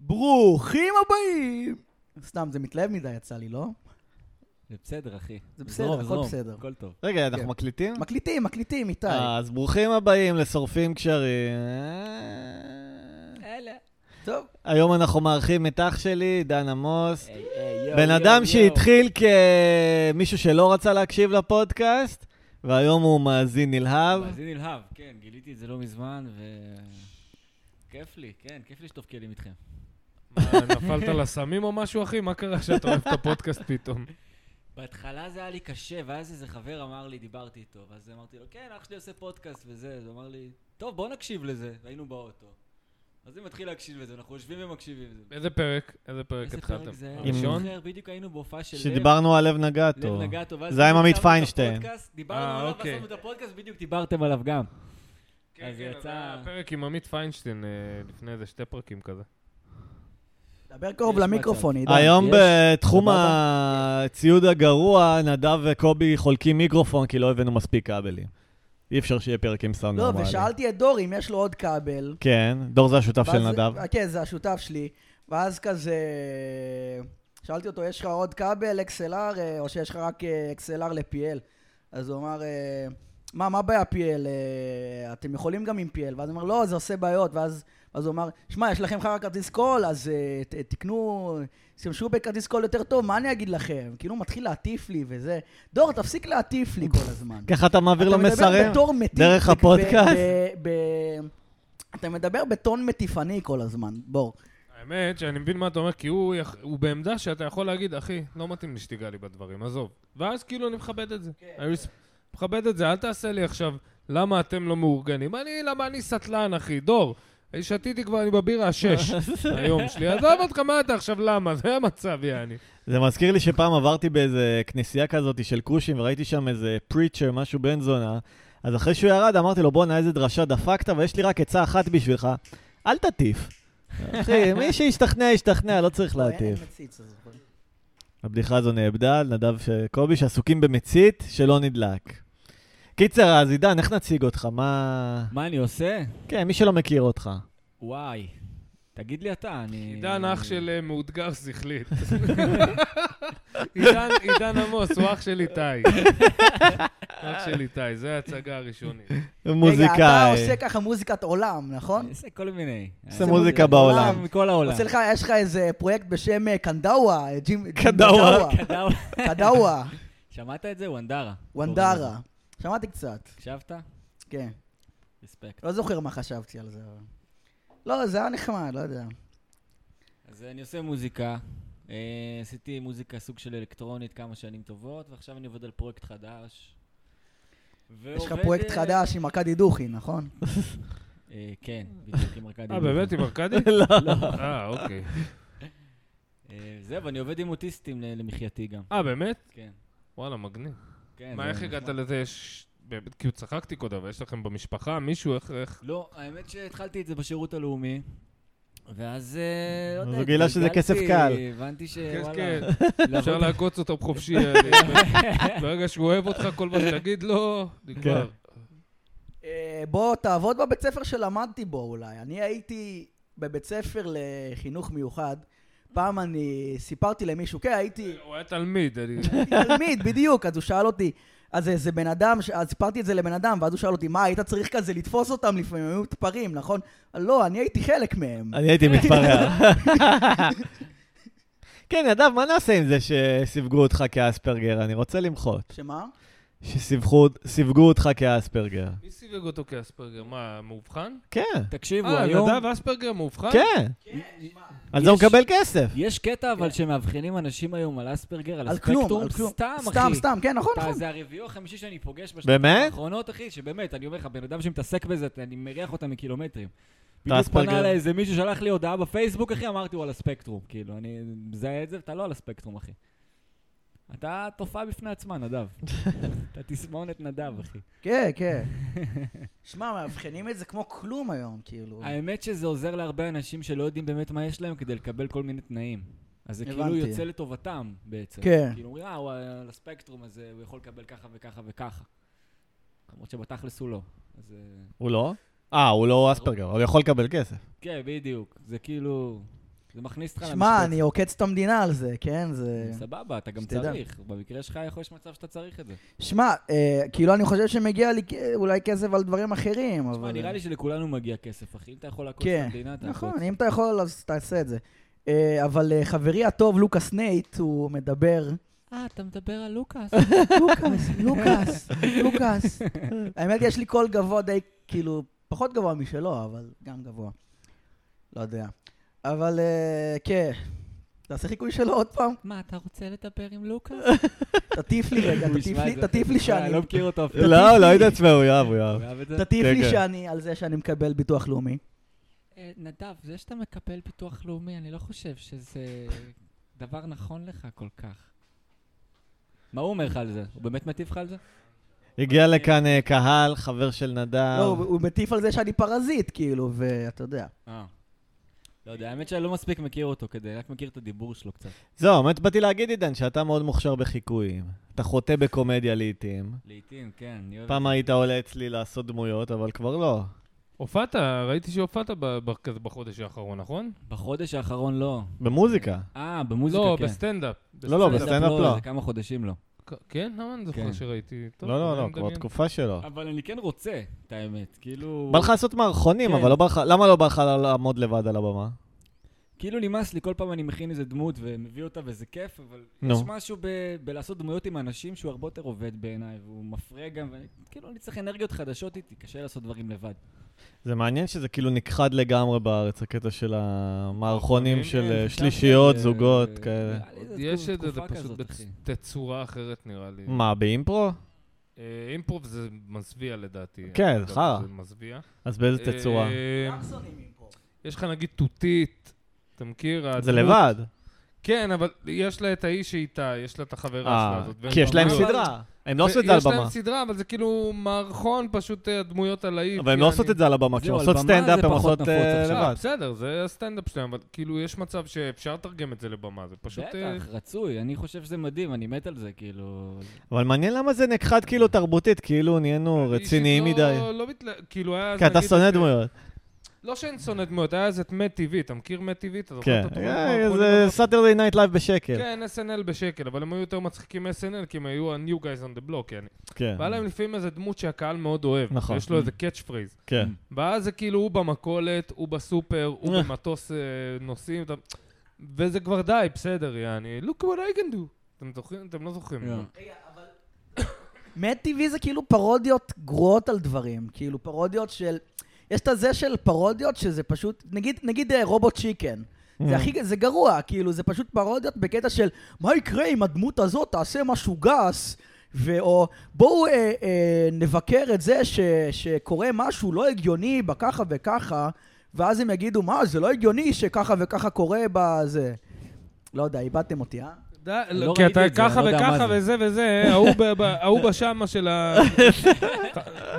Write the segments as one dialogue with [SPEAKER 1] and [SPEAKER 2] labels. [SPEAKER 1] ברוכים הבאים! סתם, זה מתלהב מדי יצא לי, לא?
[SPEAKER 2] זה בסדר, אחי.
[SPEAKER 1] זה בסדר,
[SPEAKER 2] זרום,
[SPEAKER 1] הכל
[SPEAKER 2] זרום,
[SPEAKER 1] בסדר.
[SPEAKER 2] הכל טוב.
[SPEAKER 3] רגע, אנחנו
[SPEAKER 1] כן.
[SPEAKER 3] מקליטים?
[SPEAKER 1] מקליטים, מקליטים, איתי.
[SPEAKER 3] אה, אז ברוכים הבאים לשורפים קשרים.
[SPEAKER 1] טוב,
[SPEAKER 3] היום אנחנו מארחים את אח שלי, דן עמוס.
[SPEAKER 2] היי, היי, יו,
[SPEAKER 3] בן
[SPEAKER 2] יו,
[SPEAKER 3] אדם
[SPEAKER 2] יו.
[SPEAKER 3] שהתחיל כמישהו שלא רצה להקשיב לפודקאסט, והיום הוא מאזין נלהב.
[SPEAKER 2] מאזין נלהב, כן, גיליתי את זה לא מזמן, ו... כיף לי, כן, כיף לשטוף כלים איתכם.
[SPEAKER 4] מה, אה, נפלת לסמים או משהו, אחי? מה קרה שאתה אוהב את הפודקאסט פתאום?
[SPEAKER 2] בהתחלה זה היה לי קשה, ואז איזה חבר אמר לי, דיברתי איתו, ואז אמרתי לו, כן, אח שלי עושה פודקאסט וזה, אז הוא אמר לי, טוב, בוא נקשיב לזה, והיינו באוטו. אז אני מתחיל להקשיב לזה, אנחנו יושבים ומקשיבים לזה.
[SPEAKER 4] איזה פרק? איזה פרק
[SPEAKER 2] איזה פרק
[SPEAKER 4] התחלתם?
[SPEAKER 2] זה היה?
[SPEAKER 3] עם-
[SPEAKER 4] לא הראשון?
[SPEAKER 2] זוכר, בדיוק היינו בהופעה של לב.
[SPEAKER 3] שדיברנו על לב נגעתו.
[SPEAKER 2] לב נגעתו. ואז
[SPEAKER 3] זה היה עם עמית
[SPEAKER 2] שמנו את
[SPEAKER 3] פיינשטיין.
[SPEAKER 2] הפודקאסט, דיברנו
[SPEAKER 4] אה,
[SPEAKER 2] עליו,
[SPEAKER 4] אוקיי. כן,
[SPEAKER 2] עשינו את הפודקאסט, בדיוק דיברתם עליו גם. אז יצא-
[SPEAKER 4] היה פרק עם עמית פיינשטיין אה, לפני איזה שתי פרקים כזה.
[SPEAKER 1] דבר קרוב
[SPEAKER 2] יש
[SPEAKER 1] למיקרופון, עידן.
[SPEAKER 3] היום
[SPEAKER 2] יש.
[SPEAKER 3] בתחום
[SPEAKER 2] סבבה.
[SPEAKER 3] הציוד הגרוע, נדב וקובי חולקים מיקרופון כי לא הבאנו מספיק כבלים. אי אפשר שיהיה פרק עם סאונד
[SPEAKER 1] לא,
[SPEAKER 3] נורמלי.
[SPEAKER 1] ושאלתי את דור אם יש לו עוד כבל.
[SPEAKER 3] כן, דור זה השותף של
[SPEAKER 1] ואז-
[SPEAKER 3] נדב.
[SPEAKER 1] כן, זה השותף שלי. ואז כזה... שאלתי אותו, יש לך עוד כבל XLR, אה, או שיש לך רק אה, XLR ל-PL? אז הוא אמר, אה, מה, מה הבעיה PL? אה, אתם יכולים גם עם PL. ואז הוא אמר, לא, זה עושה בעיות. ואז, ואז הוא אמר, שמע, יש לכם לך רק כרטיס קול, אז אה, ת, תקנו, תשתמשו בכרטיס קול יותר טוב, מה אני אגיד לכם? כאילו, הוא מתחיל להטיף לי וזה. דור, תפסיק להטיף לי כל הזמן.
[SPEAKER 3] ככה אתה מעביר לו
[SPEAKER 1] אתה מדבר
[SPEAKER 3] מסרים?
[SPEAKER 1] בתור מטיף.
[SPEAKER 3] דרך
[SPEAKER 1] ב-
[SPEAKER 3] הפודקאסט?
[SPEAKER 1] ב- ב- אתה מדבר בטון מטיפני כל הזמן, בוא.
[SPEAKER 4] האמת שאני מבין מה אתה אומר, כי הוא יח- הוא בעמדה שאתה יכול להגיד, אחי, לא מתאים לי שתיגע לי בדברים, עזוב. ואז כאילו אני מכבד את זה.
[SPEAKER 2] כן.
[SPEAKER 4] אני מס- מכבד את זה, אל תעשה לי עכשיו, למה אתם לא מאורגנים? אני, למה אני סטלן, אחי, דור. שתיתי כבר, אני בבירה השש היום שלי. עזוב אותך, מה אתה עכשיו, למה? זה המצב, יעני.
[SPEAKER 3] זה מזכיר לי שפעם עברתי באיזה כנסייה כזאת של כושים, וראיתי שם איזה פריצ'ר, משהו בן זונה. אז אחרי שהוא ירד, אמרתי לו, בואנה, איזה דרשה דפקת, ויש לי רק עצה אחת בשבילך, אל תטיף. אחי, מי שישתכנע, ישתכנע, לא צריך
[SPEAKER 1] אין
[SPEAKER 3] להטיף.
[SPEAKER 1] מציץ, אז-
[SPEAKER 3] הבדיחה הזו נאבדה על נדב ש- קובי, שעסוקים במצית שלא נדלק. קיצר, אז עידן, איך נציג אותך? מה...
[SPEAKER 2] מה אני עושה?
[SPEAKER 3] כן, מי שלא מכיר אותך.
[SPEAKER 2] וואי. תגיד לי אתה, אני...
[SPEAKER 4] עידן אח של אה, מאותגר שכלית. עידן- עידן עמוס הוא אח של איתי. אח של איתי, זו ההצגה הראשונית.
[SPEAKER 3] מוזיקאי.
[SPEAKER 1] רגע, אתה עושה ככה מוזיקת עולם,
[SPEAKER 2] אני
[SPEAKER 1] נכון?
[SPEAKER 2] עושה כל מיני.
[SPEAKER 3] עושה
[SPEAKER 2] אני-
[SPEAKER 3] מוזיקה בעולם.
[SPEAKER 2] מכל העולם.
[SPEAKER 1] עושה לך, יש לך איזה פרויקט בשם אה, קנדאווה, אה, ג'ים...
[SPEAKER 3] קנדאווה.
[SPEAKER 2] קדאווה.
[SPEAKER 1] קנדאווה,
[SPEAKER 2] שמעת את זה? וונדרה. קוראים
[SPEAKER 1] וונדרה.
[SPEAKER 2] לזה.
[SPEAKER 1] שמעתי קצת,
[SPEAKER 2] הקשבת?
[SPEAKER 1] כן.
[SPEAKER 2] רספקט.
[SPEAKER 1] לא זוכר מה חשבתי על זה. אבל- לא, זה היה נחמד, לא יודע.
[SPEAKER 2] אז אני עושה מוזיקה. אה, עשיתי מוזיקה סוג של אלקטרונית כמה שנים טובות, ועכשיו אני עובד על פרויקט חדש.
[SPEAKER 1] יש לך
[SPEAKER 2] ועובד,
[SPEAKER 1] פרויקט
[SPEAKER 2] אה,
[SPEAKER 1] חדש עם ארכדי דוכי, נכון?
[SPEAKER 2] אה, כן, בדיוק עם ארכדי.
[SPEAKER 4] אה, באמת, עם ארכדי?
[SPEAKER 3] לא.
[SPEAKER 4] אה, אוקיי.
[SPEAKER 2] אה, זהו, ואני עובד עם אוטיסטים ל- למחייתי גם.
[SPEAKER 4] אה, באמת?
[SPEAKER 2] כן.
[SPEAKER 4] וואלה, מגניב.
[SPEAKER 2] כן,
[SPEAKER 4] מה,
[SPEAKER 2] זה
[SPEAKER 4] איך
[SPEAKER 2] נחמד.
[SPEAKER 4] הגעת לזה? יש... באמת, כאילו צחקתי קודם, אבל יש לכם במשפחה מישהו, איך... איך...
[SPEAKER 2] לא, האמת שהתחלתי את זה בשירות הלאומי, ואז... אה, לא
[SPEAKER 3] אז
[SPEAKER 2] יודע,
[SPEAKER 3] הוא גילה שזה
[SPEAKER 2] התגלגלתי,
[SPEAKER 3] כסף קל.
[SPEAKER 2] הבנתי
[SPEAKER 4] כן,
[SPEAKER 2] שוואלה.
[SPEAKER 4] כן,
[SPEAKER 2] לעבוד-
[SPEAKER 4] אפשר לעקוץ אותם חופשי. אה, ברגע שהוא אוהב אותך, כל מה שתגיד לו, נגמר.
[SPEAKER 1] אה, בוא, תעבוד בבית ספר שלמדתי בו אולי. אני הייתי בבית ספר לחינוך מיוחד. פעם אני סיפרתי למישהו, כן, הייתי
[SPEAKER 4] הוא היה תלמיד, אני...
[SPEAKER 1] הייתי תלמיד, בדיוק, אז הוא שאל אותי, אז איזה בן אדם, ש- אז סיפרתי את זה לבן אדם, ואז הוא שאל אותי, מה, היית צריך כזה לתפוס אותם לפעמים, הם היו מתפרעים, נכון? לא, אני הייתי חלק מהם.
[SPEAKER 2] אה,
[SPEAKER 3] אני הייתי מתפרע. כן, נדב, מה נעשה עם זה שסיווגו אותך כאספרגר? אני רוצה למחות.
[SPEAKER 1] שמה?
[SPEAKER 3] שסיווגו אותך כאספרגר.
[SPEAKER 4] מי סיווג אותו כאספרגר? מה, מאובחן?
[SPEAKER 3] כן,
[SPEAKER 2] תקשיבו,
[SPEAKER 4] אה,
[SPEAKER 2] היום...
[SPEAKER 4] נדב אספרגר מאובחן?
[SPEAKER 3] כן. על זה הוא
[SPEAKER 2] יש-
[SPEAKER 3] מקבל כסף.
[SPEAKER 2] יש קטע
[SPEAKER 4] כן.
[SPEAKER 2] אבל שמאבחנים אנשים היום על אספרגר, על
[SPEAKER 1] על כלום,
[SPEAKER 2] הספקטרום,
[SPEAKER 1] על כלום.
[SPEAKER 2] סתם, אחי.
[SPEAKER 1] סתם, סתם, כן, נכון,
[SPEAKER 2] אתה-
[SPEAKER 1] נכון.
[SPEAKER 2] זה הרביעי או החמישי שאני פוגש בשנתיים
[SPEAKER 3] באמת?
[SPEAKER 2] האחרונות, אחי, שבאמת, אני אומר לך, בן אדם שמתעסק בזה, אתה- אני מריח אותם מקילומטרים.
[SPEAKER 3] אתה
[SPEAKER 2] בדיוק פנה
[SPEAKER 3] אספרגר.
[SPEAKER 2] אליי איזה מישהו, שלח לי הודעה בפייסבוק, אחי, אמרתי, הוא על הספקטרום. כאילו, אני מזהה את זה, ואתה לא על הספקטרום, אחי. אתה תופעה בפני עצמה, נדב. אתה תסמונת נדב, אחי.
[SPEAKER 1] כן, כן. שמע, מאבחנים את זה כמו כלום היום, כאילו.
[SPEAKER 2] האמת שזה עוזר להרבה אנשים שלא יודעים באמת מה יש להם כדי לקבל כל מיני תנאים. אז זה כאילו
[SPEAKER 1] הבנתי.
[SPEAKER 2] יוצא לטובתם בעצם.
[SPEAKER 1] כן.
[SPEAKER 2] כאילו אומרים, אה, הוא על הספקטרום הזה, הוא יכול לקבל ככה וככה וככה. למרות שבתכלס הוא לא. אז... אה,
[SPEAKER 3] הוא לא? אה, הוא לא אספרגר, אבל הוא יכול לקבל כסף.
[SPEAKER 2] כן, בדיוק. זה כאילו... זה זה מכניס אותך
[SPEAKER 1] שמע, אני עוקץ את המדינה על זה, כן? זה...
[SPEAKER 2] סבבה, אתה גם
[SPEAKER 1] שתדע.
[SPEAKER 2] צריך. במקרה שלך יכול להיות מצב שאתה צריך את זה.
[SPEAKER 1] שמע, אה, כאילו אני חושב שמגיע לי כ- אולי כסף על דברים אחרים, אבל...
[SPEAKER 2] תשמע, נראה לי שלכולנו מגיע כסף, אחי. אם אתה יכול לעקוץ את
[SPEAKER 1] כן,
[SPEAKER 2] המדינה, אתה יכול.
[SPEAKER 1] נכון, אם אתה יכול, אז תעשה את זה. אה, אבל אה, חברי הטוב, לוקאס נייט, הוא מדבר...
[SPEAKER 2] אה, אתה מדבר על לוקאס.
[SPEAKER 1] לוקאס, לוקאס, לוקאס. האמת, יש לי קול גבוה די, כאילו, פחות גבוה משלו, אבל גם גבוה. לא יודע. אבל אה, כן, תעשה חיקוי שלו עוד פעם.
[SPEAKER 2] מה, אתה רוצה לדבר עם לוקאס?
[SPEAKER 1] תטיף לי רגע,
[SPEAKER 2] הוא
[SPEAKER 1] תטיף
[SPEAKER 2] ישמע
[SPEAKER 1] לי-
[SPEAKER 2] את זה.
[SPEAKER 1] תטיף לי
[SPEAKER 2] אה, אני
[SPEAKER 1] שאני...
[SPEAKER 2] לא מכיר אותו אפילו.
[SPEAKER 3] לא, לא התעצבן, הוא יאהב, הוא יאהב.
[SPEAKER 2] הוא אהב את זה?
[SPEAKER 1] תטיף לי
[SPEAKER 3] כן, כן.
[SPEAKER 1] שאני, על זה שאני מקבל ביטוח לאומי.
[SPEAKER 5] אה, נדב, זה שאתה מקבל ביטוח לאומי, אני לא חושב שזה דבר נכון לך כל כך.
[SPEAKER 2] מה הוא אומר לך על זה? הוא באמת מטיף לך על זה?
[SPEAKER 3] הגיע לכאן אה, קהל, חבר של נדב.
[SPEAKER 1] לא, הוא הוא מטיף על זה שאני פרזיט, כאילו, ואתה יודע.
[SPEAKER 2] אה. לא יודע, האמת שאני לא מספיק מכיר אותו כדי, רק מכיר את הדיבור שלו קצת.
[SPEAKER 3] זהו, האמת באתי להגיד, עידן, שאתה מאוד מוכשר בחיקויים. אתה חוטא בקומדיה לעיתים.
[SPEAKER 2] לעיתים, כן, אני אוהב...
[SPEAKER 3] פעם היית עולה אצלי לעשות דמויות, אבל כבר לא.
[SPEAKER 4] הופעת, ראיתי שהופעת ב- ב- כזה בחודש האחרון, נכון?
[SPEAKER 2] בחודש האחרון לא.
[SPEAKER 3] במוזיקה.
[SPEAKER 2] אה, במוזיקה,
[SPEAKER 4] לא,
[SPEAKER 2] כן.
[SPEAKER 4] בסטנדאפ.
[SPEAKER 3] לא, לא, בסטנדאפ לא.
[SPEAKER 2] זה כמה חודשים לא.
[SPEAKER 4] ק- כן? למה אני זוכר
[SPEAKER 2] כן.
[SPEAKER 4] שראיתי? טוב,
[SPEAKER 3] לא, לא,
[SPEAKER 4] אני
[SPEAKER 3] לא, כבר
[SPEAKER 4] מדמיין.
[SPEAKER 3] תקופה שלו.
[SPEAKER 2] אבל אני כן רוצה, את האמת. כאילו...
[SPEAKER 3] בא לך לעשות מערכונים,
[SPEAKER 2] כן.
[SPEAKER 3] אבל לא בא לך... למה לא בא לך לעמוד לבד על הבמה?
[SPEAKER 2] כאילו נמאס לי, כל פעם אני מכין איזה דמות ומביא אותה וזה כיף, אבל
[SPEAKER 3] נו.
[SPEAKER 2] יש משהו ב- בלעשות דמויות עם אנשים שהוא הרבה יותר עובד בעיניי, והוא מפריע גם, ואני כאילו אני צריך אנרגיות חדשות איתי, קשה לעשות דברים לבד.
[SPEAKER 3] זה מעניין שזה כאילו נכחד לגמרי בארץ, הקטע של המערכונים
[SPEAKER 4] מערכונים,
[SPEAKER 3] של
[SPEAKER 4] כן,
[SPEAKER 3] אה,
[SPEAKER 2] חשבתי
[SPEAKER 3] שלישיות,
[SPEAKER 2] על-
[SPEAKER 3] זוגות,
[SPEAKER 2] אה,
[SPEAKER 3] כאלה.
[SPEAKER 2] נראה לי איזה
[SPEAKER 4] יש
[SPEAKER 2] תקופ-
[SPEAKER 4] את זה, זה
[SPEAKER 2] תקופה
[SPEAKER 4] פשוט
[SPEAKER 2] כזאת, אחי.
[SPEAKER 4] בתצורה אחרת נראה לי.
[SPEAKER 3] מה, באימפרו?
[SPEAKER 4] אה, אימפרוב זה מזוויע לדעתי.
[SPEAKER 3] כן,
[SPEAKER 4] אגב,
[SPEAKER 3] חרא.
[SPEAKER 4] זה מזוויע.
[SPEAKER 3] אז באיזה
[SPEAKER 4] אה,
[SPEAKER 3] תצורה?
[SPEAKER 4] יש לך נגיד תותית, אתה מכיר?
[SPEAKER 3] זה
[SPEAKER 4] הדמות-
[SPEAKER 3] לבד.
[SPEAKER 4] כן, אבל יש לה את האיש שאיתה, יש לה את החברה שלה
[SPEAKER 3] אה,
[SPEAKER 4] הזאת.
[SPEAKER 3] כי
[SPEAKER 4] והם
[SPEAKER 3] יש להם
[SPEAKER 4] בבמה.
[SPEAKER 3] סדרה. הם לא עושים את זה על
[SPEAKER 4] יש להם
[SPEAKER 3] במה.
[SPEAKER 4] סדרה, אבל זה כאילו מערכון, פשוט אה, הדמויות על האי.
[SPEAKER 3] אבל הם לא עושות את זה על הבמה.
[SPEAKER 2] זהו,
[SPEAKER 3] כשהן
[SPEAKER 2] על
[SPEAKER 3] עושות
[SPEAKER 2] במה
[SPEAKER 3] סטנדאפ,
[SPEAKER 2] זה
[SPEAKER 3] הן
[SPEAKER 2] פחות
[SPEAKER 3] עושות
[SPEAKER 2] נפוץ
[SPEAKER 3] אה,
[SPEAKER 2] עכשיו.
[SPEAKER 3] לבד.
[SPEAKER 4] בסדר, זה הסטנדאפ שלהם, אבל כאילו יש מצב שאפשר לתרגם את זה לבמה, זה פשוט... אה,
[SPEAKER 2] בטח, רצוי, אני חושב שזה מדהים, אני מת על זה, כאילו...
[SPEAKER 3] אבל מעניין למה זה נכחד כאילו תרבותית, כאילו נהיינו
[SPEAKER 4] אישית
[SPEAKER 3] רציניים
[SPEAKER 4] לא-
[SPEAKER 3] מדי.
[SPEAKER 4] לא מתל... כאילו היה... אז
[SPEAKER 3] כי אתה
[SPEAKER 4] נגיד
[SPEAKER 3] שונא
[SPEAKER 4] את-
[SPEAKER 3] דמויות.
[SPEAKER 4] לא שאין שונא דמויות, היה אז את מת טבעי, אתה מכיר מת טבעי? אתה זוכר
[SPEAKER 3] כן.
[SPEAKER 4] את התמונות
[SPEAKER 3] אה,
[SPEAKER 4] מהאחרונים
[SPEAKER 3] זה
[SPEAKER 4] הזאת?
[SPEAKER 3] סאטרדי נייט לייב בשקל.
[SPEAKER 4] כן, SNL בשקל, אבל הם היו יותר מצחיקים מ-SNL, כי הם היו ה-New Guys on the Block, יעני.
[SPEAKER 3] כן.
[SPEAKER 4] והיה להם לפעמים איזה דמות שהקהל מאוד אוהב.
[SPEAKER 3] נכון.
[SPEAKER 4] יש לו איזה קאץ' פרייז.
[SPEAKER 3] כן.
[SPEAKER 4] ואז זה כאילו הוא במכולת, הוא בסופר, הוא
[SPEAKER 3] אה.
[SPEAKER 4] במטוס אה, נוסעים, אתה- וזה כבר די, בסדר, יעני. Look what I can do. אתם זוכרים? אתם לא זוכרים.
[SPEAKER 2] לא.
[SPEAKER 1] מת טבעי זה כאילו פרודיות גרועות על דברים, כאילו פרודיות של... יש את הזה של פרודיות שזה פשוט, נגיד, נגיד אה, רובוט צ'יקן. זה הכי, זה גרוע, כאילו, זה פשוט פרודיות בקטע של מה יקרה אם הדמות הזאת תעשה משהו גס, ואו בואו אה, אה, נבקר את זה ש, שקורה משהו לא הגיוני בככה וככה, ואז הם יגידו, מה, זה לא הגיוני שככה וככה קורה בזה. לא יודע, איבדתם אותי, אה?
[SPEAKER 4] די,
[SPEAKER 2] לא
[SPEAKER 4] לא, כי
[SPEAKER 2] ראיתי
[SPEAKER 4] אתה
[SPEAKER 2] את זה, אני
[SPEAKER 4] ככה
[SPEAKER 2] לא יודע מה
[SPEAKER 4] וככה
[SPEAKER 2] זה.
[SPEAKER 4] וזה וזה, ההוא ב- ב- ההוא בשמה של ה...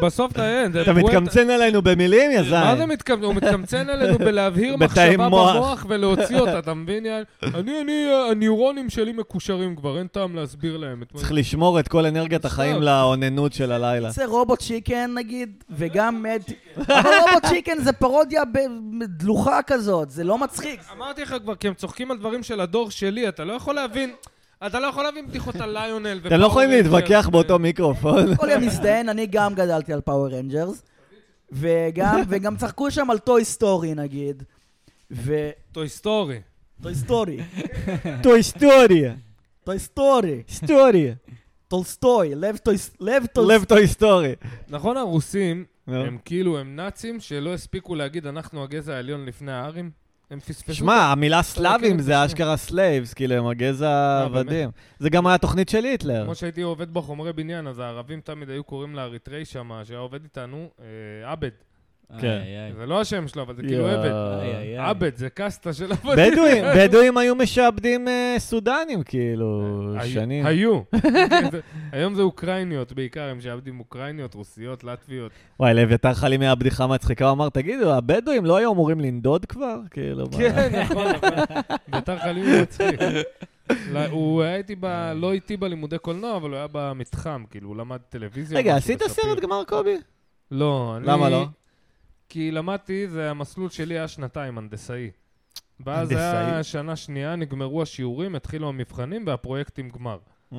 [SPEAKER 4] בסוף אתה אין, זה
[SPEAKER 3] אתה
[SPEAKER 4] פואנטה.
[SPEAKER 3] מתקמצן עלינו במילים, יא
[SPEAKER 4] מה זה
[SPEAKER 3] זין?
[SPEAKER 4] מתקמצן? הוא מתקמצן עלינו בלהבהיר
[SPEAKER 3] בתאי
[SPEAKER 4] מחשבה
[SPEAKER 3] מוח.
[SPEAKER 4] במוח ולהוציא אותה, אתה מבין? יעל? אני, אני, הנוירונים שלי מקושרים כבר, אין טעם להסביר להם. את מה-
[SPEAKER 3] צריך לשמור את כל אנרגיית החיים
[SPEAKER 4] סתם.
[SPEAKER 3] לאוננות של הלילה.
[SPEAKER 1] זה רובוט צ'יקן נגיד, וגם מד... אבל רובוט צ'יקן זה פרודיה בדלוחה כזאת, זה לא מצחיק.
[SPEAKER 4] אמרתי לך כבר, כי הם צוחקים על דברים של הדור שלי, אתה לא יכול להבין, אתה לא יכול להבין בדיחות על ליונל ופאור
[SPEAKER 3] אתם לא יכולים
[SPEAKER 4] רנג'רס.
[SPEAKER 3] להתווכח באותו מיקרופון.
[SPEAKER 1] כל יום מזדיין, אני גם גדלתי על פאוור רנג'רס, וגם, וגם צחקו שם על טוי סטורי נגיד, ו...
[SPEAKER 4] טוי סטורי.
[SPEAKER 1] טוי סטורי,
[SPEAKER 3] טו היסטוריה.
[SPEAKER 1] טוי סטורי,
[SPEAKER 3] היסטוריה.
[SPEAKER 1] טולסטוי, לב טוי... לב טולסטוי.
[SPEAKER 3] לב טו היסטורי.
[SPEAKER 4] נכון הרוסים,
[SPEAKER 3] נו.
[SPEAKER 4] הם כאילו, הם נאצים שלא הספיקו להגיד, אנחנו הגזע העליון לפני הארים? הם פספסו.
[SPEAKER 3] שמע, המילה
[SPEAKER 4] מכיר
[SPEAKER 3] סלאבים
[SPEAKER 4] את אה,
[SPEAKER 3] זה אשכרה סלייבס, כאילו הם הגזע העבדים. זה גם היה תוכנית של היטלר.
[SPEAKER 4] כמו שהייתי עובד בחומרי בניין, אז הערבים תמיד היו קוראים לאריתראי שם, שהיה עובד איתנו, אה, עבד.
[SPEAKER 2] איי,
[SPEAKER 3] כן.
[SPEAKER 2] איי,
[SPEAKER 4] זה לא השם שלו, אבל זה כאילו
[SPEAKER 3] יואו.
[SPEAKER 4] עבד.
[SPEAKER 2] איי, איי, איי.
[SPEAKER 4] עבד, זה קסטה של עבדים.
[SPEAKER 3] בדואים, בדואים היו משעבדים אה, סודנים, כאילו,
[SPEAKER 4] אה, היו-
[SPEAKER 3] שנים.
[SPEAKER 4] היו. זה- היום זה אוקראיניות בעיקר, הם שעבדים אוקראיניות, רוסיות, לטביות.
[SPEAKER 3] וואי, לאביתר חלימי היה בדיחה מצחיקה, הוא אמר, תגידו, הבדואים לא היו אמורים לנדוד כבר? כאילו, מה?
[SPEAKER 4] כן, נכון, נכון. ביתר חלימי הוא מצחיק. לא, הוא היה איתי ב... לא איתי בלימודי קולנוע, אבל הוא היה במתחם, כאילו, הוא למד טלוויזיה.
[SPEAKER 3] רגע,
[SPEAKER 4] משהו
[SPEAKER 3] עשית
[SPEAKER 4] בספיר.
[SPEAKER 3] סרט גמר קובי?
[SPEAKER 4] לא, אני...
[SPEAKER 3] למה לא?
[SPEAKER 4] כי למדתי, זה המסלול שלי היה שנתיים, הנדסאי. ואז היה
[SPEAKER 3] הנדסאי.
[SPEAKER 4] שנה שנייה, נגמרו השיעורים, התחילו המבחנים והפרויקטים גמר.
[SPEAKER 3] אה.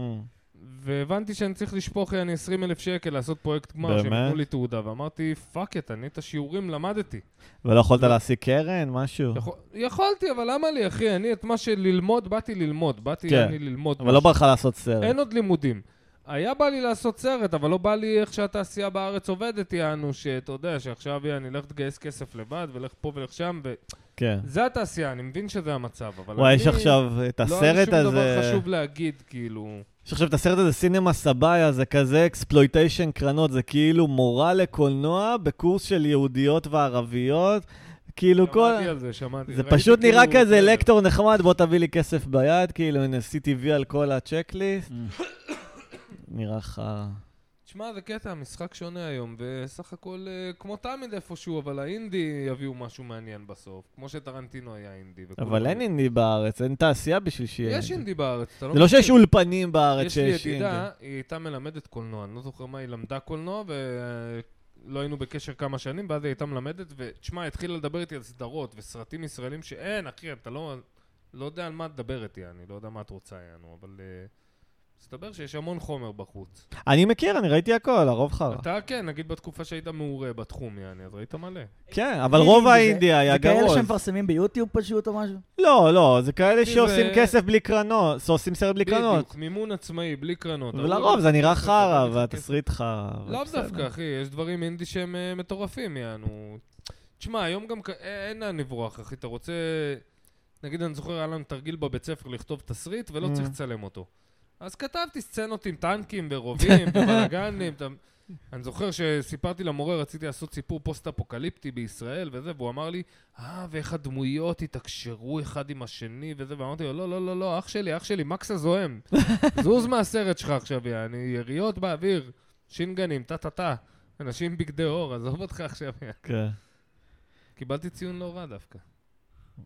[SPEAKER 4] והבנתי שאני צריך לשפוך יעני 20 אלף שקל לעשות פרויקט גמר,
[SPEAKER 3] באמת?
[SPEAKER 4] שהם ייתנו לי תעודה, ואמרתי, פאק את, אני את השיעורים למדתי.
[SPEAKER 3] ולא יכולת להשיג קרן, משהו?
[SPEAKER 4] יכול- יכולתי, אבל למה לי, אחי? אני את מה שללמוד, באתי ללמוד, באתי
[SPEAKER 3] כן.
[SPEAKER 4] אני ללמוד.
[SPEAKER 3] אבל לא בא לך לעשות סרט.
[SPEAKER 4] אין עוד לימודים. היה בא לי לעשות סרט, אבל לא בא לי איך שהתעשייה בארץ עובדת, יענו, שאתה יודע, שעכשיו יעני, לך תגייס כסף לבד, ולך פה ולך שם, ו...
[SPEAKER 3] כן.
[SPEAKER 4] זה התעשייה, אני מבין שזה המצב, אבל
[SPEAKER 3] וואי,
[SPEAKER 4] אני...
[SPEAKER 3] יש עכשיו את הסרט
[SPEAKER 4] לא היה לי שום דבר
[SPEAKER 3] הזה,
[SPEAKER 4] חשוב להגיד, כאילו...
[SPEAKER 3] יש עכשיו את הסרט הזה, סינמה סבאיה, זה כזה אקספלויטיישן קרנות, זה כאילו מורה לקולנוע בקורס של יהודיות וערביות, כאילו כל...
[SPEAKER 4] שמעתי על זה, שמעתי.
[SPEAKER 3] זה
[SPEAKER 4] ראיתי
[SPEAKER 3] פשוט נראה
[SPEAKER 4] כאילו
[SPEAKER 3] כזה
[SPEAKER 4] טריילר.
[SPEAKER 3] לקטור נחמד, בוא תביא לי כסף ביד, כאילו, הנה CTV על כל הצ'קליסט. נראה לך...
[SPEAKER 4] תשמע, זה קטע, המשחק שונה היום, וסך הכל אה, כמו תמיד איפשהו, אבל האינדי יביאו משהו מעניין בסוף. כמו שטרנטינו היה אינדי. וכולם
[SPEAKER 3] אבל אין
[SPEAKER 4] היו.
[SPEAKER 3] אינדי בארץ, אין תעשייה בשביל שיהיה.
[SPEAKER 4] יש אינדי בארץ, אתה לא...
[SPEAKER 3] זה לא שיש
[SPEAKER 4] מכיר.
[SPEAKER 3] אולפנים בארץ
[SPEAKER 4] יש לי
[SPEAKER 3] שיש אינדי.
[SPEAKER 4] ידידה, היא הייתה מלמדת קולנוע, אני לא זוכר מה, היא למדה קולנוע, ולא היינו בקשר כמה שנים, ואז היא הייתה מלמדת, ותשמע, היא התחילה לדבר איתי על סדרות וסרטים ישראלים שאין, אחי, אתה לא... לא יודע על מה את מדברת, יעני, לא יודע מה את רוצה, יענו, אבל... אה, מסתבר שיש המון חומר בחוץ.
[SPEAKER 3] אני מכיר, אני ראיתי הכל, הרוב חרא.
[SPEAKER 4] אתה כן, נגיד בתקופה שהיית מעורה בתחום, יעני, אז ראית מלא.
[SPEAKER 3] כן, אבל רוב
[SPEAKER 1] זה-
[SPEAKER 3] האינדי היה
[SPEAKER 1] זה כאלה
[SPEAKER 3] גרוע.
[SPEAKER 1] שמפרסמים ביוטיוב פשוט או משהו?
[SPEAKER 3] לא, לא, זה כאלה
[SPEAKER 4] כי
[SPEAKER 3] שעושים
[SPEAKER 4] זה-
[SPEAKER 3] כסף בלי קרנות, שעושים סרט בלי קרנות.
[SPEAKER 4] בדיוק, לא, מימון עצמאי, בלי קרנות.
[SPEAKER 3] ולרוב זה נראה
[SPEAKER 4] אבל-
[SPEAKER 3] חרא, והתסריט חרא. אבל
[SPEAKER 4] לאו
[SPEAKER 3] בסדר.
[SPEAKER 4] דווקא, אחי, יש דברים אינדי שהם אה, מטורפים, יענו. תשמע, היום גם כ- אה, אין לאן לברוח, אחי, אתה רוצה... נגיד, אני זוכר, היה לנו תרגיל בבית ספר לכתוב תסריט, ולא
[SPEAKER 3] Mm.
[SPEAKER 4] צריך לצלם אותו. אז כתבתי סצנות עם טנקים ורובים ובלאגנים. אתה- אני זוכר שסיפרתי למורה, רציתי לעשות סיפור פוסט-אפוקליפטי בישראל וזה, והוא אמר לי, אה, ואיך הדמויות התקשרו אחד עם השני וזה, ואמרתי לו, לא, לא, לא, לא, אח שלי, אח שלי, מקס הזוהם. זוז מהסרט שלך עכשיו, יעני, יריות באוויר, שינגנים, טה-טה-טה, אנשים בגדי אור, עזוב אותך עכשיו, יעני.
[SPEAKER 3] כן.
[SPEAKER 4] קיבלתי ציון לא רע דווקא.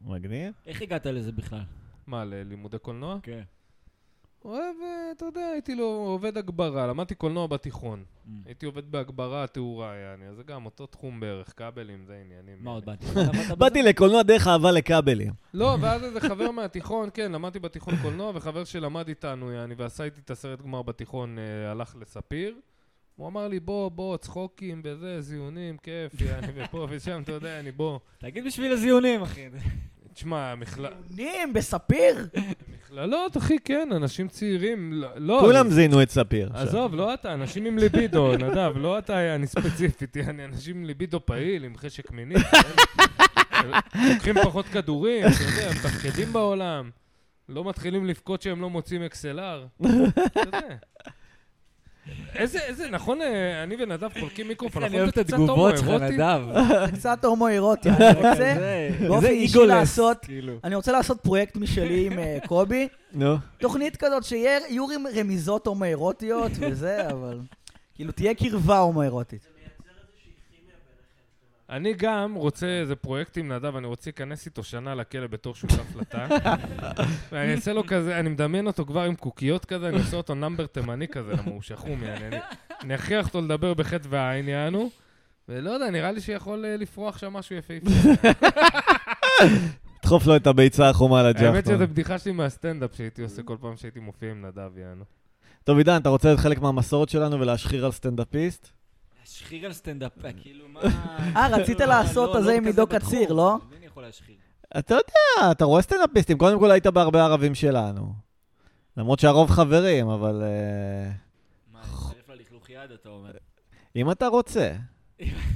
[SPEAKER 3] מגניב.
[SPEAKER 2] איך הגעת לזה בכלל?
[SPEAKER 4] מה, ללימודי קולנוע?
[SPEAKER 2] כן.
[SPEAKER 4] אוהב, אה, אתה יודע, הייתי לו עובד הגברה, למדתי קולנוע בתיכון.
[SPEAKER 2] Mm.
[SPEAKER 4] הייתי עובד בהגברה, תאורה, יעני, אז זה גם אותו תחום בערך, כבלים, זה עניינים.
[SPEAKER 2] מה עוד
[SPEAKER 4] יעני.
[SPEAKER 2] באתי? אתה באת בזה?
[SPEAKER 3] באתי לקולנוע דרך אהבה לכבלים.
[SPEAKER 4] לא, ואז איזה חבר מהתיכון, כן, למדתי בתיכון קולנוע, וחבר שלמד איתנו, יעני, ועשה איתי את הסרט גמר בתיכון, אה, הלך לספיר. הוא אמר לי, בוא, בוא, צחוקים וזה, זיונים, כיף, יעני, ופה ושם, אתה יודע, אני בוא.
[SPEAKER 2] תגיד בשביל הזיונים, אחי.
[SPEAKER 4] תשמע, מכלל...
[SPEAKER 1] נים, בספיר?
[SPEAKER 4] מכללות, אחי, כן, אנשים צעירים, לא- לא...
[SPEAKER 3] כולם זינו את ספיר. עכשיו.
[SPEAKER 4] עזוב, לא אתה, אנשים עם ליבידו, נדב, לא אתה, אני ספציפית, אני אנשים עם ליבידו פעיל, עם חשק מיני, כאלה. לוקחים פחות כדורים, אתה יודע, מתפקדים בעולם, לא מתחילים לבכות שהם לא מוצאים אקסלר, אתה יודע. איזה, איזה, נכון, אה, אני ונדב חולקים מיקרופון,
[SPEAKER 2] אני
[SPEAKER 4] נכון,
[SPEAKER 2] אוהב
[SPEAKER 4] זה
[SPEAKER 2] את
[SPEAKER 4] קצת
[SPEAKER 2] התגובות שלך,
[SPEAKER 4] הומואירוטי?
[SPEAKER 2] נדב.
[SPEAKER 1] זה קצת הומואירוטי, אני רוצה... באופן
[SPEAKER 2] זה
[SPEAKER 1] אישי
[SPEAKER 2] איגולס,
[SPEAKER 1] לעשות-
[SPEAKER 2] כאילו.
[SPEAKER 1] אני רוצה לעשות פרויקט משלי עם אה, קובי.
[SPEAKER 3] נו.
[SPEAKER 1] תוכנית כזאת שיהיו עם רמיזות הומואירוטיות וזה, אבל... כאילו, תהיה קרבה הומואירוטית.
[SPEAKER 4] אני גם רוצה איזה פרויקט עם נדב, אני רוצה להיכנס איתו שנה לכלא בתור שותף לתא. ואני אעשה לו כזה, אני מדמיין אותו כבר עם קוקיות כזה, אני אעשה אותו נאמבר תימני כזה, למה הוא שחום, יעני. אני- אני אכריח אותו לדבר בחטא והעין, יענו. ולא יודע, נראה לי שיכול אה, לפרוח שם משהו יפהפה.
[SPEAKER 3] דחוף לו את הביצה החומה
[SPEAKER 4] האמת שזו
[SPEAKER 3] לג'אפטון.
[SPEAKER 4] בדיחה שלי מהסטנדאפ שהייתי עושה כל פעם שהייתי מופיע עם נדב, יענו.
[SPEAKER 3] טוב, עידן, אתה רוצה להיות חלק מהמסורת שלנו ולהשחיר על סטנדאפיסט?
[SPEAKER 2] להשחיר על סטנדאפ, כאילו מה...
[SPEAKER 1] אה, רצית
[SPEAKER 2] לא,
[SPEAKER 1] לעשות
[SPEAKER 2] לא,
[SPEAKER 1] את זה
[SPEAKER 2] לא
[SPEAKER 1] עם
[SPEAKER 2] כזה
[SPEAKER 1] עידו
[SPEAKER 2] בתחום.
[SPEAKER 1] קציר, לא?
[SPEAKER 2] מי אני יכול להשחיר?
[SPEAKER 3] אתה יודע, אתה רואה סטנדאפיסטים. קודם כל היית בהרבה ערבים שלנו. למרות שהרוב חברים, אבל אה,
[SPEAKER 2] מה, אני מצטרף ללכלוך יד, אתה אומר.
[SPEAKER 3] אם אתה רוצה.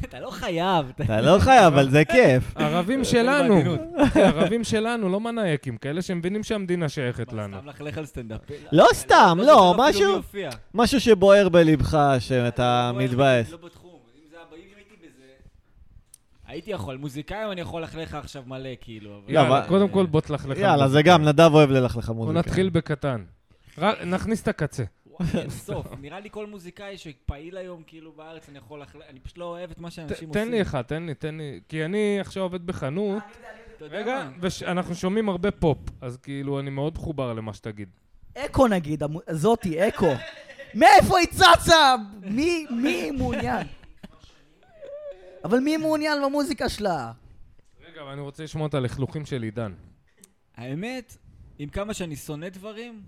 [SPEAKER 2] אתה לא חייב. אתה-
[SPEAKER 3] אתה לא חייב, אבל זה כיף.
[SPEAKER 4] ערבים שלנו, ערבים שלנו, לא מנאייקים, כאלה שמבינים שהמדינה שייכת
[SPEAKER 2] מה,
[SPEAKER 4] לנו.
[SPEAKER 2] סתם לכלך על סטנדאפ.
[SPEAKER 3] לא סתם,
[SPEAKER 2] אני
[SPEAKER 3] לא,
[SPEAKER 2] זוכר אפילו מי
[SPEAKER 3] משהו-
[SPEAKER 2] הופיע.
[SPEAKER 3] משהו שבוער בלבך, שאתה
[SPEAKER 2] לא,
[SPEAKER 3] מתבאס.
[SPEAKER 2] לא בתחום. אם זה היה- אם הייתי בזה... הייתי יכול, מוזיקאים אני יכול לכלך עכשיו מלא, כאילו. אבל-
[SPEAKER 3] לא,
[SPEAKER 4] יאללה,
[SPEAKER 3] אבל-
[SPEAKER 4] קודם כל בוא תלכלך. על
[SPEAKER 3] יאללה, זה
[SPEAKER 4] מוזיקה.
[SPEAKER 3] גם, נדב אוהב ללכלך על
[SPEAKER 4] בוא
[SPEAKER 3] מוזיקה.
[SPEAKER 4] נתחיל בקטן. רק נכניס את הקצה.
[SPEAKER 2] וואי, אין סוף. נראה לי כל מוזיקאי שפעיל היום, כאילו, בארץ, אני יכול לכלך... אני פשוט לא אוהב את מה
[SPEAKER 4] ת-
[SPEAKER 2] שאנשים עושים. אה,
[SPEAKER 4] תן לי אחד, תן לי, תן לי. כי אני עכשיו עובד בחנות,
[SPEAKER 2] אתה יודע
[SPEAKER 4] רגע,
[SPEAKER 2] מה?
[SPEAKER 4] ואנחנו שומעים הרבה פופ, אז כאילו אני מאוד מחובר למה שתגיד.
[SPEAKER 1] אקו נגיד, המו- זאתי, אקו. מאיפה היא צצה? מי, מי מעוניין? אבל מי מעוניין במוזיקה שלה?
[SPEAKER 4] רגע, רגע, אבל אני רוצה לשמוע את הלכלוכים של עידן.
[SPEAKER 2] האמת, עם כמה שאני שונא דברים,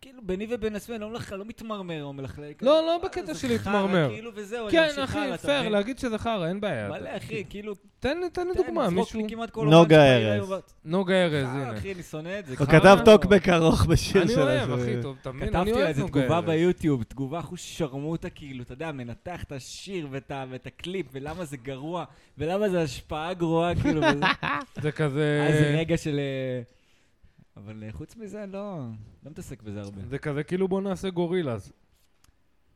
[SPEAKER 2] כאילו ביני ובין עצמי, אני לא מלכלל, לא מתמרמר או מלכלל. כזה,
[SPEAKER 4] לא, לא
[SPEAKER 2] וואלה,
[SPEAKER 4] בקטע
[SPEAKER 2] זה
[SPEAKER 4] של
[SPEAKER 2] חרא,
[SPEAKER 4] להתמרמר.
[SPEAKER 2] כאילו וזהו, אני
[SPEAKER 4] כן,
[SPEAKER 2] ממשיך הלאה,
[SPEAKER 4] אחי,
[SPEAKER 2] אתה
[SPEAKER 4] פייר,
[SPEAKER 2] מבין?
[SPEAKER 4] להגיד שזה חרא, אין בעיה.
[SPEAKER 2] מלא, אחי, כאילו, תן,
[SPEAKER 4] תן לי- תן לי דוגמה,
[SPEAKER 2] זרוק לי
[SPEAKER 4] מישהו...
[SPEAKER 2] כמעט כל
[SPEAKER 3] נוגה
[SPEAKER 2] אובן שבא אליי,
[SPEAKER 3] ארז.
[SPEAKER 2] הוא בא-
[SPEAKER 4] נוגה ארז,
[SPEAKER 2] אה,
[SPEAKER 4] הנה.
[SPEAKER 2] אחי, אני שונא את זה.
[SPEAKER 3] הוא
[SPEAKER 2] חרא.
[SPEAKER 3] כתב טוקבק ארוך בשיר
[SPEAKER 4] אני
[SPEAKER 3] שלו.
[SPEAKER 4] אוהב,
[SPEAKER 3] שהוא-
[SPEAKER 4] אחי, טוב, אתה מבין? אני
[SPEAKER 2] כתבתי לה
[SPEAKER 4] אוהב
[SPEAKER 2] איזה
[SPEAKER 4] נוגה
[SPEAKER 2] תגובה
[SPEAKER 4] ארז.
[SPEAKER 2] ביוטיוב, תגובה אחוז שרמוטה כאילו, אתה יודע, מנתח את השיר ואת ה- ואת הקליפ, ולמה זה גרוע, ולמה זה השפעה גרועה, כאילו, וזה-
[SPEAKER 4] זה כזה...
[SPEAKER 2] היה איזה רגע של... אה, אבל אה, חוץ מזה, אני לא לא מתעסק בזה הרבה.
[SPEAKER 4] זה כזה כאילו בוא נעשה גורילאז.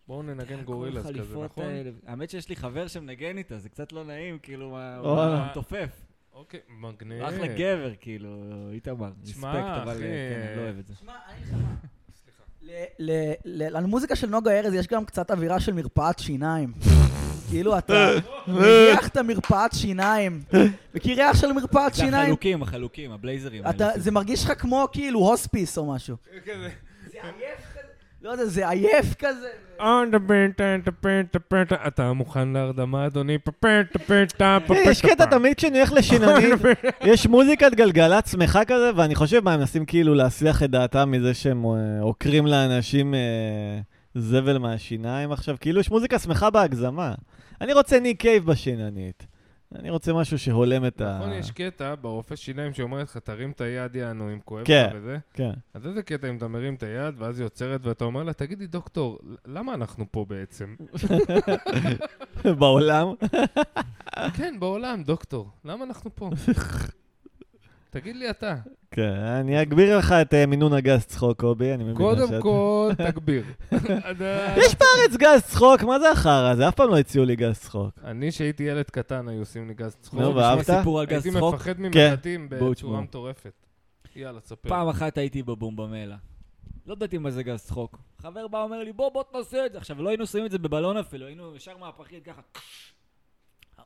[SPEAKER 4] בואו ננגן
[SPEAKER 2] כל
[SPEAKER 4] גורילאז כן, כזה,
[SPEAKER 2] החליפות
[SPEAKER 4] נכון?
[SPEAKER 2] האלה. האמת שיש לי חבר שמנגן איתה, זה קצת לא נעים, כאילו, מה- הוא
[SPEAKER 3] וואלה.
[SPEAKER 2] מתופף.
[SPEAKER 4] אוקיי, מגניב.
[SPEAKER 2] הוא אחלה גבר, כאילו, איתמר.
[SPEAKER 4] תשמע,
[SPEAKER 2] רספקט, אבל
[SPEAKER 4] אחי.
[SPEAKER 2] אה, כן, אני לא אוהב את זה.
[SPEAKER 1] שמע, אני אגיד לך מה. ל- ל- ל- למוזיקה של נוגה ארז יש גם קצת אווירה של מרפאת שיניים. כאילו אתה מריח את המרפאת שיניים. מכיר ריח של מרפאת
[SPEAKER 2] זה
[SPEAKER 1] שיניים?
[SPEAKER 2] החלוקים, החלוקים, הבלייזרים.
[SPEAKER 1] אתה-
[SPEAKER 2] האלה.
[SPEAKER 1] זה מרגיש לך כמו כאילו הוספיס או משהו. זה עייף כזה. לא יודע, זה עייף כזה.
[SPEAKER 4] On the pin, pin, pin, pin, pin. אתה מוכן להרדמה, אדוני? פין, פין, פין, פין,
[SPEAKER 3] כן,
[SPEAKER 4] פין,
[SPEAKER 3] יש קטע
[SPEAKER 4] פין.
[SPEAKER 3] תמיד כשאני הולך לשיננית, יש מוזיקת גלגלצ שמחה כזה, ואני חושב, מה, הם מנסים כאילו להסיח את דעתם מזה שהם אה, עוקרים לאנשים אה, זבל מהשיניים עכשיו? כאילו יש מוזיקה שמחה בהגזמה. אני רוצה ניק קייב בשיננית. אני רוצה משהו שהולם את ה...
[SPEAKER 4] נכון, יש קטע ברופא שיניים שאומר לך, תרים את היד, יענו, אם כואב
[SPEAKER 3] כן.
[SPEAKER 4] לך וזה.
[SPEAKER 3] כן.
[SPEAKER 4] אז איזה קטע אם אתה מרים את היד, ואז היא עוצרת ואתה אומר לה, תגידי, דוקטור, למה אנחנו פה בעצם?
[SPEAKER 3] בעולם.
[SPEAKER 4] כן, בעולם, דוקטור, למה אנחנו פה? תגיד לי אתה.
[SPEAKER 3] כן, אני אגביר לך את אה, מינון הגז צחוק, קובי, אני מבין
[SPEAKER 4] קודם כל, תגביר.
[SPEAKER 3] יש בארץ גז צחוק, מה זה החרא הזה? אף פעם לא הציעו לי גז צחוק.
[SPEAKER 4] אני, שהייתי ילד קטן, היו עושים לי גז צחוק.
[SPEAKER 3] נו,
[SPEAKER 2] נשמע
[SPEAKER 3] ואהבת?
[SPEAKER 2] כאילו. סיפור על גז
[SPEAKER 4] לא, הייתי
[SPEAKER 2] צחוק.
[SPEAKER 4] מפחד
[SPEAKER 3] כן.
[SPEAKER 4] ממחטים
[SPEAKER 2] בואו
[SPEAKER 4] בצורה
[SPEAKER 2] תשמעו.
[SPEAKER 4] מטורפת. יאללה, תספר.
[SPEAKER 2] פעם אחת הייתי בבומבמלה. לא ידעתי מה זה גז צחוק. חבר בא אומר לי, בוא, בוא תנסה את זה. עכשיו, לא היינו שמים את זה בבלון אפילו, היינו ישר מהפחית ככה.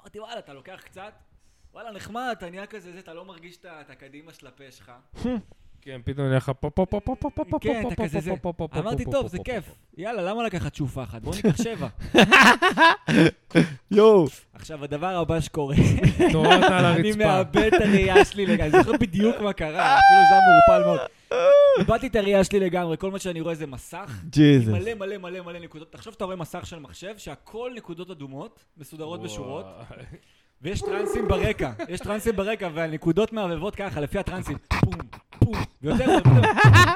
[SPEAKER 2] אמרתי, וואלה, אתה לוקח קצת? וואלה, נחמד, אתה נהיה כזה, זה, אתה לא מרגיש את ה- את הקדימה של הפה שלך.
[SPEAKER 4] כן, פתאום נהיה לך פה פה פה פה פה פה פה
[SPEAKER 2] כן,
[SPEAKER 4] פה
[SPEAKER 2] אתה
[SPEAKER 4] פה
[SPEAKER 2] כזה
[SPEAKER 4] פה,
[SPEAKER 2] זה.
[SPEAKER 4] פה, פה, פה, פה,
[SPEAKER 2] אמרתי,
[SPEAKER 4] פה,
[SPEAKER 2] טוב,
[SPEAKER 4] פה,
[SPEAKER 2] זה
[SPEAKER 4] פה,
[SPEAKER 2] כיף.
[SPEAKER 4] פה,
[SPEAKER 2] יאללה, למה לקחת שופה אחת? בוא ניקח שבע.
[SPEAKER 3] יואו,
[SPEAKER 2] עכשיו, הדבר הבא שקורה,
[SPEAKER 4] פה. נורא על
[SPEAKER 2] אני
[SPEAKER 4] הרצפה.
[SPEAKER 2] מאבד את הראייה שלי לגמרי, אני זוכר בדיוק מה קרה, אפילו זה היה מעורפל מאוד. איבדתי את הראייה שלי לגמרי, כל מה שאני רואה זה מסך.
[SPEAKER 3] ג'יזוס.
[SPEAKER 2] מלא מלא מלא מלא נקודות. תחשוב שאתה רואה מסך של מחשב שהכל נקודות אדומות, מסודרות בשורות,
[SPEAKER 4] וואי.
[SPEAKER 2] ויש טרנסים ברקע. יש טרנסים ברקע, והנקודות מערבבות ככה, לפי הטרנסים. פום, פום, ויותר ויותר.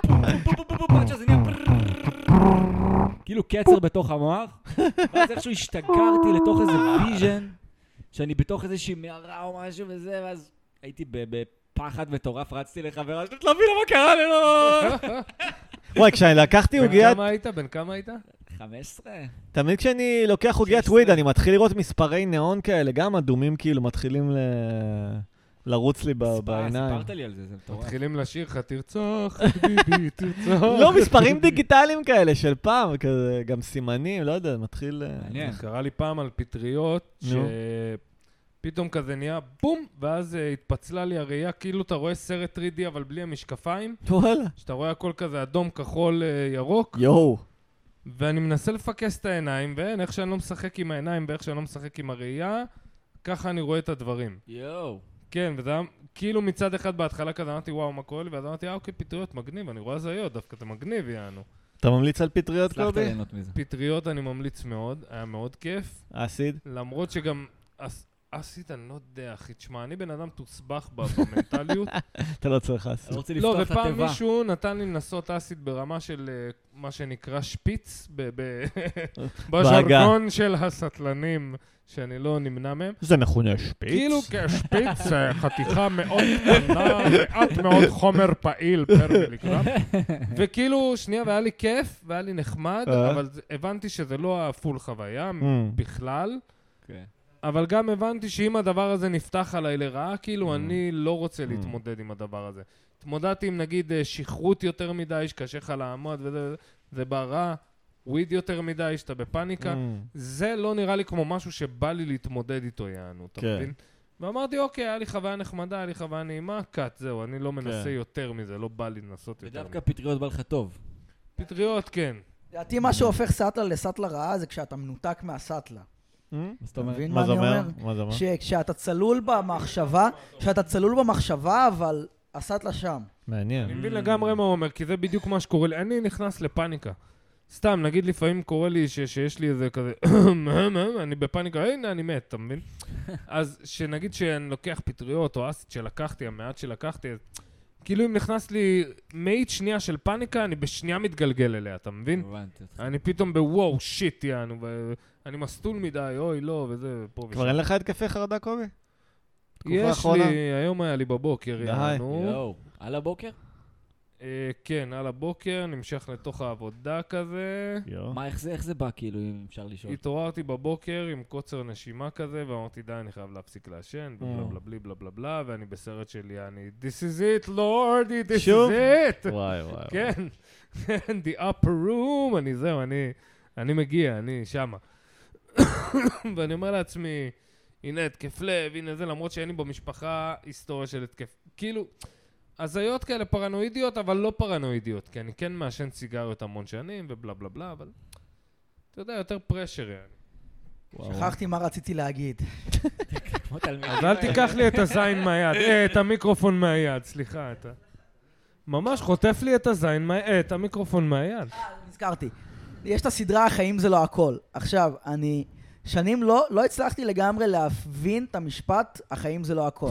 [SPEAKER 2] פום, פום, פום, פום, פום, פום, עד שזה נהיה פררררררררררררררררררררררררררררר. כאילו קצר בתוך המוח, ואז איכשהו השתגרתי לתוך איזה ויז'ן, שאני בתוך איזושהי מערה או משהו וזה, ואז הייתי ב- בפחד מטורף, רצתי לחברה שלי, את לא מבינה מה קרה לי, לא...
[SPEAKER 3] וואי, כשאני לקחתי
[SPEAKER 4] בן
[SPEAKER 3] עוגיית,
[SPEAKER 4] כמה היית? בן כמה היית?
[SPEAKER 2] 15?
[SPEAKER 3] תמיד כשאני לוקח עוגיית
[SPEAKER 2] שש
[SPEAKER 3] וויד,
[SPEAKER 2] עשרה.
[SPEAKER 3] אני מתחיל לראות מספרי ניאון כאלה, גם אדומים כאילו מתחילים ל... לרוץ לי ב- בעיניים.
[SPEAKER 2] סיפרת לי על זה, זה מטורף.
[SPEAKER 4] מתחילים לשיר לך, תרצח, חביבי, תרצח.
[SPEAKER 3] לא, מספרים דיגיטליים כאלה של פעם, כזה, גם סימנים, לא יודע, מתחיל... אה,
[SPEAKER 2] מעניין.
[SPEAKER 4] קרה לי פעם על פטריות,
[SPEAKER 3] נו.
[SPEAKER 4] שפתאום כזה נהיה בום, ואז אה, התפצלה לי הראייה, כאילו אתה רואה סרט 3D אבל בלי המשקפיים,
[SPEAKER 3] וואלה.
[SPEAKER 4] שאתה רואה הכל כזה אדום, כחול, אה, ירוק,
[SPEAKER 3] יואו.
[SPEAKER 4] ואני מנסה לפקס את העיניים, ואין, איך שאני לא משחק עם העיניים ואיך שאני לא משחק עם הראייה, ככה אני רואה את הדברים.
[SPEAKER 2] יואו.
[SPEAKER 4] כן, וזה היה כאילו מצד אחד בהתחלה כזה אמרתי, וואו, מה קורה לי? ואז אמרתי, אה, אוקיי, פטריות, מגניב, אני רואה הזיות, דווקא זה מגניב, יענו.
[SPEAKER 3] אתה ממליץ על פטריות,
[SPEAKER 2] הצלחת
[SPEAKER 3] קובי?
[SPEAKER 2] ליהנות מזה.
[SPEAKER 4] פטריות אני ממליץ מאוד, היה מאוד כיף.
[SPEAKER 3] אסיד?
[SPEAKER 4] למרות שגם אס- אסית, אני לא יודע, אחי, תשמע, אני בן אדם תוסבך ב- במנטליות.
[SPEAKER 3] אתה לא צריך אסיד.
[SPEAKER 2] רוצה
[SPEAKER 4] לא,
[SPEAKER 2] לפתוח את
[SPEAKER 4] ופעם
[SPEAKER 2] התיבה.
[SPEAKER 4] מישהו נתן לי לנסות אסית ברמה של אה, מה שנקרא שפיץ, ב- ב- בז'רגון של הסטלנים, שאני לא נמנע מהם.
[SPEAKER 3] זה מכונה שפיץ?
[SPEAKER 4] כאילו כשפיץ, אה, חתיכה מאוד קטנה, מעט מאוד חומר פעיל פר מיליגרם. וכאילו, שנייה, והיה לי כיף, והיה לי נחמד,
[SPEAKER 3] אה.
[SPEAKER 4] אבל זה- הבנתי שזה לא הפול חוויה
[SPEAKER 3] Mm.
[SPEAKER 4] בכלל.
[SPEAKER 2] כן.
[SPEAKER 4] אבל גם הבנתי שאם הדבר הזה נפתח עליי לרעה, כאילו
[SPEAKER 3] Mm.
[SPEAKER 4] אני לא רוצה
[SPEAKER 3] Mm.
[SPEAKER 4] להתמודד עם הדבר הזה. התמודדתי עם נגיד אה, שכרות יותר מדי, שקשה לך לעמוד וזה, וזה, זה בא רע, וויד יותר מדי, שאתה בפאניקה.
[SPEAKER 3] Mm.
[SPEAKER 4] זה לא נראה לי כמו משהו שבא לי להתמודד איתו, יענו, אתה
[SPEAKER 3] כן.
[SPEAKER 4] מבין? ואמרתי, אוקיי, היה לי חוויה נחמדה, היה לי חוויה נעימה, קאט, זהו, אני לא מנסה
[SPEAKER 3] כן.
[SPEAKER 4] יותר מזה, לא בא לי לנסות יותר
[SPEAKER 2] ודווקא
[SPEAKER 4] מזה.
[SPEAKER 2] פטריות בא לך טוב.
[SPEAKER 4] פטריות, כן.
[SPEAKER 1] לדעתי מה שהופך סאטלה לסאטלה רעה זה כשאתה מנותק מהסאטלה.
[SPEAKER 5] מה זאת
[SPEAKER 1] אתה
[SPEAKER 5] אומרת?
[SPEAKER 1] מבין מה
[SPEAKER 3] Mm. מה זה
[SPEAKER 1] אני
[SPEAKER 3] אומר?
[SPEAKER 1] אומר?
[SPEAKER 3] מה זה אומר?
[SPEAKER 1] שכשאתה צלול במחשבה, כשאתה צלול במחשבה, אבל הסעת לשם.
[SPEAKER 4] אני לא
[SPEAKER 3] מעניין.
[SPEAKER 4] מבין לגמרי מה הוא אומר, כי זה בדיוק מה שקורה לי. אני נכנס לפאניקה. סתם, נגיד לפעמים קורה לי ש- שיש לי איזה כזה, אני בפאניקה, הנה אני מת, אתה מבין? אז שנגיד שאני לוקח פטריות או אסיד שלקחתי, המעט שלקחתי, אז כאילו אם נכנס לי מאית שנייה של פאניקה, אני בשנייה מתגלגל אליה, אתה מבין?
[SPEAKER 5] הבנתי אותך.
[SPEAKER 4] אני פתאום בוואו, שיט, יענו, ו- אני מסטול מדי, אוי, לא, וזה, פה ושם.
[SPEAKER 3] כבר אין לך התקפי חרדה, קובי? תקופה
[SPEAKER 4] יש
[SPEAKER 3] האחרונה?
[SPEAKER 4] לי, היום היה לי בבוקר,
[SPEAKER 3] די.
[SPEAKER 4] יענו.
[SPEAKER 2] יואו, על הבוקר?
[SPEAKER 4] אה, כן, על הבוקר, נמשך לתוך העבודה כזה.
[SPEAKER 3] יואו.
[SPEAKER 2] מה, איך זה- איך זה בא, כאילו, אם אפשר לשאול?
[SPEAKER 4] התעוררתי בבוקר עם קוצר נשימה כזה, ואמרתי, די, אני חייב להפסיק לעשן, בלה
[SPEAKER 3] Mm.
[SPEAKER 4] בלה בלה בלה בלה בלה, ואני בסרט שלי, אני, This is it, לורדי, this
[SPEAKER 3] שוב?
[SPEAKER 4] is it!
[SPEAKER 3] וואי, וואי. וואי.
[SPEAKER 4] כן, כן, the upper room, אני זהו, אני, אני מגיע, אני שמה. ואני אומר לעצמי, הנה התקף לב, הנה זה, למרות שאין לי במשפחה היסטוריה של התקף. כאילו, הזיות כאלה פרנואידיות, אבל לא פרנואידיות, כי אני כן מעשן סיגריות המון שנים ובלה בלה בלה, אבל אתה יודע, יותר פרשר יעני.
[SPEAKER 3] וואו.
[SPEAKER 1] שכחתי מה רציתי להגיד.
[SPEAKER 2] כמו תלמידים.
[SPEAKER 4] אז אל תיקח לי את הזין מהיד, אה, את המיקרופון מהיד, סליחה, אתה... ממש חוטף לי את הזין, מה- אה, את המיקרופון מהיד.
[SPEAKER 1] נזכרתי. יש את הסדרה החיים זה לא הכל. עכשיו, אני שנים לא, לא הצלחתי לגמרי להבין את המשפט החיים זה לא הכל.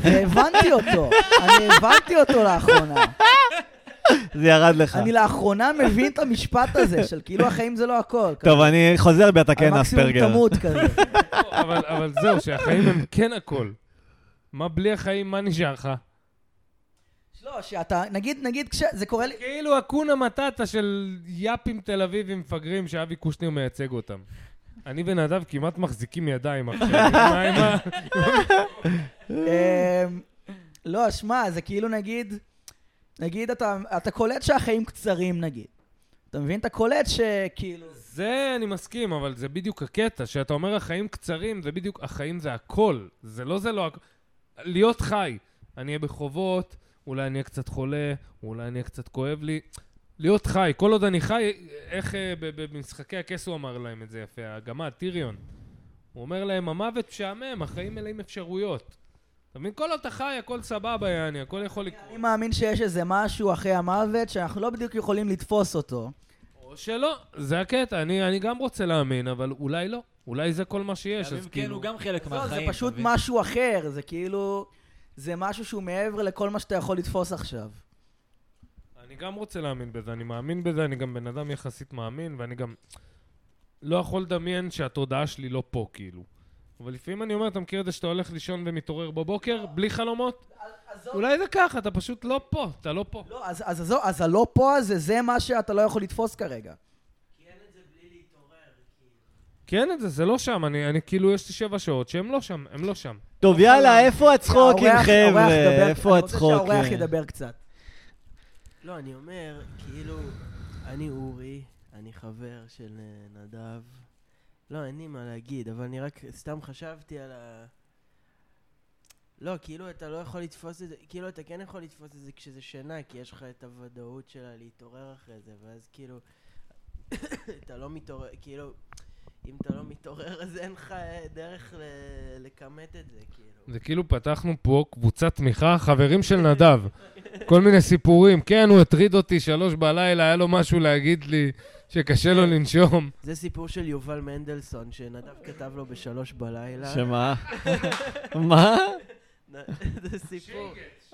[SPEAKER 1] והבנתי אותו, אני הבנתי אותו לאחרונה.
[SPEAKER 3] זה ירד לך.
[SPEAKER 1] אני לא- לאחרונה מבין את המשפט הזה של כאילו החיים זה לא הכל.
[SPEAKER 3] טוב, אני חוזר בי, אתה
[SPEAKER 1] כזה.
[SPEAKER 3] כן אספרגר.
[SPEAKER 1] המקסימום תמות כזה.
[SPEAKER 4] אבל, אבל זהו, שהחיים הם כן הכל. מה בלי החיים, מה נשאר לך?
[SPEAKER 1] לא, שאתה, נגיד, נגיד, כש- זה קורה לי,
[SPEAKER 4] כאילו אקונה מטאטה של יאפים תל אביבים מפגרים שאבי קושניר מייצג אותם. אני ונדב כמעט מחזיקים ידיים עכשיו. מה עם ה...
[SPEAKER 1] אמ, לא, שמע, זה כאילו נגיד, נגיד אתה, אתה קולט שהחיים קצרים נגיד. אתה מבין? אתה קולט שכאילו...
[SPEAKER 4] זה אני מסכים, אבל זה בדיוק הקטע. שאתה אומר החיים קצרים, זה בדיוק, החיים זה הכל. זה לא זה לא הכל. להיות חי. אני אהיה בחובות, אולי אני אהיה קצת חולה, אולי אני אהיה קצת כואב לי. להיות חי. כל עוד אני חי, איך אה, ב- ב- במשחקי הכס הוא אמר להם את זה יפה, הגמד, טיריון. הוא אומר להם, המוות משעמם, החיים מלאים אפשרויות. אתה מבין? כל עוד אתה חי, הכל סבבה, יעני, הכל יכול לקרות.
[SPEAKER 1] אני מאמין שיש איזה משהו אחרי המוות שאנחנו לא בדיוק יכולים לתפוס אותו.
[SPEAKER 4] או שלא, זה הקטע. אני, אני גם רוצה להאמין, אבל אולי לא. אולי זה כל מה שיש,
[SPEAKER 2] גם אם
[SPEAKER 4] אז
[SPEAKER 2] כן,
[SPEAKER 4] כאילו...
[SPEAKER 2] הוא גם חלק
[SPEAKER 1] לא, זה
[SPEAKER 2] מהחיים.
[SPEAKER 1] פשוט
[SPEAKER 2] אתה מבין?
[SPEAKER 1] משהו אחר, זה כאילו... זה משהו שהוא מעבר לכל מה שאתה יכול לתפוס עכשיו.
[SPEAKER 4] אני גם רוצה להאמין בזה, אני מאמין בזה, אני גם בן אדם יחסית מאמין, ואני גם לא יכול לדמיין שהתודעה שלי לא פה, כאילו. אבל לפעמים אני אומר, אתה מכיר את זה שאתה הולך לישון ומתעורר בבוקר, בלי חלומות? אולי זה ככה, אתה פשוט לא פה, אתה לא פה.
[SPEAKER 1] לא, אז, אז, אז, אז הלא פה הזה, זה מה שאתה לא יכול לתפוס כרגע.
[SPEAKER 4] כי אין את זה, זה לא שם, אני, אני כאילו, יש לי שבע שעות שהם לא שם, הם לא שם.
[SPEAKER 3] טוב, יאללה, איפה הצחוקים,
[SPEAKER 1] האורח-
[SPEAKER 3] חבר'ה?
[SPEAKER 1] האורח ידבר-
[SPEAKER 3] איפה
[SPEAKER 1] אני רוצה שהאורח
[SPEAKER 3] הצחוקים?
[SPEAKER 1] ידבר קצת.
[SPEAKER 6] לא, אני אומר, כאילו, אני אורי, אני חבר של אה, נדב. לא, אין לי מה להגיד, אבל אני רק סתם חשבתי על ה... לא, כאילו אתה לא יכול לתפוס את זה, כאילו אתה כן יכול לתפוס את זה כשזה שינה, כי יש לך את הוודאות שלה להתעורר אחרי זה, ואז כאילו, אתה לא מתעורר, כאילו, אם אתה לא מתעורר אז אין לך אה, דרך ל- לכמת את זה, כאילו.
[SPEAKER 4] זה כאילו פתחנו פה קבוצת תמיכה, חברים של נדב. כל מיני סיפורים. כן, הוא הטריד אותי שלוש בלילה, היה לו משהו להגיד לי שקשה לו לנשום.
[SPEAKER 6] זה סיפור של יובל מנדלסון, שנדב כתב לו בשלוש בלילה.
[SPEAKER 3] שמה? מה?
[SPEAKER 6] זה סיפור.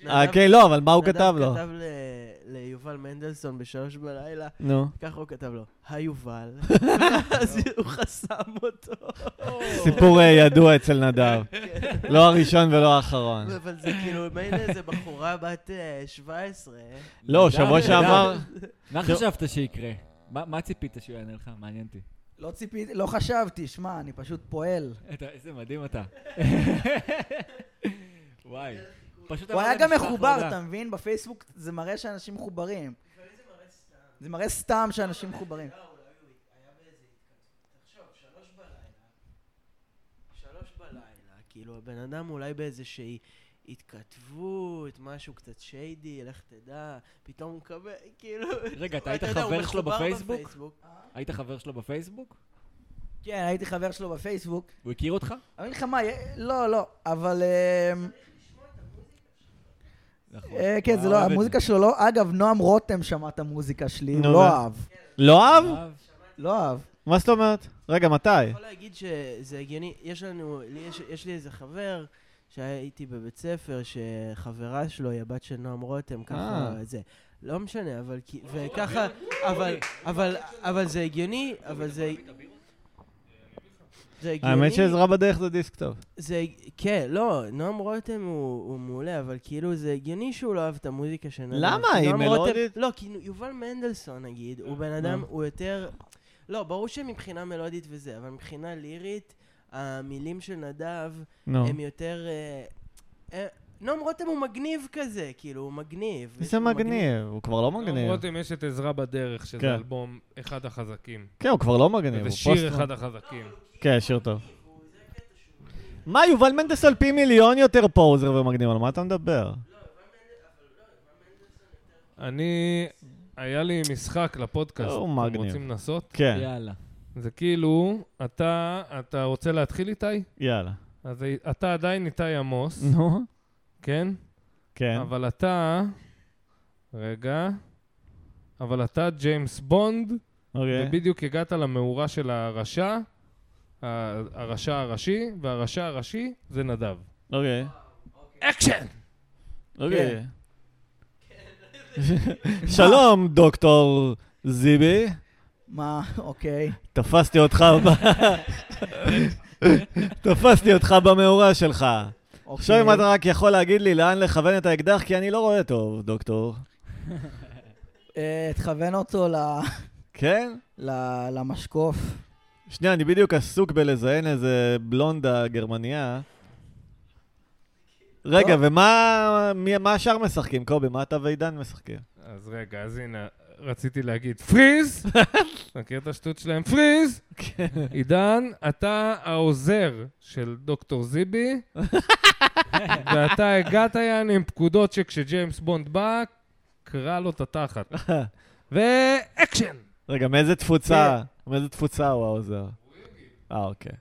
[SPEAKER 3] אה, כן, לא, אבל מה הוא
[SPEAKER 6] נדב
[SPEAKER 3] כתב לו?
[SPEAKER 6] כתב ל- ליובל מנדלסון בשלוש בלילה,
[SPEAKER 3] נו.
[SPEAKER 6] ככה הוא כתב לו, היובל. אז הוא חסם אותו.
[SPEAKER 3] סיפור אה, ידוע אצל נדב. לא הראשון ולא האחרון.
[SPEAKER 6] אבל זה כאילו, מילא איזה בחורה בת אה, 17.
[SPEAKER 3] לא,
[SPEAKER 2] נדב,
[SPEAKER 3] שבוע
[SPEAKER 2] נדב.
[SPEAKER 3] שעבר...
[SPEAKER 2] מה
[SPEAKER 3] טוב.
[SPEAKER 2] חשבת שיקרה? מה- מה ציפית שהוא יענה לך? מעניין אותי.
[SPEAKER 1] לא ציפיתי, לא חשבתי, שמע, אני פשוט פועל.
[SPEAKER 2] אתה- איזה מדהים אתה. וואי. פשוט
[SPEAKER 1] הוא
[SPEAKER 2] אמר
[SPEAKER 1] היה
[SPEAKER 2] להם
[SPEAKER 1] גם
[SPEAKER 2] לשלוח
[SPEAKER 1] מחובר,
[SPEAKER 2] הודעה.
[SPEAKER 1] אתה מבין? בפייסבוק זה מראה שאנשים מחוברים. זה מראה סתם שאנשים מחוברים.
[SPEAKER 6] שלוש בלילה, כאילו, הבן אדם אולי באיזושהי התכתבות, משהו קצת שיידי, לך תדע, פתאום הוא מקבל, כאילו...
[SPEAKER 2] רגע, אתה
[SPEAKER 6] הוא-
[SPEAKER 2] היית
[SPEAKER 6] יודע, הוא
[SPEAKER 2] חבר שלו
[SPEAKER 6] מחובר
[SPEAKER 2] בפייסבוק? היית חבר שלו בפייסבוק?
[SPEAKER 1] כן, הייתי חבר שלו בפייסבוק.
[SPEAKER 2] הוא הכיר אותך?
[SPEAKER 3] כן.
[SPEAKER 1] אני אגיד לך מה, יה- לא, לא, אבל... אמ,
[SPEAKER 2] נכון.
[SPEAKER 1] אה, כן, זה לא,
[SPEAKER 2] אה, אוהב את זה.
[SPEAKER 1] המוזיקה שלו לא... אגב, נועם רותם שמע את המוזיקה שלי,
[SPEAKER 3] נו,
[SPEAKER 1] הוא לא
[SPEAKER 3] ו-
[SPEAKER 1] אהב.
[SPEAKER 3] לא
[SPEAKER 1] כן.
[SPEAKER 3] אהב?
[SPEAKER 5] אהב.
[SPEAKER 1] לא אהב.
[SPEAKER 3] מה זאת אומרת? רגע, מתי?
[SPEAKER 6] יכול להגיד שזה הגיוני, יש לנו, לי יש, יש לי איזה חבר שהייתי בבית ספר, שחברה שלו היא הבת של נועם רותם, ככה
[SPEAKER 3] אה.
[SPEAKER 6] זה. לא משנה, אבל כי, וככה,
[SPEAKER 2] אה.
[SPEAKER 6] אבל, אבל, אבל זה הגיוני, אבל זה... זה הגיוני.
[SPEAKER 3] אה, האמת שעזרה בדרך זה דיסק טוב.
[SPEAKER 6] זה, כן, לא, נועם רותם הוא, הוא מעולה, אבל כאילו זה הגיוני שהוא לא אהב את המוזיקה של נדב.
[SPEAKER 3] למה?
[SPEAKER 6] כי
[SPEAKER 3] היא
[SPEAKER 6] נועם רותם-
[SPEAKER 3] מלודית?
[SPEAKER 6] לא, כי יובל מנדלסון נגיד, הוא בן אדם, הוא יותר... לא, ברור שמבחינה מלודית וזה, אבל מבחינה לירית, המילים של נדב
[SPEAKER 3] נו.
[SPEAKER 6] הם יותר... אה, אה, נועם רותם הוא מגניב כזה, כאילו, הוא מגניב. יש
[SPEAKER 3] איזה
[SPEAKER 6] לו
[SPEAKER 3] מגניב, הוא כבר לא מגניב.
[SPEAKER 4] רותם יש את עזרה בדרך,
[SPEAKER 3] כן.
[SPEAKER 4] שזה אלבום אחד החזקים.
[SPEAKER 3] כן, הוא כבר לא מגניב, הוא
[SPEAKER 4] זה
[SPEAKER 3] פוסט...
[SPEAKER 4] שיר אחד החזקים.
[SPEAKER 3] כן, שיר טוב. מה, יובל מנדס על פי מיליון יותר פוזר ומגניב, על מה אתה מדבר?
[SPEAKER 4] אני... היה לי משחק לפודקאסט.
[SPEAKER 3] הוא
[SPEAKER 4] אתם
[SPEAKER 3] מגניב.
[SPEAKER 4] רוצים לנסות?
[SPEAKER 3] כן,
[SPEAKER 5] יאללה.
[SPEAKER 4] זה כאילו, אתה אתה רוצה להתחיל איתי?
[SPEAKER 3] יאללה.
[SPEAKER 4] אז אה, אתה עדיין איתי עמוס,
[SPEAKER 3] נו.
[SPEAKER 4] כן?
[SPEAKER 3] כן.
[SPEAKER 4] אבל אתה... רגע. אבל אתה ג'יימס בונד,
[SPEAKER 3] אוקיי.
[SPEAKER 4] ובדיוק הגעת למאורה של הרשע, ה- הרשע הראשי, והרשע הראשי זה נדב.
[SPEAKER 3] אוקיי.
[SPEAKER 4] אקשן!
[SPEAKER 3] אוקיי. שלום, דוקטור זיבי.
[SPEAKER 1] מה, אוקיי.
[SPEAKER 3] תפסתי אותך ב... תפסתי אותך במאורע שלך. עכשיו
[SPEAKER 1] אוקיי.
[SPEAKER 3] אם אתה רק יכול להגיד לי לאן לכוון את האקדח, כי אני לא רואה טוב, דוקטור.
[SPEAKER 1] אה, תכוון אותו ל-
[SPEAKER 3] כן?
[SPEAKER 1] ל- למשקוף.
[SPEAKER 3] שנייה, אני בדיוק עסוק בלזיין איזה בלונדה גרמניה. רגע, ומה מי- מה השאר משחקים, קובי? מה אתה ועידן משחקים?
[SPEAKER 4] אז רגע, אז הנה, רציתי להגיד פריז! מכיר את השטות שלהם? פריז! עידן, אתה העוזר של דוקטור זיבי, ואתה הגעת יעני עם פקודות שכשג'יימס בונד בא, קרע לו את התחת. ואקשן!
[SPEAKER 3] רגע, מאיזה תפוצה? מאיזה תפוצה הוא העוזר? אה, אוקיי.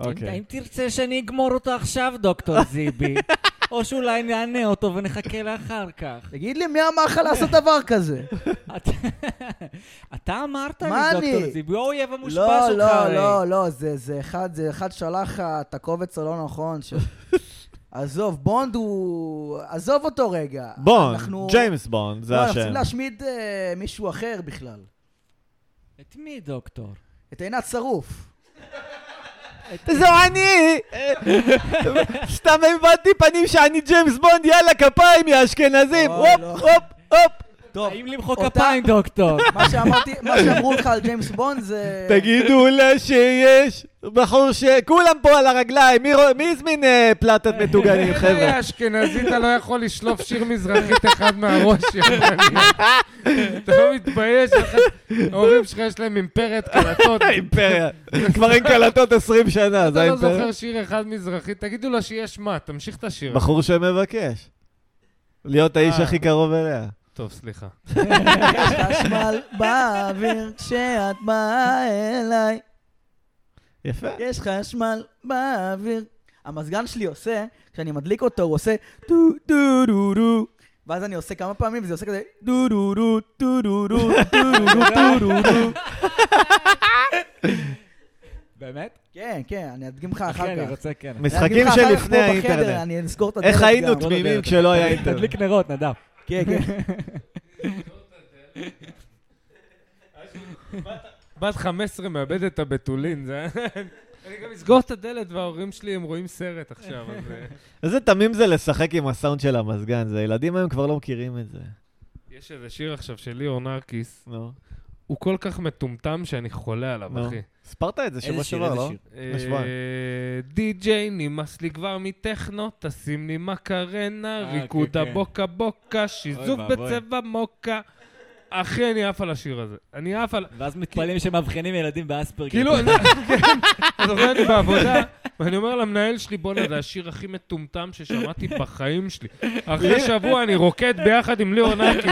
[SPEAKER 5] אם
[SPEAKER 3] אוקיי.
[SPEAKER 5] תרצה שאני אגמור אותו עכשיו, דוקטור זיבי, או שאולי נענה אותו ונחכה לאחר כך.
[SPEAKER 1] תגיד לי, מי אמר לך לעשות דבר כזה?
[SPEAKER 5] אתה- אתה אמרת לי,
[SPEAKER 1] מה אני?
[SPEAKER 5] דוקטור זיבי, הוא האויב המושפע
[SPEAKER 1] לא,
[SPEAKER 5] שלך
[SPEAKER 1] לא,
[SPEAKER 5] הרי.
[SPEAKER 1] לא, לא, זה זה אחד, זה אחד שלח לך את הקובץ הלא נכון שלו. עזוב, בונד הוא... עזוב אותו רגע.
[SPEAKER 3] בונד,
[SPEAKER 1] אנחנו-
[SPEAKER 3] ג'יימס בונד,
[SPEAKER 1] לא,
[SPEAKER 3] זה
[SPEAKER 1] אנחנו
[SPEAKER 3] השם.
[SPEAKER 1] צריכים להשמיד אה, מישהו אחר בכלל.
[SPEAKER 5] את מי, דוקטור?
[SPEAKER 1] את עינת שרוף. לא.
[SPEAKER 3] זו אני! סתם הבנתי פנים שאני ג'יימס בונד, יאללה, כפיים, יא אשכנזים!
[SPEAKER 1] אוי,
[SPEAKER 3] הופ,
[SPEAKER 1] לא.
[SPEAKER 3] הופ, הופ!
[SPEAKER 1] טוב,
[SPEAKER 5] האם למחוא
[SPEAKER 1] אותה-
[SPEAKER 5] כפיים, דוקטור?
[SPEAKER 1] מה שאמרתי, מה שאמרו לך על ג'יימס בונד זה...
[SPEAKER 3] תגידו לה שיש בחור ש... כולם פה על הרגליים, מי רוא- מי הזמין אה, פלטת מטוגנים, חבר'ה?
[SPEAKER 4] חבר'ה, אשכנזית, אתה לא יכול לשלוף שיר מזרחית אחד מהראש, יא מניאק. אתה לא מתבייש? ההורים שלך יש להם אימפרית קלטות.
[SPEAKER 3] אימפריה. כבר אין קלטות 20 שנה, זה
[SPEAKER 4] אתה לא
[SPEAKER 3] האימפריה.
[SPEAKER 4] זוכר שיר אחד מזרחי, תגידו לה שיש מה, תמשיך את השיר.
[SPEAKER 2] נכון.
[SPEAKER 3] בחור שמבקש. להיות האיש
[SPEAKER 4] אה.
[SPEAKER 3] הכי קרוב אליה.
[SPEAKER 4] טוב, סליחה.
[SPEAKER 1] יש חשמל באוויר כשאת באה אליי.
[SPEAKER 3] יפה.
[SPEAKER 1] יש חשמל באוויר. המזגן שלי עושה, כשאני מדליק אותו, הוא עושה טו טו דו דו. ואז אני עושה כמה פעמים, וזה עושה כזה דו דו דו טו דו דו טו דו דו טו דו דו.
[SPEAKER 5] באמת?
[SPEAKER 1] כן, כן, אני אדגים לך אחר
[SPEAKER 5] אחי, אני
[SPEAKER 1] כך.
[SPEAKER 5] רוצה, כן.
[SPEAKER 3] משחקים
[SPEAKER 1] אני אדגים לך אחר כך
[SPEAKER 3] שלפני
[SPEAKER 1] פה בחדר,
[SPEAKER 3] האינטרנט.
[SPEAKER 1] אני לא אסגור את הדלת
[SPEAKER 3] איך היינו
[SPEAKER 1] גם.
[SPEAKER 3] תמימים כשלא היה אינטרנט.
[SPEAKER 5] תדליק נרות, נדב.
[SPEAKER 1] כן, כן.
[SPEAKER 4] בת 15 מאבדת את הבתולין, זה... אני גם אסגור את הדלת וההורים שלי, הם רואים סרט עכשיו, אז... אה,
[SPEAKER 3] איזה תמים זה לשחק עם הסאונד של המזגן, זה ילדים היום כבר לא מכירים את זה.
[SPEAKER 4] יש איזה שיר עכשיו של ליאור נרקיס,
[SPEAKER 3] נו.
[SPEAKER 4] הוא כל כך מטומטם שאני חולה עליו,
[SPEAKER 3] נו.
[SPEAKER 4] אחי.
[SPEAKER 3] הספרת את זה שבוע
[SPEAKER 5] איזה שיר,
[SPEAKER 3] שעבר,
[SPEAKER 5] איזה
[SPEAKER 3] לא?
[SPEAKER 5] שיר.
[SPEAKER 3] בשבועיים.
[SPEAKER 4] די.ג'יי, נמאס לי כבר מטכנו, תשים לי מקרנה,
[SPEAKER 2] אה,
[SPEAKER 4] ריקוד
[SPEAKER 2] כן, כן.
[SPEAKER 4] הבוקה בוקה, שיזוף
[SPEAKER 2] ואבוי.
[SPEAKER 4] בצבע מוקה. אחי, אני עף על השיר הזה. אני עף על...
[SPEAKER 2] ואז מתפלאים שמאבחנים ילדים באספרגר.
[SPEAKER 4] כאילו, אני כן. אתה זוכר, אני בעבודה, ואני אומר למנהל שלי, בואנה, זה השיר הכי מטומטם ששמעתי בחיים שלי. אחרי שבוע אני רוקד ביחד עם ליאור נקי,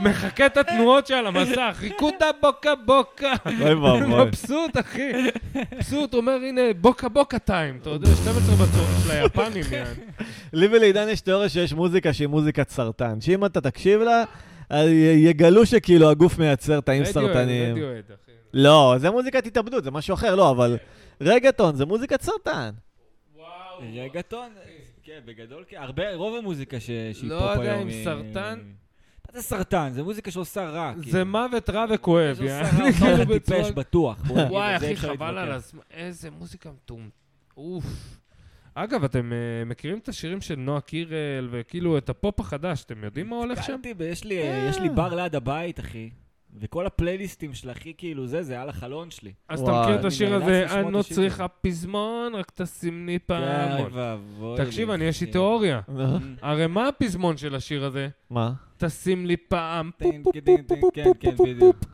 [SPEAKER 4] מחקה את התנועות שעל המסך, ריקודה בוקה בוקה.
[SPEAKER 3] אוי
[SPEAKER 4] לא,
[SPEAKER 3] ואבוי.
[SPEAKER 4] מבסוט, אחי. מבסוט, אומר, הנה, בוקה בוקה טיים. אתה יודע, 12 בצורה של היפנים, יעני.
[SPEAKER 3] לי ולעידן יש תיאוריה שיש מוזיקה שהיא מוזיקת סרטן, שאם אתה תקשיב לה, אז י- יגלו שכאילו הגוף מייצר תאים סרטניים.
[SPEAKER 4] רדיואד, אחי.
[SPEAKER 3] לא, זה מוזיקת התאבדות, זה משהו אחר, לא, אבל רגטון זה מוזיקת סרטן.
[SPEAKER 2] רגטון, כן, בגדול, כן. הרבה, רוב המוזיקה ש- שהיא
[SPEAKER 4] לא
[SPEAKER 2] פופ היום.
[SPEAKER 4] יודע אם
[SPEAKER 2] היא-
[SPEAKER 4] סרטן.
[SPEAKER 2] מה זה סרטן? זה מוזיקה שעושה רע.
[SPEAKER 4] זה מוות רע וכואב,
[SPEAKER 2] יעני.
[SPEAKER 4] יעני.
[SPEAKER 2] שעושה רע, עושה אותך
[SPEAKER 4] כאילו, בצורה-
[SPEAKER 2] טיפש בטוח. בוא נגיד,
[SPEAKER 4] וואי,
[SPEAKER 2] על זה
[SPEAKER 4] אחי,
[SPEAKER 2] אפשר
[SPEAKER 4] חבל על
[SPEAKER 2] להתווכח.
[SPEAKER 4] הזמן. איזה מוזיקה מטומטמת. אוף. אגב, אתם אה, מכירים את השירים של נועה קירל, וכאילו את הפופ החדש, אתם יודעים מה הולך שם? אה.
[SPEAKER 2] קלטתי, ויש לי- יש לי בר ליד הבית, אחי. וכל הפלייליסטים של אחי, כאילו, זה, זה על החלון שלי.
[SPEAKER 4] אז אתה
[SPEAKER 3] וואי.
[SPEAKER 4] מכיר את
[SPEAKER 2] אני
[SPEAKER 4] השיר
[SPEAKER 2] נאלץ
[SPEAKER 4] הזה,
[SPEAKER 2] לשמוע את
[SPEAKER 4] אני לא
[SPEAKER 2] השיר כן,
[SPEAKER 4] צריכה פזמון, רק תשים לי
[SPEAKER 2] אוי
[SPEAKER 4] פעמון.
[SPEAKER 2] ואבוי.
[SPEAKER 4] תקשיב,
[SPEAKER 2] לי,
[SPEAKER 4] אני יש לי
[SPEAKER 2] אחי.
[SPEAKER 4] תיאוריה.
[SPEAKER 2] Mm,
[SPEAKER 4] הרי מה הפזמון של השיר הזה?
[SPEAKER 3] מה?
[SPEAKER 4] תשים לי פעם, פופ,
[SPEAKER 2] טין,
[SPEAKER 4] פופ,
[SPEAKER 2] טין,
[SPEAKER 4] פופ,
[SPEAKER 2] טין,
[SPEAKER 4] פופ,
[SPEAKER 2] כן,
[SPEAKER 4] פופ,
[SPEAKER 2] כן,
[SPEAKER 4] פופ,
[SPEAKER 2] בדיוק.
[SPEAKER 4] פופ.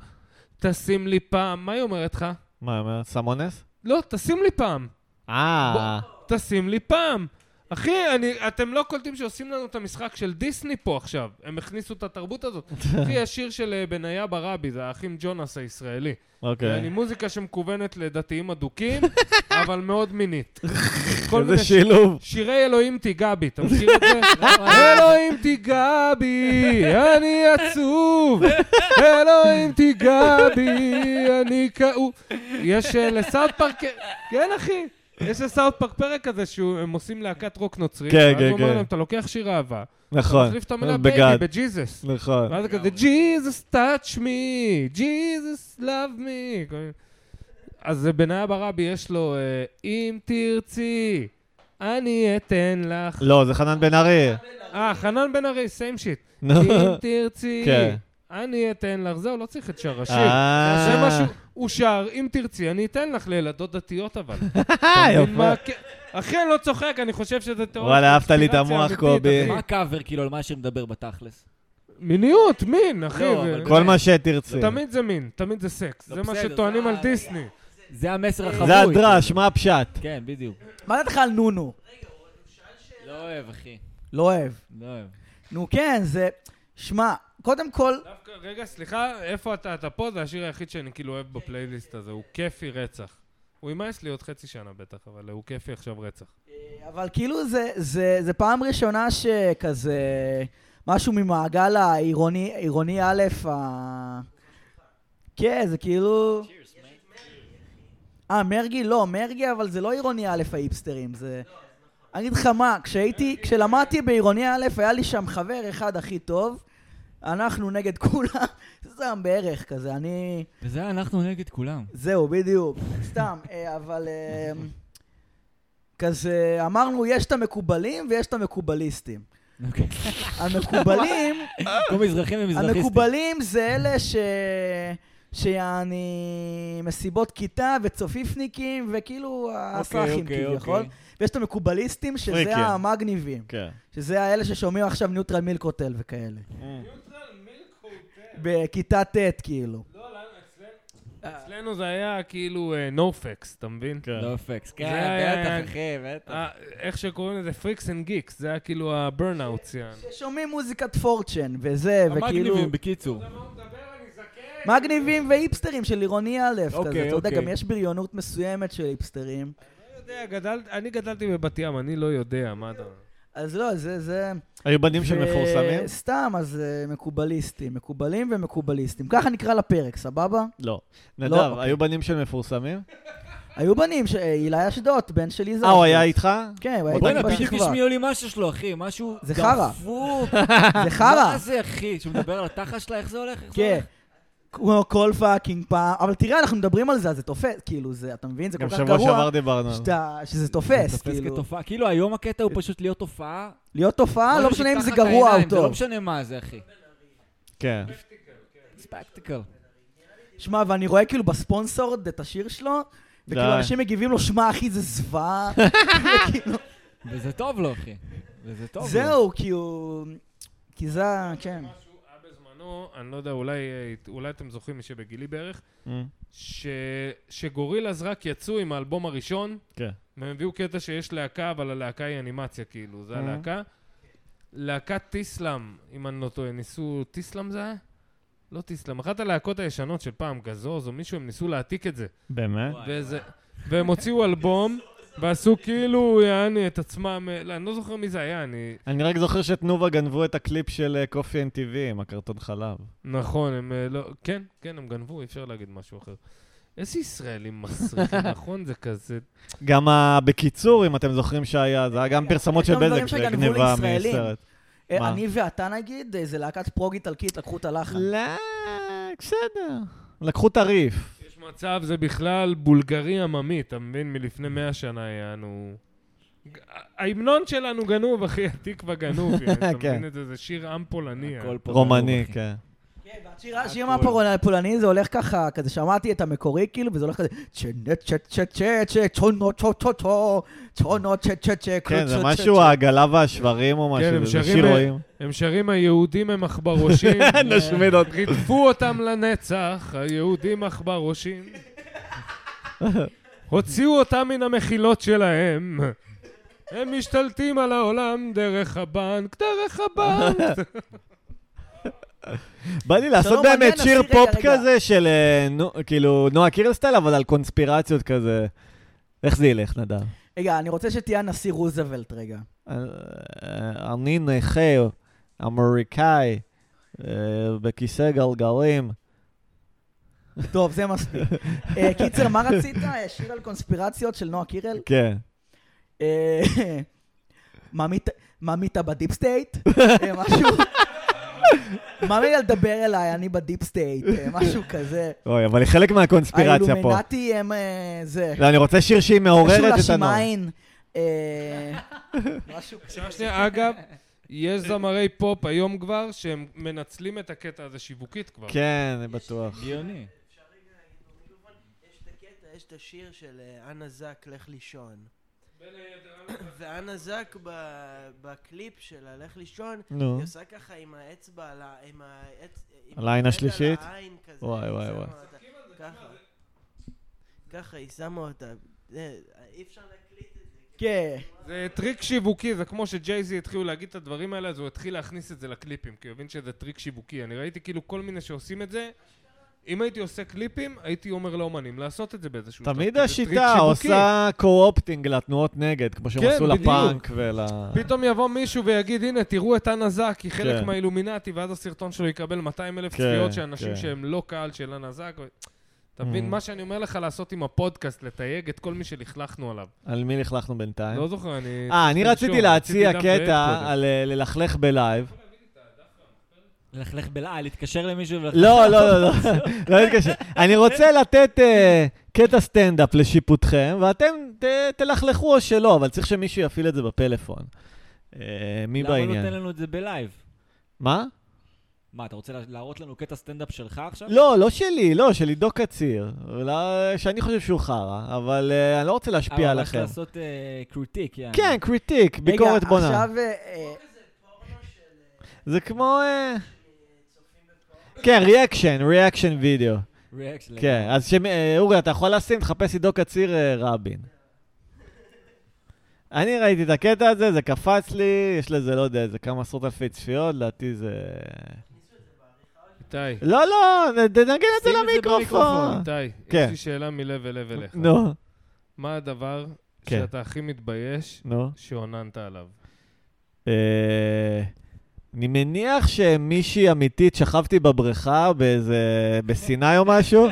[SPEAKER 4] תשים לי פעם, מה היא אומרת לך?
[SPEAKER 3] מה, אומר? סם אונס?
[SPEAKER 4] לא, תשים לי פעם.
[SPEAKER 3] אה,
[SPEAKER 4] תשים לי פעם. אחי, אני, אתם לא קולטים שעושים לנו את המשחק של דיסני פה עכשיו. הם הכניסו את התרבות הזאת. אחי, השיר של אה, בניה ברבי, זה האחים ג'ונס הישראלי. אני
[SPEAKER 3] אוקיי.
[SPEAKER 4] מוזיקה שמכוונת לדתיים אדוקים, אבל מאוד מינית. כל מיני
[SPEAKER 3] איזה
[SPEAKER 4] שיר...
[SPEAKER 3] שילוב.
[SPEAKER 4] שירי אלוהים תיגע בי, אתה מכיר את זה? אלוהים תיגע בי, אני עצוב. אלוהים תיגע בי, אני כאוב. יש אה, לסאוט פארק, כן אחי, יש לסאוט פארק פרק כזה שהם עושים להקת רוק נוצרית.
[SPEAKER 3] כן,
[SPEAKER 4] ואז
[SPEAKER 3] כן,
[SPEAKER 4] הוא אומר
[SPEAKER 3] כן.
[SPEAKER 4] להם, אתה לוקח שיר אהבה, אתה
[SPEAKER 3] נכון.
[SPEAKER 4] מחליף את המילה
[SPEAKER 3] בגד.
[SPEAKER 4] בייבי בג'יזוס.
[SPEAKER 3] נכון.
[SPEAKER 4] ואז זה כזה, ג'יזוס טאץ' מי, ג'יזוס לאב מי. אז זה בניה ברבי, יש לו, אה, אם תרצי, אני אתן לך.
[SPEAKER 3] לא, זה חנן בן ארי.
[SPEAKER 4] אה, חנן בן ארי, סיים שיט.
[SPEAKER 3] נו.
[SPEAKER 4] אם תרצי,
[SPEAKER 3] כן.
[SPEAKER 4] אני אתן לך. זהו, לא צריך את שאר השיר.
[SPEAKER 3] אה.
[SPEAKER 4] זה משהו, הוא שר, אם תרצי, אני אתן לך לילדות דתיות אבל.
[SPEAKER 3] אה,
[SPEAKER 4] אתה מבין מה
[SPEAKER 3] יפה.
[SPEAKER 4] הכ- אחי, אני לא צוחק, אני חושב שזה תיאוריה.
[SPEAKER 3] וואלה, עפת לי את
[SPEAKER 4] קונספירציה
[SPEAKER 3] המוח,
[SPEAKER 4] אמיתית,
[SPEAKER 3] קובי.
[SPEAKER 4] אחי.
[SPEAKER 2] מה הקאבר, כאילו, על מה שמדבר בתכלס?
[SPEAKER 4] מיניות, מין, אחי.
[SPEAKER 2] לא,
[SPEAKER 4] זה-
[SPEAKER 2] אבל
[SPEAKER 3] כל מה שתרצי.
[SPEAKER 4] תמיד זה מין, תמיד זה סקס.
[SPEAKER 2] לא,
[SPEAKER 4] זה מה
[SPEAKER 2] בסדר,
[SPEAKER 4] שטוענים
[SPEAKER 2] זה
[SPEAKER 4] על
[SPEAKER 2] ה-
[SPEAKER 4] דיסני.
[SPEAKER 2] זה המסר החבוי.
[SPEAKER 3] זה הדרש, מה הפשט?
[SPEAKER 2] כן, בדיוק.
[SPEAKER 1] מה דעתך על נונו?
[SPEAKER 2] לא אוהב, אחי.
[SPEAKER 1] לא אוהב.
[SPEAKER 2] לא אוהב.
[SPEAKER 1] נו כן, זה... שמע, קודם כל,
[SPEAKER 4] דווקא, רגע, סליחה, איפה אתה? אתה פה? זה השיר היחיד שאני כאילו אוהב בפלייליסט הזה, הוא כיפי רצח. הוא יימאס לי עוד חצי שנה בטח, אבל הוא כיפי עכשיו רצח.
[SPEAKER 1] אבל כאילו זה, זה, זה פעם ראשונה שכזה משהו ממעגל העירוני עירוני א', ה... כן, זה כאילו... אה, מרגי? לא, מרגי, אבל זה לא עירוני א' האיפסטרים, זה... אני אגיד לך מה, כשהייתי, כשלמדתי בעירוני א', היה לי שם חבר אחד הכי טוב, אנחנו נגד כולם, סתם בערך כזה, אני...
[SPEAKER 2] וזה היה אנחנו נגד כולם.
[SPEAKER 1] זהו, בדיוק. סתם, אה, אבל אה, כזה, אמרנו, יש את המקובלים ויש את המקובליסטים.
[SPEAKER 2] אוקיי.
[SPEAKER 1] המקובלים,
[SPEAKER 2] כל מזרחים ומזרחיסטים.
[SPEAKER 1] המקובלים זה אלה ש... שיעני מסיבות כיתה וצופיפניקים וכאילו הסאחים
[SPEAKER 2] אוקיי,
[SPEAKER 1] כביכול.
[SPEAKER 2] אוקיי.
[SPEAKER 1] ויש את המקובליסטים שזה
[SPEAKER 3] פריקים.
[SPEAKER 1] המגניבים.
[SPEAKER 3] כן.
[SPEAKER 1] שזה האלה ששומעים עכשיו ניוטרל מילק הוטל וכאלה.
[SPEAKER 2] אה.
[SPEAKER 1] בכיתה ט' כאילו.
[SPEAKER 4] לא, אה. אצלנו זה היה כאילו נו פקס, אתה מבין?
[SPEAKER 3] כן.
[SPEAKER 2] לא פקס.
[SPEAKER 4] זה היה-
[SPEAKER 2] כן, בטח, אחי, בטח.
[SPEAKER 4] אה, איך שקוראים לזה? פריקס אנד גיקס, זה היה כאילו הברנאוט, יעני.
[SPEAKER 1] ששומעים מוזיקת פורצ'ן וזה, וכאילו...
[SPEAKER 2] המגניבים, בקיצור.
[SPEAKER 4] לא,
[SPEAKER 1] מגניבים ואיפסטרים של עירוני א',
[SPEAKER 2] אוקיי,
[SPEAKER 1] כזה, אתה יודע,
[SPEAKER 2] אוקיי.
[SPEAKER 1] גם יש בריונות מסוימת של איפסטרים.
[SPEAKER 4] לא יודע, גדל- אני גדלתי בבת ים, אני לא יודע, מה אתה...
[SPEAKER 1] אז לא, זה... זה...
[SPEAKER 3] היו בנים
[SPEAKER 1] ו-
[SPEAKER 3] שמפורסמים?
[SPEAKER 1] סתם, אז אה, מקובליסטים, מקובלים ומקובליסטים. ככה נקרא לפרק, סבבה?
[SPEAKER 3] לא.
[SPEAKER 1] לא,
[SPEAKER 3] נדב,
[SPEAKER 1] אוקיי.
[SPEAKER 3] היו בנים של מפורסמים?
[SPEAKER 1] היו בנים, ש- אה, הילה אשדות, בן של יזהר.
[SPEAKER 3] אה, הוא היה איתך?
[SPEAKER 1] כן, הוא היה
[SPEAKER 3] בואנה,
[SPEAKER 1] איתנו
[SPEAKER 2] בוא'נה, בדיוק
[SPEAKER 1] בשכבה.
[SPEAKER 2] השמיעו לי משהו שלו, אחי, משהו
[SPEAKER 1] זה חרא.
[SPEAKER 2] דפוק.
[SPEAKER 1] זה חרא.
[SPEAKER 2] מה זה, אחי? שהוא מדבר על התחת שלה, איך זה הולך? איך זה
[SPEAKER 1] כן.
[SPEAKER 2] הולך?
[SPEAKER 1] כמו כל פאקינג פעם. אבל תראה, אנחנו מדברים על זה, אז זה תופס. כאילו, זה, אתה מבין? זה כל
[SPEAKER 3] גם
[SPEAKER 1] כך
[SPEAKER 3] שבוע שעבר
[SPEAKER 1] גרוע.
[SPEAKER 3] דיברנו. על זה.
[SPEAKER 1] שאתה- שזה
[SPEAKER 2] זה
[SPEAKER 1] תופס,
[SPEAKER 2] תופס
[SPEAKER 1] כאילו.
[SPEAKER 2] כתופעה. כאילו, היום הקטע הוא פשוט להיות תופעה.
[SPEAKER 1] להיות תופעה, לא
[SPEAKER 2] משהו
[SPEAKER 1] משנה אם זה
[SPEAKER 2] שיפתח לך
[SPEAKER 1] גרוע
[SPEAKER 2] העיניים,
[SPEAKER 1] או
[SPEAKER 2] זה לא
[SPEAKER 1] טוב.
[SPEAKER 2] משנה מה זה, אחי.
[SPEAKER 3] כן.
[SPEAKER 1] Mm.
[SPEAKER 2] ספקטיקל.
[SPEAKER 1] שמע, ואני רואה כאילו בספונסורד את השיר שלו, וכאילו
[SPEAKER 3] די.
[SPEAKER 1] אנשים מגיבים לו, שמע, אחי, זה זוועה. כאילו, וכאילו,
[SPEAKER 2] וזה טוב לו, אחי. וזה טוב לו.
[SPEAKER 1] זהו, כאילו, כי הוא... כי זה, ה- כן.
[SPEAKER 4] משהו, היה בזמנו בזמנו, אני לא יודע, אולי, אה, אולי אתם זוכרים מי שבגילי בערך,
[SPEAKER 3] אה,
[SPEAKER 4] ש, שגורילאז רק יצאו עם האלבום הראשון,
[SPEAKER 3] כן.
[SPEAKER 4] והם הביאו קטע שיש להקה, אבל הלהקה היא אנימציה, כאילו, זה
[SPEAKER 3] Mhm.
[SPEAKER 4] הלהקה. להקת טיסלאם, אם אני לא טועה, ניסו... טיסלאם זה היה? לא טיסלאם, אחת הלהקות הישנות של פעם, גזוז או מישהו, הם ניסו להעתיק את זה.
[SPEAKER 3] באמת?
[SPEAKER 2] וואי,
[SPEAKER 4] וזה... והם הוציאו אלבום, ועשו כאילו, יעני, את עצמם... אה, לא, אני לא זוכר מי זה היה, אני...
[SPEAKER 3] אני רק זוכר שתנובה גנבו את הקליפ של אה, קופי NTV עם הקרטון חלב.
[SPEAKER 4] נכון, הם אה, לא... כן, כן, הם גנבו, אי אפשר להגיד משהו אחר. איזה ישראלים מסריחים, נכון? זה כזה...
[SPEAKER 3] גם ה... בקיצור, אם אתם זוכרים שהיה, זה היה גם פרסמות
[SPEAKER 1] יש
[SPEAKER 3] של
[SPEAKER 1] גם כן. דברים
[SPEAKER 3] בזק
[SPEAKER 1] שגנבו
[SPEAKER 3] שגנבה
[SPEAKER 1] לישראלים.
[SPEAKER 3] מסרט.
[SPEAKER 1] אה,
[SPEAKER 3] מה?
[SPEAKER 1] אני ואתה נגיד, אה, זה להקת פרוגי איטלקית, לקחו את הלחן.
[SPEAKER 3] לא, בסדר. לקחו טריף.
[SPEAKER 4] יש מצב, זה בכלל בולגרי עממי, אתה מבין? מלפני מאה שנה יענו... ההמנון שלנו גנוב, אחי, התקווה גנוב, יענו, אתה
[SPEAKER 3] כן.
[SPEAKER 4] מבין את זה? זה שיר עם פולני. אה.
[SPEAKER 2] הכל פה
[SPEAKER 3] רומני,
[SPEAKER 2] גנוב, אחי.
[SPEAKER 3] כן.
[SPEAKER 1] כן, והשיר השיר מהפולני זה הולך ככה, כזה שמעתי את המקורי כאילו, וזה הולך כזה צ'נה צ'ה צ'ה צ'ה צ'ה צ'ונו צ'ו צ'ו צ'ו צ'ונו צ'ה צ'ה צ'ה
[SPEAKER 3] כן, זה
[SPEAKER 1] צ'ה, צ'ה,
[SPEAKER 3] משהו
[SPEAKER 1] צ'ה.
[SPEAKER 3] העגלה והשברים או
[SPEAKER 4] כן,
[SPEAKER 3] משהו,
[SPEAKER 4] הם
[SPEAKER 3] זה
[SPEAKER 4] שרים,
[SPEAKER 3] שיר
[SPEAKER 4] אה,
[SPEAKER 3] רואים.
[SPEAKER 4] הם שרים, היהודים הם עכברושים.
[SPEAKER 3] נשמיד אותם.
[SPEAKER 4] רידפו אותם לנצח, היהודים עכברושים. הוציאו אותם מן המחילות שלהם. הם משתלטים על העולם דרך הבנק, דרך הבנק.
[SPEAKER 3] בא לי לעשות
[SPEAKER 1] מעניין,
[SPEAKER 3] באמת
[SPEAKER 1] עשי
[SPEAKER 3] שיר
[SPEAKER 1] רגע,
[SPEAKER 3] פופ
[SPEAKER 1] רגע.
[SPEAKER 3] כזה של אה, נו- כאילו נועה קירל סטייל, אבל על קונספירציות כזה. איך זה ילך, נדב?
[SPEAKER 1] רגע, אני רוצה שתהיה הנשיא רוזוולט רגע.
[SPEAKER 3] אה, אה, אני נכה, אמריקאי, אה, בכיסא גלגלים.
[SPEAKER 1] טוב, זה מספיק. אה, קיצר, מה רצית? אה, שיר על קונספירציות של נועה קירל?
[SPEAKER 3] כן.
[SPEAKER 1] אה, מאמית- מאמית בדיפ סטייט? אה, משהו... מאמי לדבר אליי, אני בדיפ סטייט, אה, משהו כזה.
[SPEAKER 3] אוי, אבל היא חלק מהקונספירציה פה.
[SPEAKER 1] האילומינטי הם אה, זה.
[SPEAKER 3] לא, אני רוצה שיר שהיא מעוררת את הנוער.
[SPEAKER 1] השמיים. אה, משהו כזה.
[SPEAKER 4] שנייה, אגב, יש זמרי פופ היום כבר שהם מנצלים את הקטע הזה שיווקית כבר.
[SPEAKER 3] כן, אני בטוח.
[SPEAKER 2] הגיוני.
[SPEAKER 6] אה, יש את הקטע, יש את השיר של אה, אנה זק, לך לישון. ואנה זק ב- בקליפ של הלך לישון,
[SPEAKER 3] נו.
[SPEAKER 6] היא עושה ככה עם האצבע, על ה- עם העץ... עם
[SPEAKER 3] על העין
[SPEAKER 6] היד
[SPEAKER 3] השלישית?
[SPEAKER 6] על העין כזה.
[SPEAKER 3] וואי,
[SPEAKER 6] היא
[SPEAKER 3] וואי,
[SPEAKER 6] שמה
[SPEAKER 3] וואי.
[SPEAKER 6] אותה ככה. ככה, היא שמה אותה. זה- אי אפשר להקליט את זה.
[SPEAKER 1] כן.
[SPEAKER 4] זה טריק שיווקי, זה כמו שג'ייזי התחילו להגיד את הדברים האלה, אז הוא התחיל להכניס את זה לקליפים, כי הוא הבין שזה טריק שיווקי. אני ראיתי כאילו כל מיני שעושים את זה. אם הייתי עושה קליפים, הייתי אומר לאומנים לעשות את זה באיזשהו... שלב,
[SPEAKER 3] תמיד
[SPEAKER 4] כי זה טריק
[SPEAKER 3] השיטה
[SPEAKER 4] שיווקי.
[SPEAKER 3] עושה קו-אופטינג לתנועות נגד, כמו שהם
[SPEAKER 4] כן,
[SPEAKER 3] עשו
[SPEAKER 4] בדיוק.
[SPEAKER 3] לפאנק ול...
[SPEAKER 4] פתאום יבוא מישהו ויגיד, הנה, תראו את אנה זק, היא חלק
[SPEAKER 3] כן.
[SPEAKER 4] מהאילומינטי, ואז הסרטון שלו יקבל 200 אלף
[SPEAKER 3] כן,
[SPEAKER 4] צפיות של אנשים
[SPEAKER 3] כן.
[SPEAKER 4] שהם לא קהל של אנה זק. אתה מבין?
[SPEAKER 3] Mm.
[SPEAKER 4] מה שאני אומר לך לעשות עם הפודקאסט, לתייג את כל מי שלכלכנו עליו.
[SPEAKER 3] על מי לכלכנו בינתיים?
[SPEAKER 4] לא זוכר, אני...
[SPEAKER 3] אה, אני
[SPEAKER 4] צריך
[SPEAKER 3] רציתי
[SPEAKER 4] לחשוב,
[SPEAKER 3] להציע
[SPEAKER 4] רציתי דווקא את
[SPEAKER 3] קטע
[SPEAKER 4] קודם.
[SPEAKER 3] על אה, ללכלך בלייב.
[SPEAKER 2] ללכלך בלעה, אה, להתקשר למישהו וללכלך.
[SPEAKER 3] לא, לא, לא, לא, לא להתקשר. אני רוצה לתת אה, קטע סטנדאפ לשיפוטכם, ואתם ת- תלכלכו או שלא, אבל צריך שמישהו יפעיל את זה בפלאפון. אה, מי
[SPEAKER 2] למה לא נותן
[SPEAKER 3] בעניין?
[SPEAKER 2] לנו את זה בלייב?
[SPEAKER 3] מה?
[SPEAKER 2] מה, אתה רוצה לה- להראות לנו קטע סטנדאפ שלך עכשיו?
[SPEAKER 3] לא, לא שלי, לא, של עידו קציר. לא- שאני חושב שהוא חרא, אבל אה, אני לא רוצה להשפיע
[SPEAKER 2] אבל ממש
[SPEAKER 3] עליכם.
[SPEAKER 2] לעשות אה, קריטיק, יעני.
[SPEAKER 3] כן, קריטיק, ביקורת בונה.
[SPEAKER 1] רגע, עכשיו... אה,
[SPEAKER 3] זה כמו... אה, כן, ריאקשן, ריאקשן וידאו.
[SPEAKER 2] ריאקשן.
[SPEAKER 3] כן, אז שמ- אה, אורי, אתה יכול לשים, תחפש עידו קציר אה, רבין. אני ראיתי את הקטע הזה, זה קפץ לי, יש לזה, לא יודע, איזה כמה עשרות אלפי צפיות, לדעתי זה...
[SPEAKER 4] איתי.
[SPEAKER 3] לא, לא, נ- נגן את זה
[SPEAKER 4] שים
[SPEAKER 3] למיקרופון.
[SPEAKER 4] איתי,
[SPEAKER 3] כן.
[SPEAKER 4] יש לי שאלה מלב אל לב אליך.
[SPEAKER 3] נו,
[SPEAKER 4] מה הדבר
[SPEAKER 3] כן.
[SPEAKER 4] שאתה הכי מתבייש
[SPEAKER 3] נו.
[SPEAKER 4] שאוננת עליו?
[SPEAKER 3] אה, אני מניח שמישהי אמיתית שכבתי בבריכה באיזה... בסיני או משהו,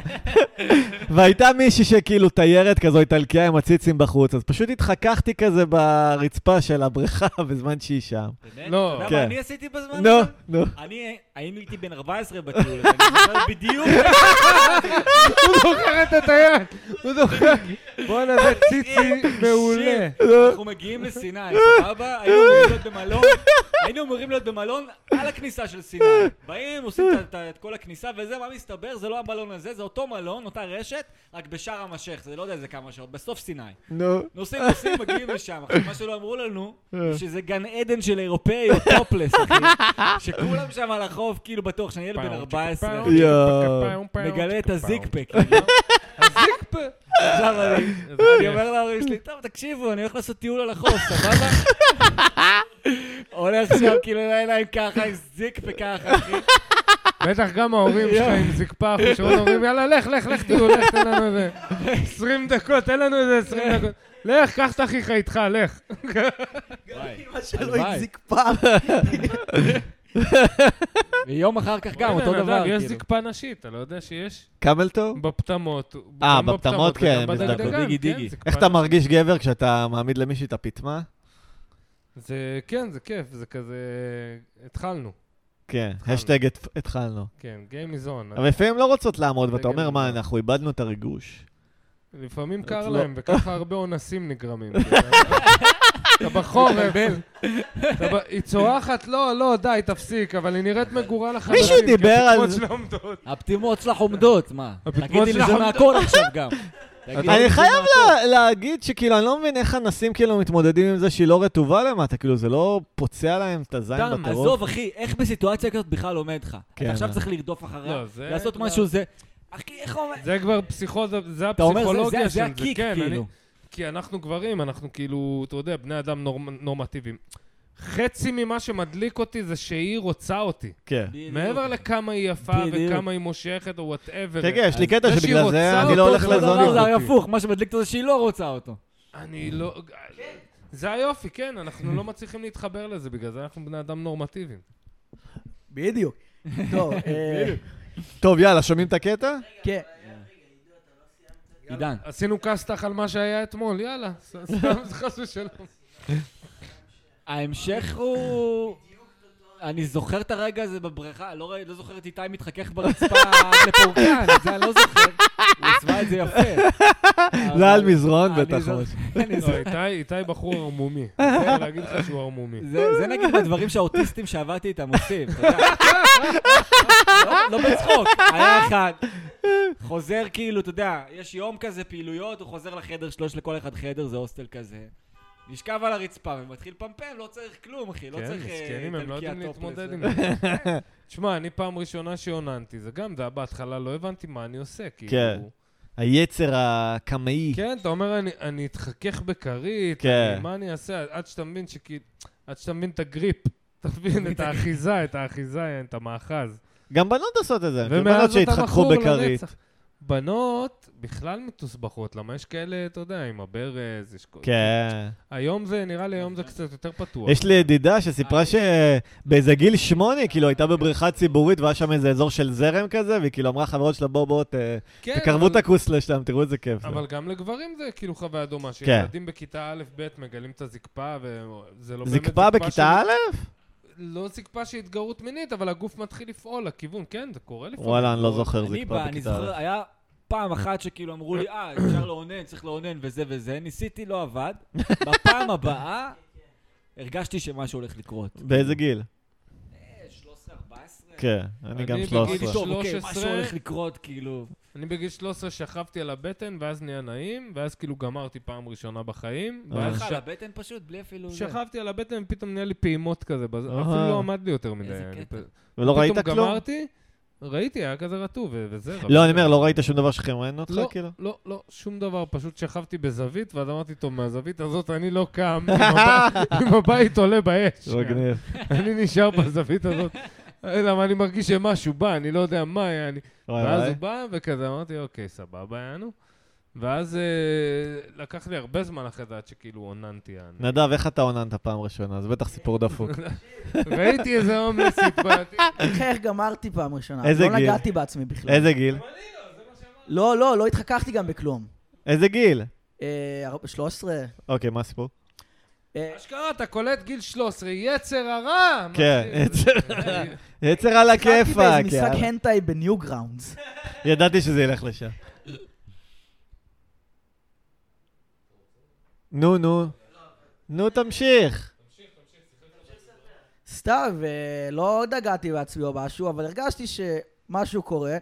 [SPEAKER 3] והייתה מישהי שכאילו תיירת כזו איטלקיה עם הציצים בחוץ, אז פשוט התחככתי כזה ברצפה של הבריכה בזמן שהיא שם.
[SPEAKER 2] באמת?
[SPEAKER 4] לא.
[SPEAKER 2] אתה יודע
[SPEAKER 3] כן.
[SPEAKER 2] מה אני עשיתי בזמן
[SPEAKER 3] נו,
[SPEAKER 2] הזה?
[SPEAKER 3] נו.
[SPEAKER 2] אני הייתי בן 14 בטיול, הזה, אני זוכר בדיוק
[SPEAKER 4] הוא זוכר את היד! הוא זוכר! בואנה, זה ציצי מעולה.
[SPEAKER 2] שיט, אנחנו מגיעים לסיני, סבבה? היינו אמורים להיות במלון, היינו אמורים להיות במלון על הכניסה של סיני. באים, עושים את- את- את כל הכניסה וזה, מה מסתבר? זה לא המלון הזה, זה אותו מלון, אותה רשת, לצאת, רק בשאר המשך, זה לא יודע איזה כמה שעות, בסוף סיני.
[SPEAKER 3] נו.
[SPEAKER 2] נוסעים נוסעים, מגיעים לשם. עכשיו, מה שלא אמרו לנו, שזה גן עדן של אירופאי או טופלס, אחי. שכולם שם על החוף, כאילו בטוח שאני ילד בן 14, אחי,
[SPEAKER 3] יואו.
[SPEAKER 2] מגלה את הזיגפק. כאילו.
[SPEAKER 4] הזיגפק.
[SPEAKER 2] עכשיו אני...
[SPEAKER 4] זה
[SPEAKER 2] אני
[SPEAKER 4] כיף.
[SPEAKER 2] אומר להורים שלי, טוב, תקשיבו, אני הולך לעשות טיול על החוף, סבבה? הולך שם כאילו עם העיניים ככה, עם זיק וככה, אחי.
[SPEAKER 4] בטח גם ההורים שלך עם זקפה, אחי, שעוד אומרים, יאללה, לך, לך, לך, תראו, לך, תן לנו איזה 20 דקות, תן לנו איזה 20 דקות. לך, קח את אחיך איתך, לך.
[SPEAKER 2] וואי.
[SPEAKER 1] אמא שלו
[SPEAKER 2] הלוואי.
[SPEAKER 1] החזיק פעם.
[SPEAKER 2] ויום אחר כך גם, אותו
[SPEAKER 4] הנה,
[SPEAKER 2] דבר,
[SPEAKER 4] נדב, יש
[SPEAKER 2] כאילו.
[SPEAKER 4] זקפה נשית, אתה לא יודע שיש?
[SPEAKER 3] קמלטור?
[SPEAKER 4] בפטמות.
[SPEAKER 3] אה,
[SPEAKER 4] גם
[SPEAKER 3] בפטמות,
[SPEAKER 4] וגם
[SPEAKER 3] כן,
[SPEAKER 4] בדגדגן,
[SPEAKER 3] מזדקות.
[SPEAKER 2] דיגי,
[SPEAKER 4] כן,
[SPEAKER 2] דיגי.
[SPEAKER 4] זקפה
[SPEAKER 3] איך אתה
[SPEAKER 4] נשית.
[SPEAKER 3] מרגיש גבר כשאתה מעמיד למישהי את הפיטמה?
[SPEAKER 4] זה, כן, זה כיף, זה כזה... התחלנו.
[SPEAKER 3] כן, השטג הת- התחלנו.
[SPEAKER 4] כן, Game is on.
[SPEAKER 3] אבל לפעמים לא רוצות לעמוד, ואתה
[SPEAKER 4] רגע,
[SPEAKER 3] אומר, מה,
[SPEAKER 4] רגע.
[SPEAKER 3] אנחנו איבדנו את הריגוש.
[SPEAKER 4] לפעמים קר
[SPEAKER 3] לא.
[SPEAKER 4] להם, וככה הרבה אונסים נגרמים. אתה בחורף. אתה ב- היא צורחת, לא, לא, די, תפסיק, אבל היא נראית מגורה לחברים.
[SPEAKER 3] מישהו
[SPEAKER 4] כי
[SPEAKER 3] דיבר על
[SPEAKER 4] התקוות
[SPEAKER 3] זה.
[SPEAKER 4] שלה עומדות.
[SPEAKER 2] הפטימות שלך עומדות, מה?
[SPEAKER 4] הפטמות
[SPEAKER 2] תגידי לי
[SPEAKER 4] שלך
[SPEAKER 2] זה מהכל עכשיו גם. תגידי לי,
[SPEAKER 3] אני
[SPEAKER 2] זה
[SPEAKER 3] חייב
[SPEAKER 2] מהכל.
[SPEAKER 3] לה- להגיד שכאילו, אני לא מבין איך אנסים כאילו מתמודדים עם זה שהיא לא רטובה למטה, כאילו, זה לא פוצע להם את הזין
[SPEAKER 4] דם,
[SPEAKER 3] בטרור.
[SPEAKER 2] עזוב, אחי, איך בסיטואציה כזאת בכלל עומד לך?
[SPEAKER 3] כן,
[SPEAKER 2] אתה עכשיו
[SPEAKER 3] אה.
[SPEAKER 2] צריך לרדוף אחריה,
[SPEAKER 4] לא, זה
[SPEAKER 2] לעשות
[SPEAKER 4] כבר-
[SPEAKER 2] משהו, זה... אחי, איך אומר?
[SPEAKER 4] זה כבר פסיכוזה, זה
[SPEAKER 2] אתה אומר, זה-
[SPEAKER 4] הפסיכולוגיה
[SPEAKER 2] זה-
[SPEAKER 4] של זה,
[SPEAKER 2] זה הקיק,
[SPEAKER 4] כן, אני-
[SPEAKER 2] כאילו.
[SPEAKER 4] כי אנחנו גברים, אנחנו כאילו, אתה יודע, בני אדם נורמ- נורמטיביים. חצי ממה שמדליק אותי זה שהיא רוצה אותי.
[SPEAKER 3] כן.
[SPEAKER 2] בדיוק.
[SPEAKER 4] מעבר לכמה היא יפה
[SPEAKER 2] בדיוק.
[SPEAKER 4] וכמה היא מושכת או וואטאבר.
[SPEAKER 3] כן, כן, יש לי קטע
[SPEAKER 4] אה, זה שהיא
[SPEAKER 3] שבגלל
[SPEAKER 4] רוצה
[SPEAKER 3] זה אני
[SPEAKER 4] אותו,
[SPEAKER 3] לא הולך
[SPEAKER 4] זה לא
[SPEAKER 3] לזונים.
[SPEAKER 4] דבר,
[SPEAKER 2] זה הרי
[SPEAKER 4] אותי.
[SPEAKER 2] הפוך, מה שמדליק אותו זה שהיא לא רוצה אותו.
[SPEAKER 4] אני לא... זה היופי, כן, אנחנו לא מצליחים להתחבר לזה, בגלל זה אנחנו בני אדם נורמטיביים.
[SPEAKER 1] בדיוק. טוב, אה,
[SPEAKER 3] טוב, יאללה, שומעים את הקטע?
[SPEAKER 1] כן.
[SPEAKER 2] עידן.
[SPEAKER 4] עשינו כסת"ח על מה שהיה אתמול, יאללה, ס- סתם חס ושלום.
[SPEAKER 2] ההמשך הוא... אני זוכר את הרגע הזה בבריכה, לא ראי- לא זוכר את איתי מתחכך ברצפה עד לפורקן, את זה אני לא זוכר. הוא עצמה את זה יפה.
[SPEAKER 3] זה היה על
[SPEAKER 2] אבל-
[SPEAKER 3] מזרון
[SPEAKER 2] אני
[SPEAKER 3] בטח.
[SPEAKER 2] זוכ-
[SPEAKER 3] או משהו.
[SPEAKER 2] אני
[SPEAKER 4] לא,
[SPEAKER 2] זוכר.
[SPEAKER 4] איתי, איתי בחור ערמומי. אני יכול להגיד לך שהוא ערמומי.
[SPEAKER 2] זה זה נגיד הדברים שהאוטיסטים שעבדתי איתם עושים, אתה יודע. לא- לא בצחוק, היה אחד. חוזר כאילו, אתה יודע, יש יום כזה פעילויות, הוא חוזר לחדר שלו, יש לכל אחד חדר, זה הוסטל כזה. נשכב על הרצפה ומתחיל לפמפם, לא צריך כלום, אחי, לא
[SPEAKER 4] כן,
[SPEAKER 2] צריך... אה,
[SPEAKER 4] מסכנים, הם לא
[SPEAKER 2] איטלקי
[SPEAKER 4] יודעים
[SPEAKER 2] הטופלס,
[SPEAKER 4] להתמודד
[SPEAKER 2] זה-
[SPEAKER 4] עם זה. תשמע, אני פעם ראשונה שאוננתי, זה גם, זה היה בהתחלה, לא הבנתי מה אני עושה, כאילו.
[SPEAKER 3] כן. היצר הקמאי.
[SPEAKER 4] כן, אתה אומר, אני, אני אתחכך בכרית,
[SPEAKER 3] כן.
[SPEAKER 4] אני, מה אני אעשה? עד שאתה מבין שכאילו, עד שאתה מבין את הגריפ, אתה מבין את האחיזה, את האחיזה, את המאחז.
[SPEAKER 3] גם בנות עושות את זה. כאילו, בנות
[SPEAKER 4] ומאז אתה
[SPEAKER 3] שהתחככו
[SPEAKER 4] מכור
[SPEAKER 3] בכרית.
[SPEAKER 4] לנצח. בנות בכלל מתוסבכות, למה יש כאלה, אתה יודע, עם הברז, יש כל...
[SPEAKER 3] כן.
[SPEAKER 4] היום זה, נראה לי היום זה קצת יותר פתוח.
[SPEAKER 3] יש לי ידידה
[SPEAKER 4] אה,
[SPEAKER 3] שסיפרה שבאיזה גיל שמונה, כאילו, הייתה בבריכה ציבורית והיה שם איזה אזור של זרם כזה, והיא כאילו אמרה חברות שלה, בואו, בואו, ת-
[SPEAKER 4] כן,
[SPEAKER 3] תקרבו
[SPEAKER 4] אבל-
[SPEAKER 3] את הכוסלה שלהם, תראו איזה כיף. זה."
[SPEAKER 4] אבל גם לגברים זה כאילו חוויה
[SPEAKER 3] כן.
[SPEAKER 4] דומה, שילדים בכיתה א'-ב' מגלים את הזקפה, וזה לא באמת
[SPEAKER 3] זקפה בכיתה
[SPEAKER 4] של-
[SPEAKER 3] א'?
[SPEAKER 4] לא זקפה של התגרות מינית, אבל הגוף מתחיל לפעול לכיוון, כן, זה קורה לפעמים.
[SPEAKER 3] וואלה, אני לא
[SPEAKER 4] קורה.
[SPEAKER 3] זוכר
[SPEAKER 2] אני
[SPEAKER 3] זקפה
[SPEAKER 2] בא, אני
[SPEAKER 3] בכיתה
[SPEAKER 2] זוכר,
[SPEAKER 3] א'.
[SPEAKER 2] היה פעם אחת שכאילו אמרו לי, אה, אפשר לאונן, צריך לאונן וזה וזה, ניסיתי, לא עבד. בפעם הבאה הרגשתי שמשהו הולך לקרות.
[SPEAKER 3] באיזה גיל?
[SPEAKER 2] 13, 14?
[SPEAKER 3] כן, אני גם
[SPEAKER 4] אני בגיל
[SPEAKER 3] 13.
[SPEAKER 4] שלוש.
[SPEAKER 2] טוב, אוקיי,
[SPEAKER 4] 13.
[SPEAKER 2] משהו הולך לקרות, כאילו...
[SPEAKER 4] אני בגיל 13 שכבתי על הבטן, ואז נהיה נעים, ואז כאילו גמרתי פעם ראשונה בחיים.
[SPEAKER 3] אה.
[SPEAKER 4] ואז
[SPEAKER 2] ככה
[SPEAKER 4] ש-
[SPEAKER 2] על הבטן פשוט, בלי אפילו... זה.
[SPEAKER 4] שכבתי על הבטן, ופתאום נהיה לי פעימות כזה, בז-
[SPEAKER 3] אהה.
[SPEAKER 4] אפילו לא עמד לי יותר מדי.
[SPEAKER 2] איזה
[SPEAKER 4] אני
[SPEAKER 2] קטע.
[SPEAKER 4] פ-
[SPEAKER 3] ולא לא ראית
[SPEAKER 4] פתאום
[SPEAKER 3] כלום?
[SPEAKER 4] גמרתי, ראיתי, היה כזה רטוב, ו- וזה...
[SPEAKER 3] לא, אני
[SPEAKER 4] רבתי.
[SPEAKER 3] אומר, לא ראית שום דבר שחמרן אותך,
[SPEAKER 4] לא,
[SPEAKER 3] כאילו?
[SPEAKER 4] לא, לא, שום דבר, פשוט שכבתי בזווית, ואז אמרתי, טוב, מהזווית הזאת אני לא קם, אם הב- אם הבית עולה באש.
[SPEAKER 3] מגניב.
[SPEAKER 4] אני נשאר בזווית הזאת. למה אני מרגיש שמשהו בא, אני לא יודע מה היה, אני...
[SPEAKER 3] וואי
[SPEAKER 4] ואז
[SPEAKER 3] וואי.
[SPEAKER 4] הוא בא, וכזה אמרתי, אוקיי, סבבה, יענו. ואז אה, לקח לי הרבה זמן אחרי זה עד שכאילו אוננתי, יענו.
[SPEAKER 3] נדב, איך אתה עוננת פעם ראשונה? זה בטח סיפור דפוק.
[SPEAKER 4] ראיתי איזה הומלס התבלעתי.
[SPEAKER 1] אחי, איך גמרתי פעם ראשונה?
[SPEAKER 3] איזה
[SPEAKER 1] לא
[SPEAKER 3] גיל?
[SPEAKER 1] נגעתי בעצמי בכלל.
[SPEAKER 3] איזה גיל?
[SPEAKER 1] לא, לא, לא התחככתי גם בכלום.
[SPEAKER 3] איזה גיל?
[SPEAKER 1] אה, ארבע- 13?
[SPEAKER 3] אוקיי, מה הסיפור?
[SPEAKER 1] אה,
[SPEAKER 4] אשכרה, אתה קולט גיל 13, יצר הרע!
[SPEAKER 3] כן,
[SPEAKER 4] מתחיל.
[SPEAKER 3] יצר
[SPEAKER 1] אה,
[SPEAKER 3] יצר על
[SPEAKER 1] התחככתי באיזה
[SPEAKER 3] הכיפאק,
[SPEAKER 1] משחק
[SPEAKER 3] יאללה.
[SPEAKER 1] הנטאי בניו גראונדס.
[SPEAKER 3] ידעתי שזה ילך לשם. נו, נו. נו, תמשיך.
[SPEAKER 1] סתיו, אה, לא נגעתי בעצמי או משהו, אבל הרגשתי שמשהו קורה,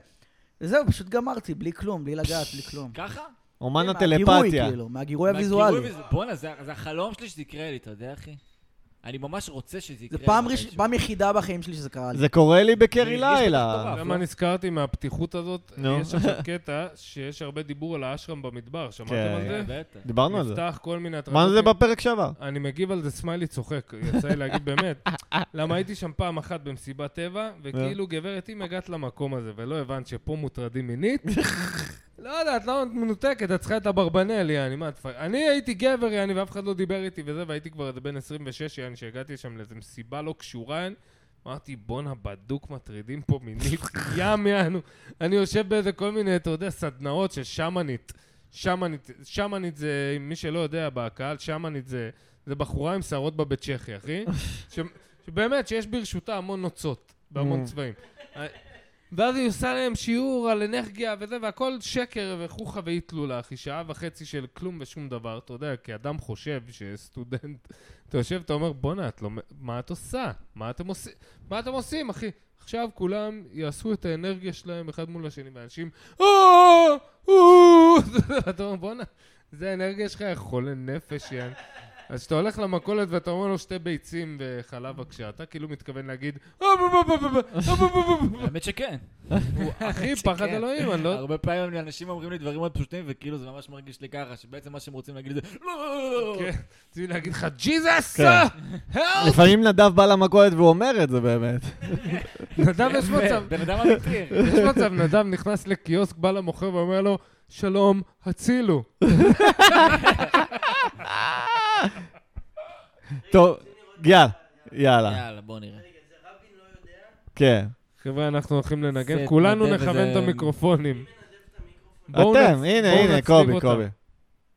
[SPEAKER 1] וזהו, פשוט גמרתי, בלי כלום, בלי לגעת, בלי כלום. כן,
[SPEAKER 2] ככה?
[SPEAKER 3] אומן
[SPEAKER 1] מהגירוי,
[SPEAKER 3] הטלפתיה.
[SPEAKER 1] כאילו, מהגירוי
[SPEAKER 2] מהגירוי
[SPEAKER 1] הוויזואלי.
[SPEAKER 2] וזה- בואנה, זה זה החלום שלי שזה יקרה לי, אתה יודע, אחי? אני ממש רוצה שזה
[SPEAKER 1] זה
[SPEAKER 2] יקרה.
[SPEAKER 1] פעם
[SPEAKER 2] כן, מתישהו.
[SPEAKER 1] ראש- פעם יחידה בחיים שלי שזה קרה לי.
[SPEAKER 3] זה קורה לי
[SPEAKER 2] זה
[SPEAKER 3] בקרי
[SPEAKER 2] הרגיש
[SPEAKER 3] לילה.
[SPEAKER 2] מטורף.
[SPEAKER 4] למה נזכרתי מהפתיחות הזאת?
[SPEAKER 3] לא? נו.
[SPEAKER 4] יש עכשיו קטע שיש הרבה דיבור על האשרם במדבר, שמעתם
[SPEAKER 3] כן.
[SPEAKER 4] על זה?
[SPEAKER 2] כן, בטח.
[SPEAKER 3] דיברנו על זה.
[SPEAKER 4] נפתח כל מיני
[SPEAKER 3] אמרנו את זה
[SPEAKER 4] הטרדות.
[SPEAKER 3] בפרק שעבר.
[SPEAKER 4] אני מגיב על זה סמיילי צוחק, יצא לי להגיד באמת. למה הייתי שם פעם אחת במסיבת טבע, וכאילו גברת, אם הגעת למקום הזה ולא הבנת שפה מוטרדים מינית, לא יודע, את לא מנותקת, את צריכה את אברבנל, יעני, מה את... פ- אני הייתי גבר, יעני, ואף אחד לא דיבר איתי וזה, והייתי כבר איזה בן 26, יעני, שהגעתי שם לאיזה מסיבה לא קשורה, יעני. אמרתי, בואנה, בדוק מטרידים פה מינית, ים יענו. אני יושב באיזה כל מיני, אתה יודע, סדנאות של שמאנית. שמאנית, שמאנית זה, מי שלא יודע, בקהל, שמאנית זה, זה בחורה עם שערות בבית צ'כי, אחי. ש, שבאמת, שיש ברשותה המון נוצות, בהמון
[SPEAKER 3] Mm.
[SPEAKER 4] צבעים. ואז היא עושה להם שיעור על אנרגיה וזה, והכל שקר וחוכא ואי תלולה, אחי, שעה וחצי של כלום ושום דבר, אתה יודע, כי אדם חושב שסטודנט, אתה יושב, אתה אומר, בואנה, את לא... מה את עושה? מה אתם עושים? מה אתם עושים, אחי? עכשיו כולם יעשו את האנרגיה שלהם אחד מול השני, ואנשים, "אה, אה", אתה אומר, בואנה, זה האנרגיה שלך, יא חולה נפש, יען. אז כשאתה הולך למכולת ואתה אומר לו שתי ביצים וחלב בבקשה, אתה כאילו מתכוון להגיד, "אה, בוא, בוא, בוא, בוא, בוא, בוא, בוא, בוא, בוא".
[SPEAKER 2] האמת שכן.
[SPEAKER 4] אחי, פחד
[SPEAKER 2] כן.
[SPEAKER 4] אלוהים, אני לא...
[SPEAKER 2] הרבה פעמים אנשים אומרים לי דברים מאוד פשוטים, וכאילו זה ממש מרגיש לי ככה, שבעצם מה שהם רוצים להגיד זה לא!
[SPEAKER 4] כן, רציתי להגיד לך, ג'יזוס! אה,
[SPEAKER 3] כן. לפעמים נדב בא למכולת והוא אומר את זה באמת.
[SPEAKER 4] נדב, יש מצב,
[SPEAKER 2] כן. בן אדם אמיתי. אחי.
[SPEAKER 4] יש מצב, נדב נכנס לקיוסק, בא למוכר ואומר לו, שלום, הצילו.
[SPEAKER 3] טוב, יאללה, יאללה,
[SPEAKER 2] יאללה, בוא נראה.
[SPEAKER 3] כן.
[SPEAKER 4] חבר'ה, אנחנו הולכים
[SPEAKER 2] זה
[SPEAKER 4] לנגן, כולנו
[SPEAKER 2] נדב
[SPEAKER 4] נכוון את
[SPEAKER 2] וזה-
[SPEAKER 4] המיקרופונים. בואו נ-
[SPEAKER 3] אתם, הנה,
[SPEAKER 4] בואו
[SPEAKER 3] הנה,
[SPEAKER 4] נצליב
[SPEAKER 3] קובי,
[SPEAKER 4] אותם.
[SPEAKER 3] קובי.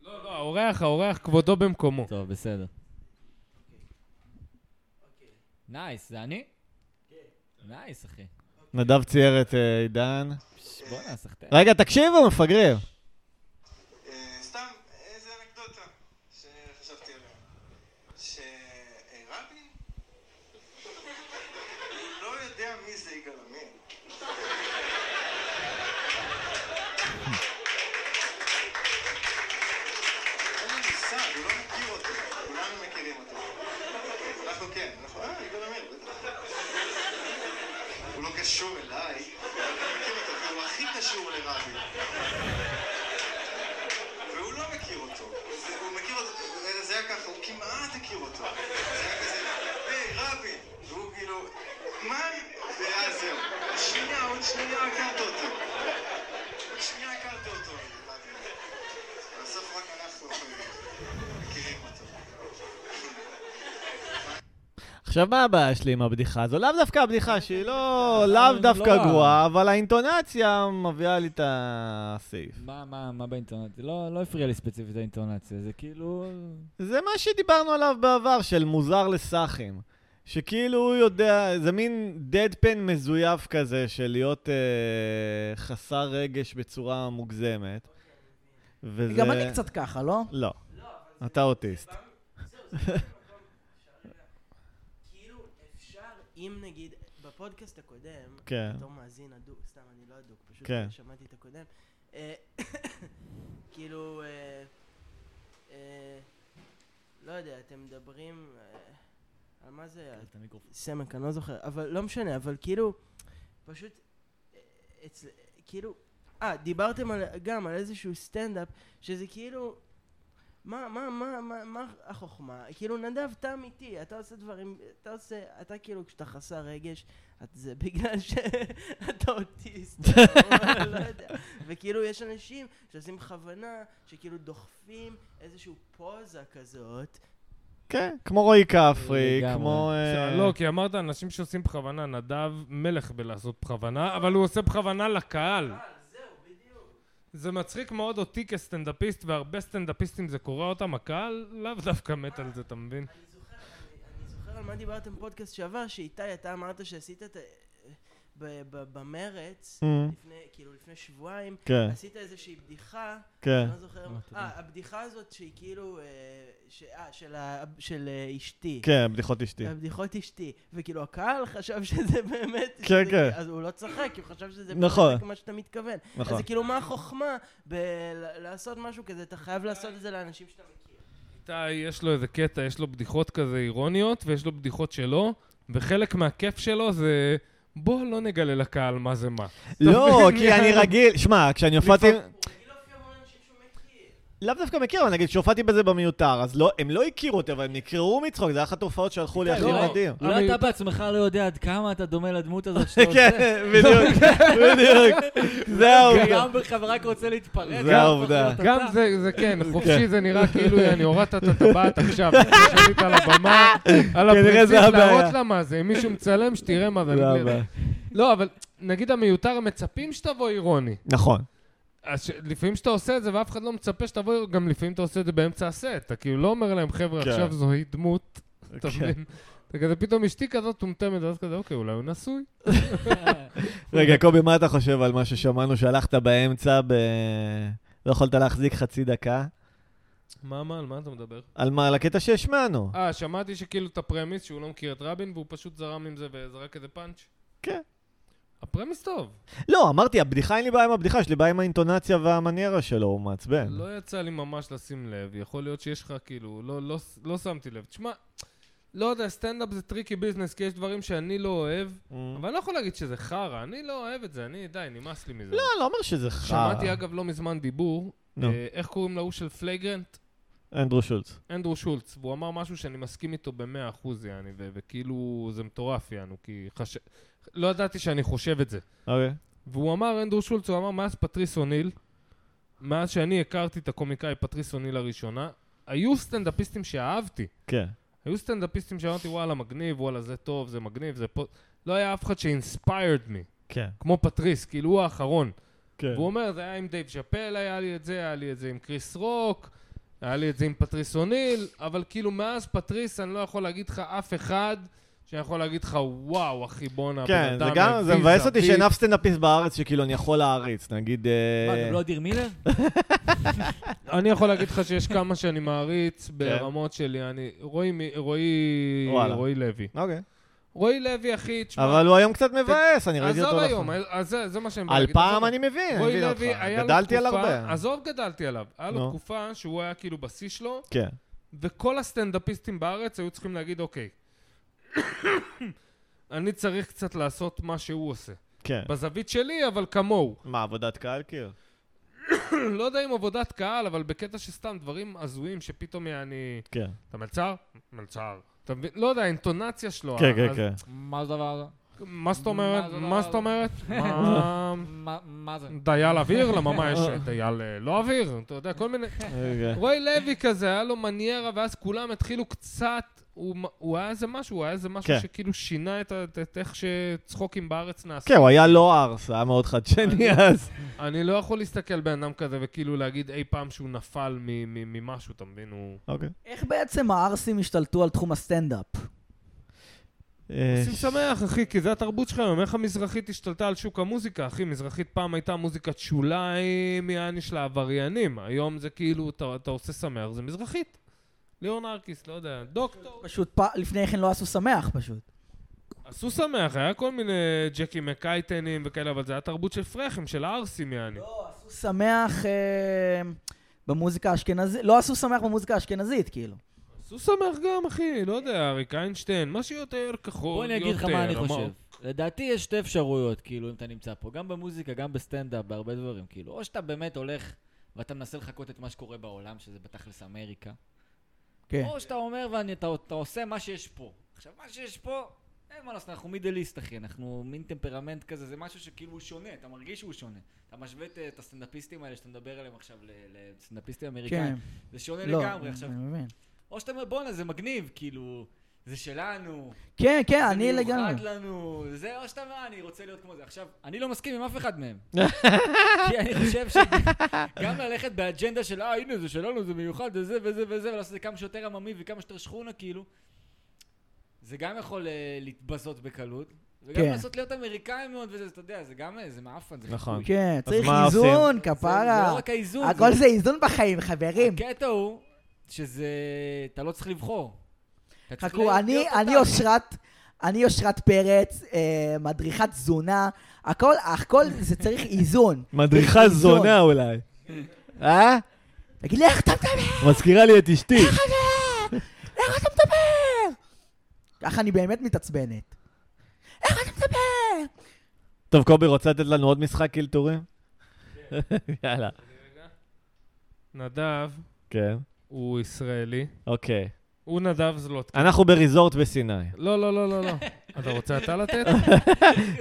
[SPEAKER 4] לא, לא, האורח, האורח, כבודו במקומו.
[SPEAKER 2] טוב, בסדר.
[SPEAKER 4] אוקיי.
[SPEAKER 2] נייס, זה אני?
[SPEAKER 4] כן.
[SPEAKER 2] נייס, אחי.
[SPEAKER 3] נדב צייר את אה, עידן.
[SPEAKER 2] פש, בואנה, סחטיין.
[SPEAKER 3] רגע, תקשיבו, מפגרים.
[SPEAKER 7] אה, סתם איזה אנקדוטה שחשבתי עליה. שרבין, הוא לא יודע מי זה יגאל עמיר. אין לו מושג, הוא לא מכיר אותו. כולנו מכירים אותו. אנחנו כן, אנחנו... אה, יגאל עמיר, בטח. הוא לא קשור אליי, אבל אני מכיר אותו, כי הוא הכי קשור לרבין. והוא לא מכיר אותו. זה- הוא מכיר אותו, זה- זה היה ככה, הוא כמעט הכיר אותו. זה היה כזה, היי, רבין! והוא כאילו, מה? ואז זהו. שנייה, עוד שנייה הכרת אותו. עוד שנייה הכרת אותו. בסוף רק אנחנו אה, מכירים אותו.
[SPEAKER 3] עכשיו, מה הבעיה שלי עם הבדיחה הזו? לאו דווקא הבדיחה שהיא
[SPEAKER 4] אה,
[SPEAKER 3] לא... לאו דווקא
[SPEAKER 2] לא.
[SPEAKER 3] גרועה, אבל האינטונציה מביאה לי את הסעיף.
[SPEAKER 2] מה, מה, מה באינטונציה? לא, לא הפריע לי ספציפית האינטונציה, זה כאילו...
[SPEAKER 3] זה מה שדיברנו עליו בעבר, של מוזר לסאחים. שכאילו הוא יודע, זה מין דדפן מזויף כזה של להיות אה, חסר רגש בצורה מוגזמת. וזה...
[SPEAKER 1] גם אני קצת ככה, לא?
[SPEAKER 3] לא. אתה אוטיסט.
[SPEAKER 6] כאילו, אפשר, אם נגיד, בפודקאסט הקודם,
[SPEAKER 3] כן.
[SPEAKER 6] בתור מאזין הדוק, סתם, אני לא הדוק, פשוט
[SPEAKER 3] כן.
[SPEAKER 6] שמעתי את הקודם, אה, כאילו, אה, אה, לא יודע, אתם מדברים, אה, על מה זה היה? סמק, אני לא זוכר, אבל לא משנה, אבל כאילו, פשוט, אה, אצל, כאילו, אה, דיברתם על, גם על איזשהו סטנדאפ, שזה כאילו, מה, מה, מה, מה, מה החוכמה? כאילו, נדב, אתה אמיתי, אתה עושה דברים, אתה עושה, אתה כאילו, כשאתה חסר רגש, את, זה בגלל שאתה אוטיסט, או לא יודע. וכאילו, יש אנשים שעושים בכוונה, שכאילו דוחפים איזשהו פוזה כזאת,
[SPEAKER 3] כן, כמו רועי כפרי,
[SPEAKER 2] לגמרי.
[SPEAKER 3] כמו... אה,
[SPEAKER 4] לא, כי אמרת אנשים שעושים בכוונה, נדב מלך בלעשות בכוונה, אבל הוא עושה בכוונה לקהל. זה מצחיק מאוד אותי כסטנדאפיסט, והרבה סטנדאפיסטים זה קורע אותם, הקהל לאו דווקא מת על זה, אתה מבין?
[SPEAKER 6] אני זוכר על מה דיברתם בפודקאסט שעבר, שאיתי, אתה אמרת שעשית את ה... ב- ב- במרץ,
[SPEAKER 3] Mm,
[SPEAKER 6] לפני, כאילו לפני שבועיים,
[SPEAKER 3] כן,
[SPEAKER 6] עשית איזושהי בדיחה,
[SPEAKER 3] כן.
[SPEAKER 6] אני לא זוכר,
[SPEAKER 5] אה, תודה.
[SPEAKER 6] אה, הבדיחה הזאת שהיא כאילו, אה, ש- אה, של ה- של אה, אשתי.
[SPEAKER 3] כן, בדיחות אשתי.
[SPEAKER 6] הבדיחות אשתי, וכאילו הקהל חשב שזה באמת,
[SPEAKER 3] כן,
[SPEAKER 6] שזה-
[SPEAKER 3] כן.
[SPEAKER 6] אז הוא לא צחק, הוא חשב שזה
[SPEAKER 3] נכון.
[SPEAKER 6] באמת מה שאתה מתכוון. אז
[SPEAKER 3] נכון.
[SPEAKER 6] זה כאילו מה החוכמה בלעשות משהו כזה, אתה חייב לעשות את זה לאנשים שאתה מכיר.
[SPEAKER 4] איתי, יש לו איזה קטע, יש לו בדיחות כזה אירוניות, ויש לו בדיחות שלו, וחלק מהכיף שלו זה... בוא לא נגלה לקהל מה זה מה.
[SPEAKER 3] לא,
[SPEAKER 4] אתה מבין?
[SPEAKER 3] כי אני רגיל, שמע, כשאני הופעתי...
[SPEAKER 4] לפעמים-
[SPEAKER 3] לאו דווקא מכיר, אבל נגיד שהופעתי בזה במיותר, אז לא, הם לא הכירו אותי, אבל הם נקרעו מצחוק, זה אחת התופעות שהלכו לי הכי
[SPEAKER 2] לא.
[SPEAKER 3] מדהים.
[SPEAKER 2] אולי
[SPEAKER 4] אני-
[SPEAKER 2] אתה בעצמך לא יודע עד כמה אתה דומה לדמות הזאת שאתה עושה.
[SPEAKER 3] כן, לא, בדיוק, בדיוק. זה העובדה.
[SPEAKER 2] גרם בך ורק רוצה להתפרץ.
[SPEAKER 3] זה העובדה.
[SPEAKER 4] גם זה, זה כן, חופשי זה נראה כאילו אני הורדת את הטבעת עכשיו, שעלית על הבמה, על
[SPEAKER 3] כנראה
[SPEAKER 4] הפרינציפ
[SPEAKER 3] זה הבעיה.
[SPEAKER 4] להראות לה מה זה, אם מישהו מצלם שתראה מה זה.
[SPEAKER 3] לא, אבל-
[SPEAKER 4] לא, אבל נגיד המיותר, הם מצפים שתבוא אירוני.
[SPEAKER 3] נכון.
[SPEAKER 4] אז ש- לפעמים שאתה עושה את זה ואף אחד לא מצפה שתבוא, גם לפעמים אתה עושה את זה באמצע הסט. אתה כאילו לא אומר להם, חבר'ה,
[SPEAKER 3] כן.
[SPEAKER 4] עכשיו זוהי דמות, אתה
[SPEAKER 3] כן.
[SPEAKER 4] מבין? אתה כזה פתאום אשתי כזאת טומטמת, ואז כזה, אוקיי, אולי הוא נשוי?
[SPEAKER 2] אה,
[SPEAKER 3] רגע, קובי, מה אתה חושב על מה ששמענו שהלכת באמצע ב... לא יכולת להחזיק חצי דקה?
[SPEAKER 4] מה, מה, על מה אתה מדבר?
[SPEAKER 3] על מה? על הקטע שהשמענו.
[SPEAKER 4] אה, שמעתי שכאילו את הפרמיס שהוא לא מכיר את רבין, והוא פשוט זרם עם זה וזרק איזה פאנץ'.
[SPEAKER 3] כן.
[SPEAKER 4] הפרמיס טוב.
[SPEAKER 3] לא, אמרתי, הבדיחה, אין לי בעיה עם הבדיחה, יש לי בעיה עם האינטונציה והמניירה שלו, הוא מעצבן.
[SPEAKER 4] לא יצא לי ממש לשים לב, יכול להיות שיש לך כאילו, לא, לא, לא שמתי לב. תשמע, לא יודע, סטנדאפ זה טריקי ביזנס, כי יש דברים שאני לא אוהב,
[SPEAKER 3] Mm.
[SPEAKER 4] אבל אני לא יכול להגיד שזה חרא, אני לא אוהב את זה, אני, די, נמאס לי מזה.
[SPEAKER 3] לא, לא אומר שזה חרא.
[SPEAKER 4] שמעתי אגב לא מזמן דיבור,
[SPEAKER 3] נו.
[SPEAKER 4] אה, איך קוראים להוא של פלייגרנט?
[SPEAKER 3] אנדרו שולץ.
[SPEAKER 4] אנדרו שולץ, והוא אמר משהו שאני מסכים איתו במאה אחוז, יעני, ו- וכאילו זה מטורף, יענו, כי חש... לא ידעתי שאני חושב את זה.
[SPEAKER 3] אוקיי.
[SPEAKER 4] והוא אמר, אנדרו שולץ, הוא אמר, מאז פטריס אוניל, מאז שאני הכרתי את הקומיקאי פטריס אוניל לראשונה, היו סטנדאפיסטים שאהבתי.
[SPEAKER 3] כן.
[SPEAKER 4] היו סטנדאפיסטים שאמרתי, וואלה, מגניב, וואלה, זה טוב, זה מגניב, זה פה... לא היה אף אחד ש-inspired me,
[SPEAKER 3] כן.
[SPEAKER 4] כמו פטריס, כאילו הוא האחרון.
[SPEAKER 3] כן.
[SPEAKER 4] והוא אומר, זה היה עם דייב שאפל, היה לי את זה, היה לי את זה עם קריס רוק, היה לי את זה עם פטריס אוניל, אבל כאילו מאז פטריס אני לא יכול להגיד לך אף אחד שאני יכול להגיד לך, וואו, אחי, בואנה,
[SPEAKER 3] כן,
[SPEAKER 4] בן
[SPEAKER 3] זה
[SPEAKER 4] אדם
[SPEAKER 3] גם, זה
[SPEAKER 4] הביא
[SPEAKER 3] מבאס אותי
[SPEAKER 4] זווית."
[SPEAKER 3] שאין אף סטנדאפיסט בארץ שכאילו אני יכול להעריץ, נגיד... אה,
[SPEAKER 2] מה, גם לא אדיר מילר?
[SPEAKER 4] אני יכול להגיד לך שיש כמה שאני מעריץ ברמות שלי, אני... רועי... מ- רועי...
[SPEAKER 3] כן. וואלה.
[SPEAKER 4] רועי לוי.
[SPEAKER 3] אוקיי.
[SPEAKER 4] רועי לוי, אחי, תשמע...
[SPEAKER 3] אבל הוא היום קצת מבאס, אני ראיתי אותו...
[SPEAKER 4] עזוב
[SPEAKER 3] לאחרונה.
[SPEAKER 4] היום, אז זה- זה מה שאני בא
[SPEAKER 3] על
[SPEAKER 4] להגיד,
[SPEAKER 3] פעם
[SPEAKER 4] עזוב.
[SPEAKER 3] אני מבין, אני
[SPEAKER 4] רועי
[SPEAKER 3] מבין
[SPEAKER 4] לוי,
[SPEAKER 3] אותך.
[SPEAKER 4] היה לו
[SPEAKER 3] גדלתי עליו
[SPEAKER 4] תקופה-
[SPEAKER 3] הרבה.
[SPEAKER 4] עזוב, גדלתי עליו. היה
[SPEAKER 3] נו.
[SPEAKER 4] לו תקופה שהוא היה כאילו בשיא שלו,
[SPEAKER 3] כן.
[SPEAKER 4] וכל הסטנדאפיסטים בארץ היו צריכים להגיד, אוקיי, אני צריך קצת לעשות מה שהוא עושה.
[SPEAKER 3] כן.
[SPEAKER 4] בזווית שלי, אבל כמוהו.
[SPEAKER 3] מה, עבודת קהל כאילו?
[SPEAKER 4] לא יודע אם עבודת קהל, אבל בקטע שסתם דברים הזויים שפתאום אני...
[SPEAKER 3] כן.
[SPEAKER 4] אתה מלצר? מלצר. אתה מבין? לא יודע, האינטונציה שלו.
[SPEAKER 3] כן, כן,
[SPEAKER 4] אז-
[SPEAKER 3] כן.
[SPEAKER 5] מה זה הדבר הזה?
[SPEAKER 4] מה זאת אומרת?
[SPEAKER 5] מה זה
[SPEAKER 4] מה זאת
[SPEAKER 5] הדבר
[SPEAKER 4] אומרת? מה...
[SPEAKER 5] מה- מה זה?
[SPEAKER 4] דייל אוויר? למה מה יש? דייל אה, לא אוויר? אתה יודע, כל מיני...
[SPEAKER 3] אוקיי.
[SPEAKER 4] רועי לוי כזה, היה לו מניירה, ואז כולם התחילו קצת... הוא מ- הוא היה איזה משהו, הוא היה איזה משהו
[SPEAKER 3] כן.
[SPEAKER 4] שכאילו שינה את ה- את- את איך שצחוקים בארץ נעשו.
[SPEAKER 3] כן, הוא היה לא ארס, היה מאוד חדשני אז.
[SPEAKER 4] אני לא יכול להסתכל בן אדם כזה וכאילו להגיד אי פעם שהוא נפל מ- מ- ממשהו, אתה מבין? הוא...
[SPEAKER 3] אוקיי.
[SPEAKER 1] איך בעצם הערסים השתלטו על תחום הסטנדאפ?
[SPEAKER 3] אה,
[SPEAKER 4] עושים שמח, אחי, כי זה התרבות שלך היום. איך המזרחית השתלטה על שוק המוזיקה, אחי? מזרחית פעם הייתה מוזיקת שוליים, יעני של העבריינים. היום זה כאילו, אתה, אתה עושה שמח, זה מזרחית. ליאור נרקיס, לא יודע, דוקטור.
[SPEAKER 1] פשוט פ- לפני כן לא עשו שמח פשוט.
[SPEAKER 4] עשו שמח, היה כל מיני ג'קי מקייטנים וכאלה, אבל זה היה תרבות של פרחים, של ערסים, יעני.
[SPEAKER 1] לא, עשו שמח אה, במוזיקה האשכנזית, לא עשו שמח במוזיקה האשכנזית, כאילו.
[SPEAKER 4] עשו שמח גם, אחי, לא יודע, אריק איינשטיין, מה שיותר כחול,
[SPEAKER 2] בוא אני אגיד לך
[SPEAKER 4] יותר,
[SPEAKER 2] מה אני
[SPEAKER 4] אמר-
[SPEAKER 2] חושב. לדעתי יש שתי אפשרויות, כאילו, אם אתה נמצא פה, גם במוזיקה, גם בסטנדאפ, בהרבה דברים, כאילו. או שאתה באמת הולך ואתה מנסה לחקות את מה שקורה בעולם, שזה בתכלס אמריקה.
[SPEAKER 1] כן.
[SPEAKER 2] או שאתה אומר ואתה עושה מה שיש פה. עכשיו, מה שיש פה, אין מה לעשות, אנחנו מידליסט, אחי, אנחנו מין טמפרמנט כזה, זה משהו שכאילו הוא שונה, אתה מרגיש שהוא שונה. אתה משווה את- את הסטנדאפיסטים האלה שאתה מדבר עליהם עכשיו ל- לסטנדאפיסטים
[SPEAKER 1] כן,
[SPEAKER 2] אמריקאים. זה שונה
[SPEAKER 1] לא,
[SPEAKER 2] לגמרי עכשיו.
[SPEAKER 1] אני מבין.
[SPEAKER 2] או שאתה אומר, בואנה, זה מגניב, כאילו, זה שלנו.
[SPEAKER 1] כן, כן,
[SPEAKER 2] זה
[SPEAKER 1] אני לגמרי.
[SPEAKER 2] מיוחד לנו, זה או שאתה אומר, אני רוצה להיות כמו זה. עכשיו, אני לא מסכים עם אף אחד מהם. כי אני חושב שגם ללכת באג'נדה של, אה, הנה, זה שלנו, זה מיוחד, וזה וזה וזה, ולעשות את זה כמה שיותר עממי וכמה שיותר שכונה, כאילו, זה גם יכול אה, להתבזות בקלות. וגם
[SPEAKER 1] כן.
[SPEAKER 2] לעשות להיות אמריקאי מאוד וזה, אתה יודע, זה גם, אה, זה מעפן, זה
[SPEAKER 4] נכון.
[SPEAKER 1] כן, צריך
[SPEAKER 3] מה עושים?
[SPEAKER 1] איזון,
[SPEAKER 2] זה- זה
[SPEAKER 1] כפרה.
[SPEAKER 2] לא רק האיזון.
[SPEAKER 1] הכל זה איזון בחיים, חברים.
[SPEAKER 2] הקטע הוא שזה... אתה לא צריך לבחור. אתה צריך
[SPEAKER 1] חכו,
[SPEAKER 2] להיות-
[SPEAKER 1] אני,
[SPEAKER 2] להיות
[SPEAKER 1] אני
[SPEAKER 2] אתה.
[SPEAKER 1] אושרת, אני אושרת פרץ, אה, מדריכת תזונה, הכל, הכל זה צריך איזון.
[SPEAKER 3] מדריכה
[SPEAKER 1] איזון.
[SPEAKER 3] זונה אולי. אה?
[SPEAKER 1] תגיד לי, איך אתה מדבר?
[SPEAKER 3] מזכירה לי את אשתי.
[SPEAKER 1] איך אתה? איך אתה מדבר? ככה אני באמת מתעצבנת. איך אתה מדבר?
[SPEAKER 3] טוב, קובי, רוצה לתת לנו עוד משחק קלטורים? יאללה.
[SPEAKER 4] נדב
[SPEAKER 3] כן,
[SPEAKER 4] הוא ישראלי.
[SPEAKER 3] אוקיי.
[SPEAKER 4] הוא נדב זלוטקין.
[SPEAKER 3] אנחנו בריזורט בסיני.
[SPEAKER 4] לא, לא, לא, לא, לא. אתה רוצה אתה לתת?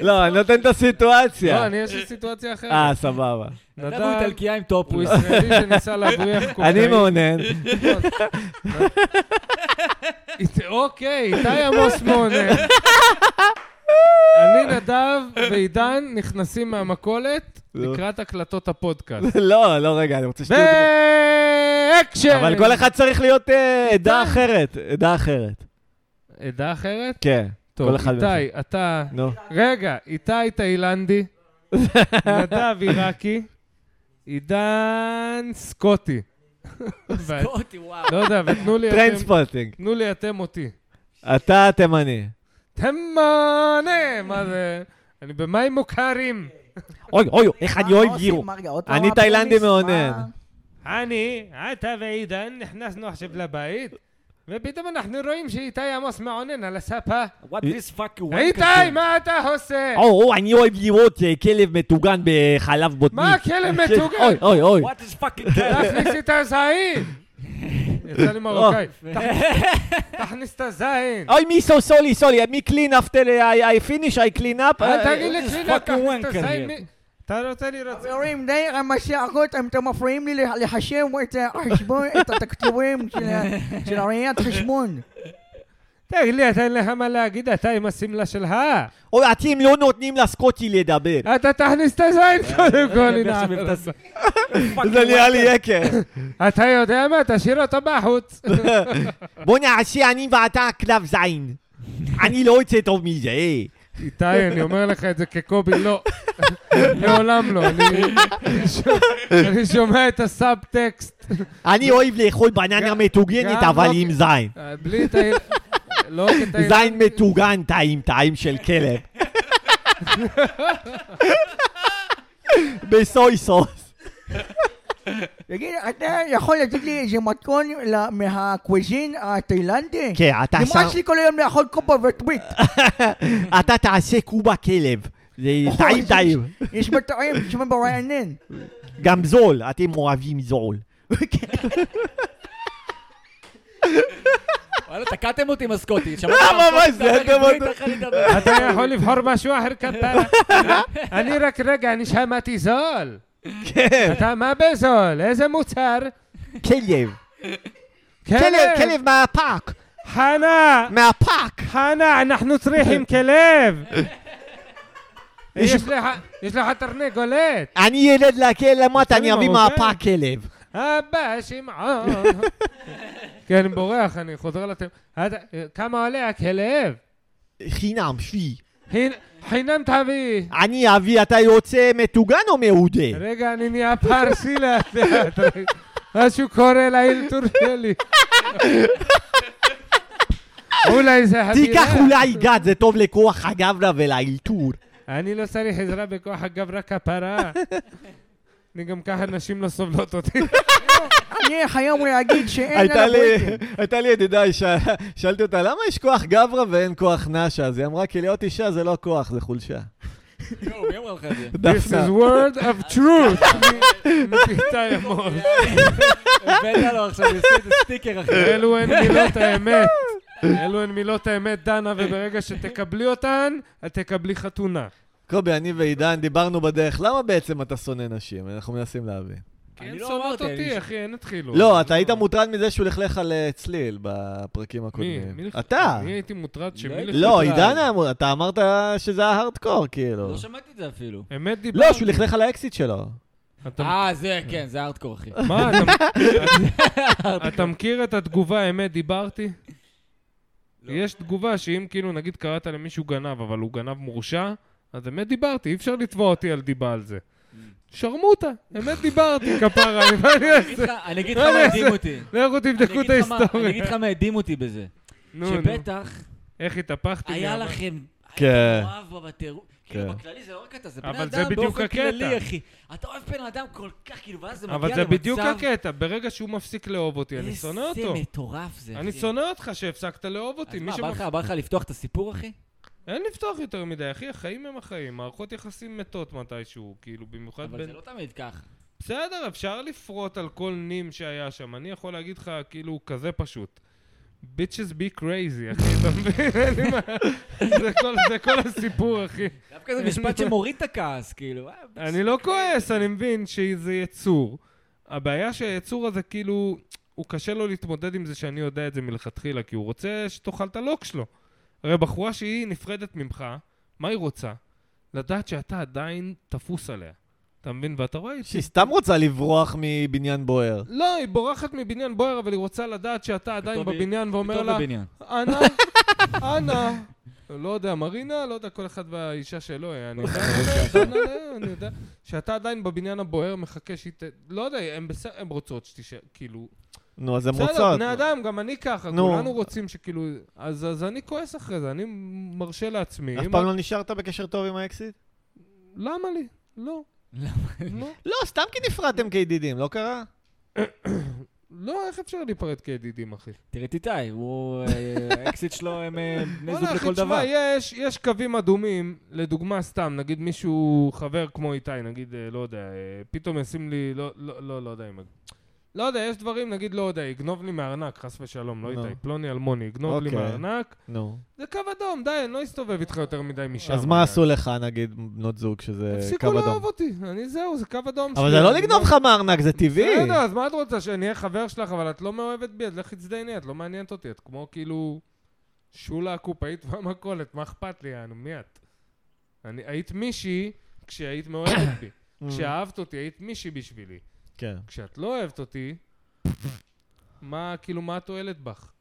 [SPEAKER 3] לא, אני נותן את הסיטואציה.
[SPEAKER 4] לא, אני יש לי סיטואציה
[SPEAKER 3] אה,
[SPEAKER 4] אחרת.
[SPEAKER 3] סבבה.
[SPEAKER 2] נדב הוא
[SPEAKER 4] נדב
[SPEAKER 2] איטלקיה עם טופ.
[SPEAKER 4] הוא ישראלי שניסה להבריח קוקאין.
[SPEAKER 3] אני מעונן.
[SPEAKER 4] אית- אוקיי, איתי עמוס מעונן. אני, נדב ועידן נכנסים מהמכולת
[SPEAKER 3] לא.
[SPEAKER 4] לקראת הקלטות הפודקאסט.
[SPEAKER 3] לא, לא, רגע, אני רוצה שתהיו...
[SPEAKER 4] ואקשן!
[SPEAKER 3] אבל כל אחד צריך להיות אה, עדה אחרת. עדה אחרת.
[SPEAKER 4] עדה אחרת?
[SPEAKER 3] כן.
[SPEAKER 4] טוב,
[SPEAKER 3] כל אחד
[SPEAKER 4] איתי, אתה...
[SPEAKER 3] נו.
[SPEAKER 4] רגע, איתי תאילנדי, נדב עיראקי, עידן סקוטי. ו-
[SPEAKER 2] אותי, וואו.
[SPEAKER 4] לא יודע, ותנו לי אתם,
[SPEAKER 3] טריינספוטינג.
[SPEAKER 4] תנו לי אתם אותי.
[SPEAKER 3] אתה תימני.
[SPEAKER 4] תמנה! מה זה? אני במים מוכרים.
[SPEAKER 3] אוי, אוי, איך אני אוהב גירו. אני תאילנדי מעונן.
[SPEAKER 4] אני, אתה ועידן, נכנסנו עכשיו לבית, ופתאום אנחנו רואים שאיתי עמוס מעונן על הספה.
[SPEAKER 2] What this fucking one
[SPEAKER 4] איתי, מה אתה עושה?
[SPEAKER 3] או, או, אני אוהב לראות אה, כלב מטוגן בחלב בוטני.
[SPEAKER 4] מה הכלב
[SPEAKER 3] כן,
[SPEAKER 4] מטוגן?
[SPEAKER 3] אוי, אוי, אוי.
[SPEAKER 2] What is fucking that?
[SPEAKER 4] תכניס את הזין! יצא לי מרוקאי. תכ- תכניס את הזין!
[SPEAKER 3] אוי, מי סו סולי, סולי, מי קלין אפטר, I I finish, I clean up.
[SPEAKER 4] אל
[SPEAKER 3] אה,
[SPEAKER 4] תגיד לי
[SPEAKER 2] it's
[SPEAKER 4] קלינה,
[SPEAKER 2] fucking
[SPEAKER 4] תכניס את
[SPEAKER 2] wanker
[SPEAKER 4] הזין!
[SPEAKER 2] here.
[SPEAKER 4] מי- אתה רוצה לראות...
[SPEAKER 1] חברים, די עם השערות, אתם מפריעים לי לחשב את החשבון, את התקציבים של ה- של הראיית חשבון.
[SPEAKER 4] תגיד לי, אתה אין לך מה להגיד, אתה עם השמלה שלך!
[SPEAKER 3] אוי, אתם לא נותנים לסקוטי לדבר.
[SPEAKER 4] אתה תכניס את הזין קודם כל,
[SPEAKER 2] אני
[SPEAKER 4] הנה.
[SPEAKER 2] עכשיו עם את הזין.
[SPEAKER 3] זה נראה לי יקר.
[SPEAKER 4] אתה יודע מה? תשאיר אותו בחוץ.
[SPEAKER 3] בוא נעשה אני ואתה כלב זין. אני לא רוצה טוב מזה. אה.
[SPEAKER 4] איתי, אני אומר לך את זה כקובי, לא. לעולם לא. אני- אני שומע את הסאב-טקסט.
[SPEAKER 3] אני אוהב לאכול בננה
[SPEAKER 4] גם-
[SPEAKER 3] מטוגנת,
[SPEAKER 4] גם
[SPEAKER 3] אבל
[SPEAKER 4] לא-
[SPEAKER 3] עם זין.
[SPEAKER 4] אה, בלי תאי... לא כתאי...
[SPEAKER 3] זין מטוגן, טעים, טעים של כלב. בסוי סוס.
[SPEAKER 1] תגיד, אתה יכול להגיד לי איזה מתכון ל- מהקוויזין התאילנדי?
[SPEAKER 3] כן, אתה
[SPEAKER 1] נמאס
[SPEAKER 3] שם-
[SPEAKER 1] לי כל היום לאכול קופה וטוויט.
[SPEAKER 3] אתה תעשה קובה כלב. זה
[SPEAKER 1] אוי,
[SPEAKER 3] טעים
[SPEAKER 1] זה-
[SPEAKER 3] טעים.
[SPEAKER 1] יש בטעים, יש מברענן.
[SPEAKER 3] גם זול, אתם אוהבים זול.
[SPEAKER 2] וואלה, תקעתם אותי עם הסקוטי.
[SPEAKER 3] למה? מה זה? אתם עוד-
[SPEAKER 4] אתה יכול לבחור משהו אחר כפרה. אני רק רגע, אני שמעתי זול.
[SPEAKER 3] כן.
[SPEAKER 4] אתה מה בזול? איזה מוצר?
[SPEAKER 3] כלב. כלב, כלב מהפאק.
[SPEAKER 4] חנה!
[SPEAKER 3] מהפאק.
[SPEAKER 4] חנה, אנחנו צריכים כלב!
[SPEAKER 3] יש-
[SPEAKER 4] יש לך, יש לך תרנגולת!
[SPEAKER 3] אני ילד להקל למטה,
[SPEAKER 4] כלב
[SPEAKER 3] אני אביא
[SPEAKER 4] מרוקאי.
[SPEAKER 3] מהפאק כלב.
[SPEAKER 4] אבא שמעון! כן, אני בורח, אני חוזר לתם. אתה- כמה עולה הכלב?
[SPEAKER 3] חינם, שבי.
[SPEAKER 4] חינ- חינם תביא!
[SPEAKER 3] אני אביא, אתה יוצא מטוגן או מעודה?
[SPEAKER 4] רגע, אני נהיה פרסי לאט לאט. משהו קורה לאלתור שלי. אולי זה
[SPEAKER 3] תיקח
[SPEAKER 4] חדירה.
[SPEAKER 3] אולי גת, זה טוב לכוח הגברה ולאלתור.
[SPEAKER 4] אני לא צריך עזרה בכוח הגברה כפרה. אני גם ככה, נשים לא סובלות אותי.
[SPEAKER 1] אני חייב להגיד שאין
[SPEAKER 3] הייתה
[SPEAKER 1] עליו
[SPEAKER 3] לי,
[SPEAKER 1] רייטינג.
[SPEAKER 3] הייתה לי ידידה, ש- שאלתי אותה, למה יש כוח גברה ואין כוח נשה? אז היא אמרה, כי להיות אישה זה לא כוח, זה חולשה.
[SPEAKER 2] יואו, מי אמר לך את זה?
[SPEAKER 4] This
[SPEAKER 3] דווקא.
[SPEAKER 4] is word of truth. מפיתי עמוס.
[SPEAKER 2] הבאת לו עכשיו, יעשו את הסטיקר אחר.
[SPEAKER 4] אלו הן מילות האמת. אלו הן מילות האמת, דנה, וברגע שתקבלי אותן, את תקבלי חתונה.
[SPEAKER 3] קובי, אני ועידן דיברנו בדרך, למה בעצם אתה שונא נשים? אנחנו מנסים להבין.
[SPEAKER 4] כן,
[SPEAKER 2] אני לא
[SPEAKER 4] שונאות
[SPEAKER 2] אמרתי,
[SPEAKER 4] אותי,
[SPEAKER 2] אני-
[SPEAKER 4] אחי, אין התחילו.
[SPEAKER 3] לא, אתה היית מוטרד מזה שהוא לכלך על אה, צליל בפרקים הקודמים.
[SPEAKER 4] מי? מי לח-
[SPEAKER 3] אתה.
[SPEAKER 4] אני הייתי מוטרד שמי
[SPEAKER 2] הייתי.
[SPEAKER 4] לך...
[SPEAKER 3] לא,
[SPEAKER 2] מוטרד.
[SPEAKER 3] עידן היה מוטרד, אתה אמרת שזה היה הארדקור, כאילו.
[SPEAKER 2] לא שמעתי את זה אפילו.
[SPEAKER 4] אמת דיברתי.
[SPEAKER 3] לא, שהוא לכלך על האקסיט שלו.
[SPEAKER 4] אתה-
[SPEAKER 2] אה, זה, כן, זה הארדקור, אחי.
[SPEAKER 4] מה, אתה- אתה מכיר את התגובה, אמת דיברתי?
[SPEAKER 2] לא.
[SPEAKER 4] יש תגובה שאם כאילו נגיד קראת למישהו גנב, אבל הוא גנב מורשע, אז אמת דיברתי, אי אפשר לתבוע אותי על דיבה על זה.
[SPEAKER 2] Mm.
[SPEAKER 4] שרמוטה, אמת דיברתי, כפרה, אני- מה אני
[SPEAKER 2] אני
[SPEAKER 4] אעשה?
[SPEAKER 2] אגיד לך- אני אגיד לך
[SPEAKER 4] לא,
[SPEAKER 2] מה
[SPEAKER 4] אני
[SPEAKER 2] הדהים
[SPEAKER 4] אעשה-
[SPEAKER 2] אותי.
[SPEAKER 4] לכו תבדקו
[SPEAKER 2] אני
[SPEAKER 4] את
[SPEAKER 2] אגיד לך מה- אני אגיד
[SPEAKER 4] ההיסטוריה.
[SPEAKER 2] לך מה הדהים אותי בזה.
[SPEAKER 4] נו, נו,
[SPEAKER 2] שבטח
[SPEAKER 4] איך התהפכתי?
[SPEAKER 2] היה
[SPEAKER 4] מהבית.
[SPEAKER 2] לכם...
[SPEAKER 3] כן.
[SPEAKER 2] הייתם מאוהב בטירוף. כאילו
[SPEAKER 3] כן.
[SPEAKER 2] בכללי זה לא רק אתה, זה בני
[SPEAKER 4] אבל זה
[SPEAKER 2] אדם
[SPEAKER 4] בדיוק
[SPEAKER 2] באופן
[SPEAKER 4] הקטע.
[SPEAKER 2] כללי, אחי. אתה אוהב בן אדם כל כך, כאילו, ואז זה מגיע
[SPEAKER 4] אבל
[SPEAKER 2] למצב...
[SPEAKER 4] זה בדיוק הקטע, ברגע שהוא מפסיק לאהוב אותי, אני שונא אותו.
[SPEAKER 2] איזה מטורף זה, אחי.
[SPEAKER 4] אני שונא אותך שהפסקת לאהוב אותי.
[SPEAKER 2] אז
[SPEAKER 4] מי
[SPEAKER 2] מה,
[SPEAKER 4] שמפ-
[SPEAKER 2] בא לך- בא לך לפתוח את הסיפור, אחי?
[SPEAKER 4] אין לפתוח יותר מדי, אחי, החיים הם החיים. מערכות יחסים מתות מתישהו, כאילו, במיוחד
[SPEAKER 2] אבל
[SPEAKER 4] בין...
[SPEAKER 2] זה לא תמיד ככה.
[SPEAKER 4] בסדר, אפשר לפרוט על כל נים שהיה שם. אני יכול להגיד לך, כאילו, כזה פשוט. ביצ'ס בי קרייזי, אחי, אתה מבין? אין לי מה- זה כל- זה כל הסיפור, אחי.
[SPEAKER 2] דווקא זה משפט שמוריד את הכעס, כאילו. אה,
[SPEAKER 4] אני לא כועס, אני מבין שזה יצור. הבעיה שהיצור הזה, כאילו, הוא קשה לו להתמודד עם זה שאני יודע את זה מלכתחילה, כי הוא רוצה שתאכל את הלוק שלו. הרי בחורה שהיא נפרדת ממך, מה היא רוצה? לדעת שאתה עדיין תפוס עליה. אתה מבין? ואתה רואה, היא
[SPEAKER 3] שהיא סתם רוצה לברוח מבניין בוער.
[SPEAKER 4] לא, היא בורחת מבניין בוער, אבל היא רוצה לדעת שאתה עדיין
[SPEAKER 2] פתאום היא-
[SPEAKER 4] בבניין ואומר
[SPEAKER 2] טוב
[SPEAKER 4] לה,
[SPEAKER 2] בבניין.
[SPEAKER 4] אנה, אנה, לא יודע, מרינה, לא יודע, כל אחד והאישה שלו, אני יודע, אנה, אני יודע, שאתה עדיין בבניין הבוער מחכה שהיא ת... לא יודע, הן בסדר, הן רוצות שתישאר, כאילו...
[SPEAKER 3] נו, אז הן
[SPEAKER 4] בסדר,
[SPEAKER 3] רוצות.
[SPEAKER 4] בני אדם, גם אני ככה,
[SPEAKER 3] נו.
[SPEAKER 4] כולנו רוצים שכאילו... אז אז אני כועס אחרי זה, אני מרשה לעצמי.
[SPEAKER 3] אף
[SPEAKER 4] אם-
[SPEAKER 3] פעם לא נשארת בקשר טוב עם האקסיט?
[SPEAKER 4] למה לי? לא. לא.
[SPEAKER 3] לא, סתם כי נפרדתם כידידים, לא קרה?
[SPEAKER 4] לא, איך אפשר להיפרד כידידים, אחי?
[SPEAKER 2] תראה את איתי, הוא... אה, האקסיט שלו הם אה, בני זוג
[SPEAKER 4] וואלה, אחי,
[SPEAKER 2] לכל
[SPEAKER 4] תשמע,
[SPEAKER 2] דבר.
[SPEAKER 4] יש, יש קווים אדומים, לדוגמה סתם, נגיד מישהו, חבר כמו איתי, נגיד, אה, לא יודע, אה, פתאום ישים לי, לא, לא, לא, לא יודע אם... לא יודע, יש דברים, נגיד, לא יודע, יגנוב לי מהארנק, חס ושלום, לא
[SPEAKER 3] נו.
[SPEAKER 4] איתי, פלוני אלמוני, יגנוב לי
[SPEAKER 3] אוקיי.
[SPEAKER 4] מהארנק,
[SPEAKER 3] נו.
[SPEAKER 4] זה קו אדום, די, אני לא אסתובב איתך יותר מדי משם. אה,
[SPEAKER 3] אז מה עשו לך, נגיד, בנות זוג, שזה קו
[SPEAKER 4] תפסיקו
[SPEAKER 3] אדום?
[SPEAKER 4] לאהוב אותי, אני זהו, זה קו אדום
[SPEAKER 3] אבל
[SPEAKER 4] שלי,
[SPEAKER 3] זה לא
[SPEAKER 4] אני
[SPEAKER 3] לגנוב לך מארנק, זה טבעי.
[SPEAKER 4] בסדר, אז מה את רוצה, שאני אהיה חבר שלך, אבל את לא מאוהבת בי, אז לכי תזדייני, את לא מעניינת אותי, את כמו כאילו שולה הקופאית והמכולת, מה אכפת לי, יענו, מי את? אני, היית מישהי כשהיית מאוהבת בי.
[SPEAKER 3] Mm.
[SPEAKER 4] כשאהבת אותי, היית מישהי בשבילי.
[SPEAKER 3] כן.
[SPEAKER 4] כשאת לא אוהבת אותי, מה, כאילו, מה התועלת בך?